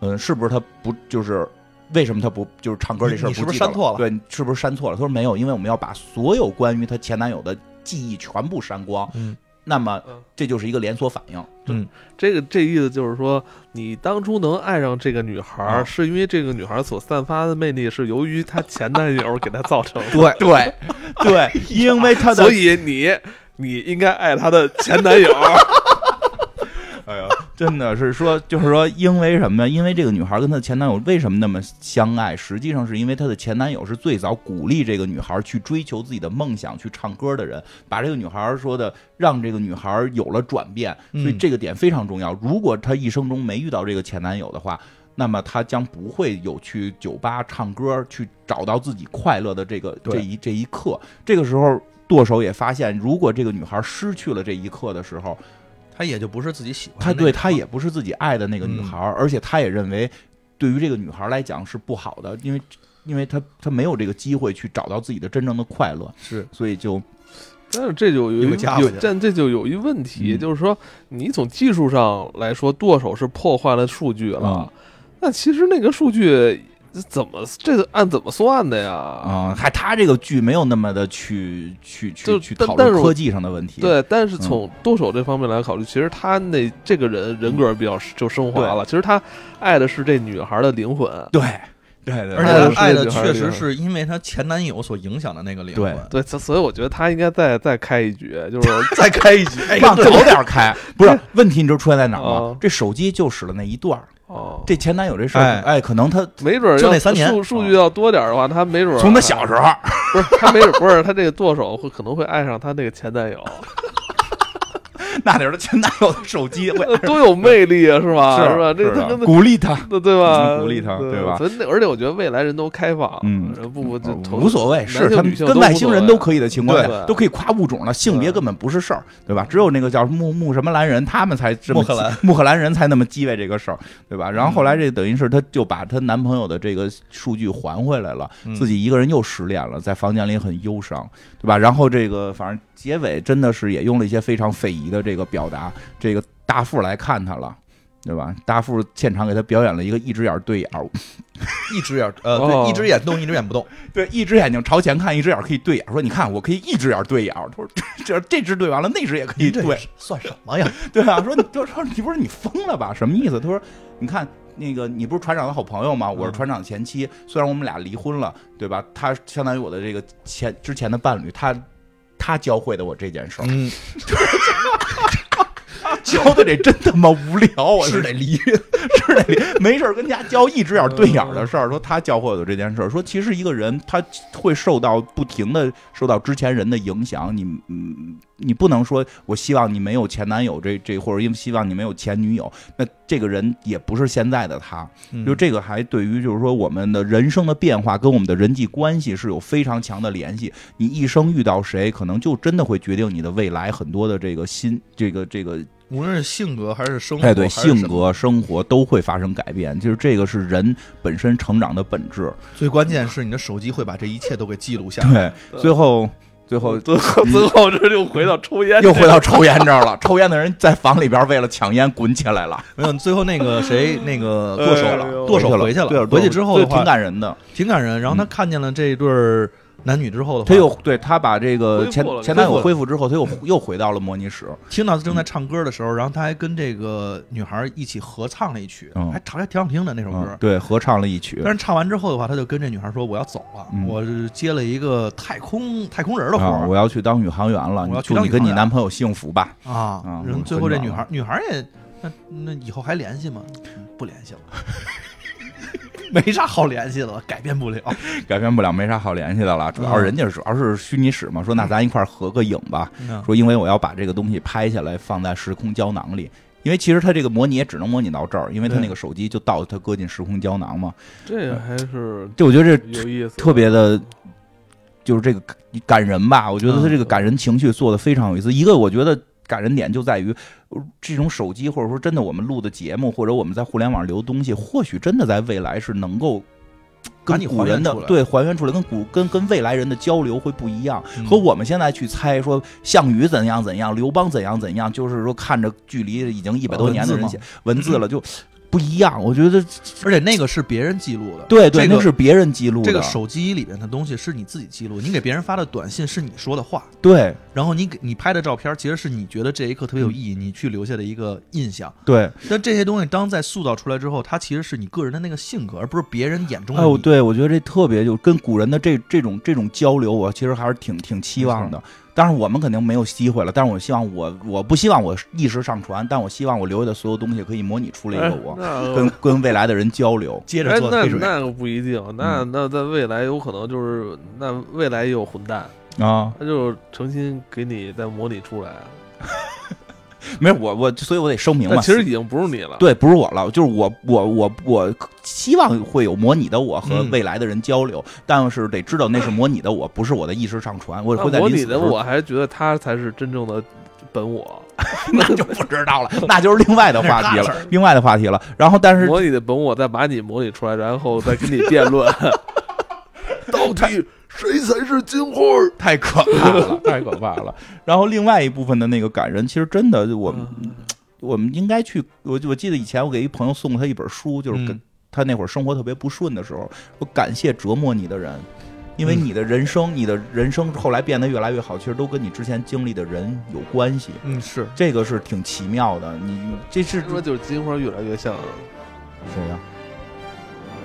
嗯，是不是她不就是为什么她不就是唱歌这事儿你你是不不是记得删错了对，你是不是删错了？她说没有，因为我们要把所有关于她前男友的记忆全部删光。嗯那么嗯这就是一个连锁反应，嗯，这个这意思就是说，你当初能爱上这个女孩儿，嗯是因为这个女孩儿所散发的魅力是由于她前男友给她造成的，对对 对，因为她的所以你你应该爱她的前男 友。哎呀，真的是说，就是说，因为什么呢？因为这个女孩跟她的前男友为什么那么相爱？实际上是因为她的前男友是最早鼓励这个女孩去追求自己的梦想、去唱歌的人，把这个女孩说的，让这个女孩有了转变。所以嗯这个点非常重要。如果她一生中没遇到这个前男友的话，那么她将不会有去酒吧唱歌、去找到自己快乐的这个这对一这一刻。这个时候，剁手也发现，如果这个女孩失去了这一刻的时候，他也就不是自己喜欢的他那个对人，他也不是自己爱的那个女嗯孩儿，而且他也认为，对于这个女孩儿来讲是不好的，因为因为他他没有这个机会去找到自己的真正的快乐，是所以就但是这就有又一加有回去，了但这就有一问题，嗯就是说，你从技术上来说，剁手是破坏了数据啊了，那其实那个数据怎么这个按怎么算的呀？啊，还他这个剧没有那么的去去去就去但讨但论是我科技上的问题，对，但嗯是从剁手这方面来考虑，其实他那这个人人格比较就升华了。其实他爱的是这女孩的灵魂，对对对而爱的且她爱的这个女孩确厉害实是因为她前男友所影响的那个灵魂。对，所所以我觉得他应该再再开一局，就是 再开一局，哎往早点开，不 是问题，你知道出现在哪儿吗哦？这手机就使了那一段儿，哦，这前男友这事儿哎，哎，可能他没准儿就要那三年数数据要多点儿的话，他没准儿啊从他小时候，不是他没准儿不是他这个剁手会可能会爱上他那个前男友， 那得是他前男友的 手机，会呃多有魅力啊，是吧？是是吧？是这啊他跟他鼓励他，对对吧？嗯鼓励他对对吧所以那而且我觉得未来人都开放，嗯，不不，这无所谓，男是性他们女性跟无外所星人谓啊都可以的情况下，对都可以跨物种了，性别对根本不是事儿，对吧？只有那个叫穆穆什么兰人，他们才这么穆赫兰穆赫兰人才那么鸡歪这个事儿，对吧？然后嗯后来这等于是她就把她男朋友的这个数据还回来了，嗯自己一个人又失恋了，在房间里很忧伤，对吧？然后这个反正结尾真的是也用了一些非常匪夷的这个表达，这个大富来看她了。对吧？大富现场给她表演了一个一只眼对眼，一只眼呃，哦对，一只眼动，一只眼不动。对，一只眼睛朝前看，一只眼可以对眼。说你看，我可以一只眼对眼。他说 这这这只对完了，那只也可以这对，是算什么呀？对啊。说你他说你不是你疯了吧？什么意思？他说你看那个你不是船长的好朋友吗？我是船长的前妻，虽然我们俩离婚了，对吧？他相当于我的这个前之前的伴侣，他他教会的我这件事儿，嗯，教的这真他妈无聊，我是是得离。 是那里没事儿跟家教一只眼对眼儿的事儿，说他教会我的这件事儿，说其实一个人他会受到不停的受到之前人的影响，你嗯，你不能说我希望你没有前男友这这，或者因为希望你没有前女友，那这个人也不是现在的他，嗯就这个还对于就是说我们的人生的变化跟我们的人际关系是有非常强的联系。你一生遇到谁，可能就真的会决定你的未来很多的这个新这个这个无论是性格还是生活，哎，对，还是什么性格、生活都会发生改变，就是这个是人本身成长的本质。最关键是你的手机会把这一切都给记录下来。对，最后最后最后最后这又回到抽烟，嗯又回到抽烟这儿了。抽烟的人在房里边为了抢烟滚起来了，没有，最后那个谁，那个剁手哎了，呦剁手回回去了，对，回去之后的这挺话，感人的。挺感人。然后他看见了这对儿男女之后的话，他又对他把这个恢复前了前男友恢复恢复之后，他又又回到了模拟室。听到正在唱歌的时候，然后他还跟这个女孩一起合唱了一曲嗯，还唱还挺好听的那首嗯歌，。对，合唱了一曲但。是唱完之后的话，他就跟这女孩说：“我要走了，嗯我是接了一个太空太空人的活啊！儿我要去当宇航员了，我要去祝当你宇跟航你员男朋友幸福 吧。啊啊。”然后我最后这混女乱孩女孩也那那以后还联系吗？嗯不联 系了，没啥好联系了，改变 不了。改变不了，没啥好联系的了。主要是嗯人家主要是虚拟室嘛，说那咱一块儿合个影吧。嗯说因为我要把这个东西拍下来放在时空胶囊里，因为其实它这个模拟也只能模拟到这儿，因为它对那个手机就到它搁进时空胶囊嘛。这个还是这我觉得这有意思，特别的，就是这个感感人吧。我觉得它嗯这个感人情绪做的非常有意思。一个我觉得。感人点就在于，呃这种手机或者说真的我们录的节目，或者我们在互联网留东西，或许真的在未来是能够把跟你古还原人的出来对还原出来，跟古跟跟未来人的交流会不一样。嗯和我们现在去猜说项羽怎样怎样，刘邦怎样怎样，就是说看着距离已经一百多年的人写文嗯字了，就不一样。我觉得而且那个是别人记录的，对对，这个那是别人记录的，这个手机里面的东西是你自己记录，你给别人发的短信是你说的话，对然后你给你拍的照片其实是你觉得这一刻特别有嗯意义，你去留下的一个印象。对。但这些东西当在塑造出来之后，它其实是你个人的那个性格，而不是别人眼中的哎，我你。对我觉得这特别就跟古人的这这种这种交流，我其实还是挺挺期望的。当然我们肯定没有机会了，但是我希望我我不希望我一时上传，但我希望我留下的所有东西可以模拟出来一哎个我，哎那跟跟未来的人交流。接着哎，做那黑水，那个不一定，嗯那那在未来有可能就是，那未来也有混蛋，啊，他就是诚心给你再模拟出来，没有我我，所以我得声明但嘛，其实已经不是你了。对，不是我了，就是我，我，我，我希望会有模拟的我和嗯未来的人交流，但是得知道那是模拟的我，不是我的意识上传。我那会在啊模临拟死的时候，我还觉得他才是真正的本我， 那就不知道了，那就是另外的话题 那是大了，另外的话题了。然后，但是模拟的本我再把你模拟出来，然后再跟你辩 论，到底谁才是金花？太可怕 了，太可怕了。然后另外一部分的那个感人，其实真的我嗯们我们应该去，我我记得以前我给一朋友送过他一本书，就是跟嗯他那会儿生活特别不顺的时候，我感谢折磨你的人，因为你的人生，你的人生后来变得越来越好，其实都跟你之前经历的人有关系，嗯是这个是挺奇妙的。你这是说就是金花越来越像谁呀、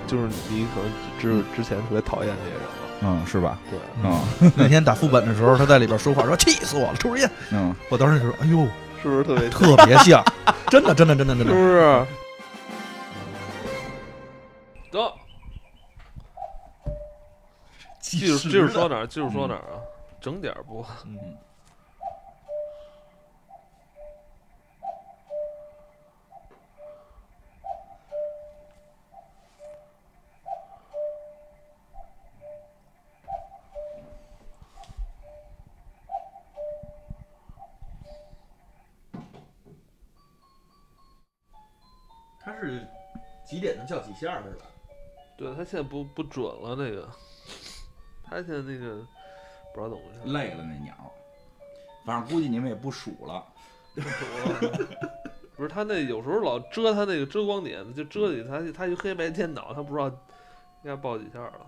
就是你可能之之前特别讨厌那些人了，嗯，是吧？对， 嗯 那天打副本的时候，他在里边说话说气死我了，抽根烟。嗯，我当时就说，哎呦，是不是特别？特别像，真的真的真的是真的不。是？ 得，技继续继续说哪儿？继续嗯说哪儿啊？整点儿不？嗯它是几点能叫几下是吧？对他现在不不准了，那个他现在那个不知道怎么回事，累了那鸟，反正估计你们也不数了。 不是他那有时候老遮他那个遮光点，就遮你他他就黑白颠倒，他不知道应该报几下了。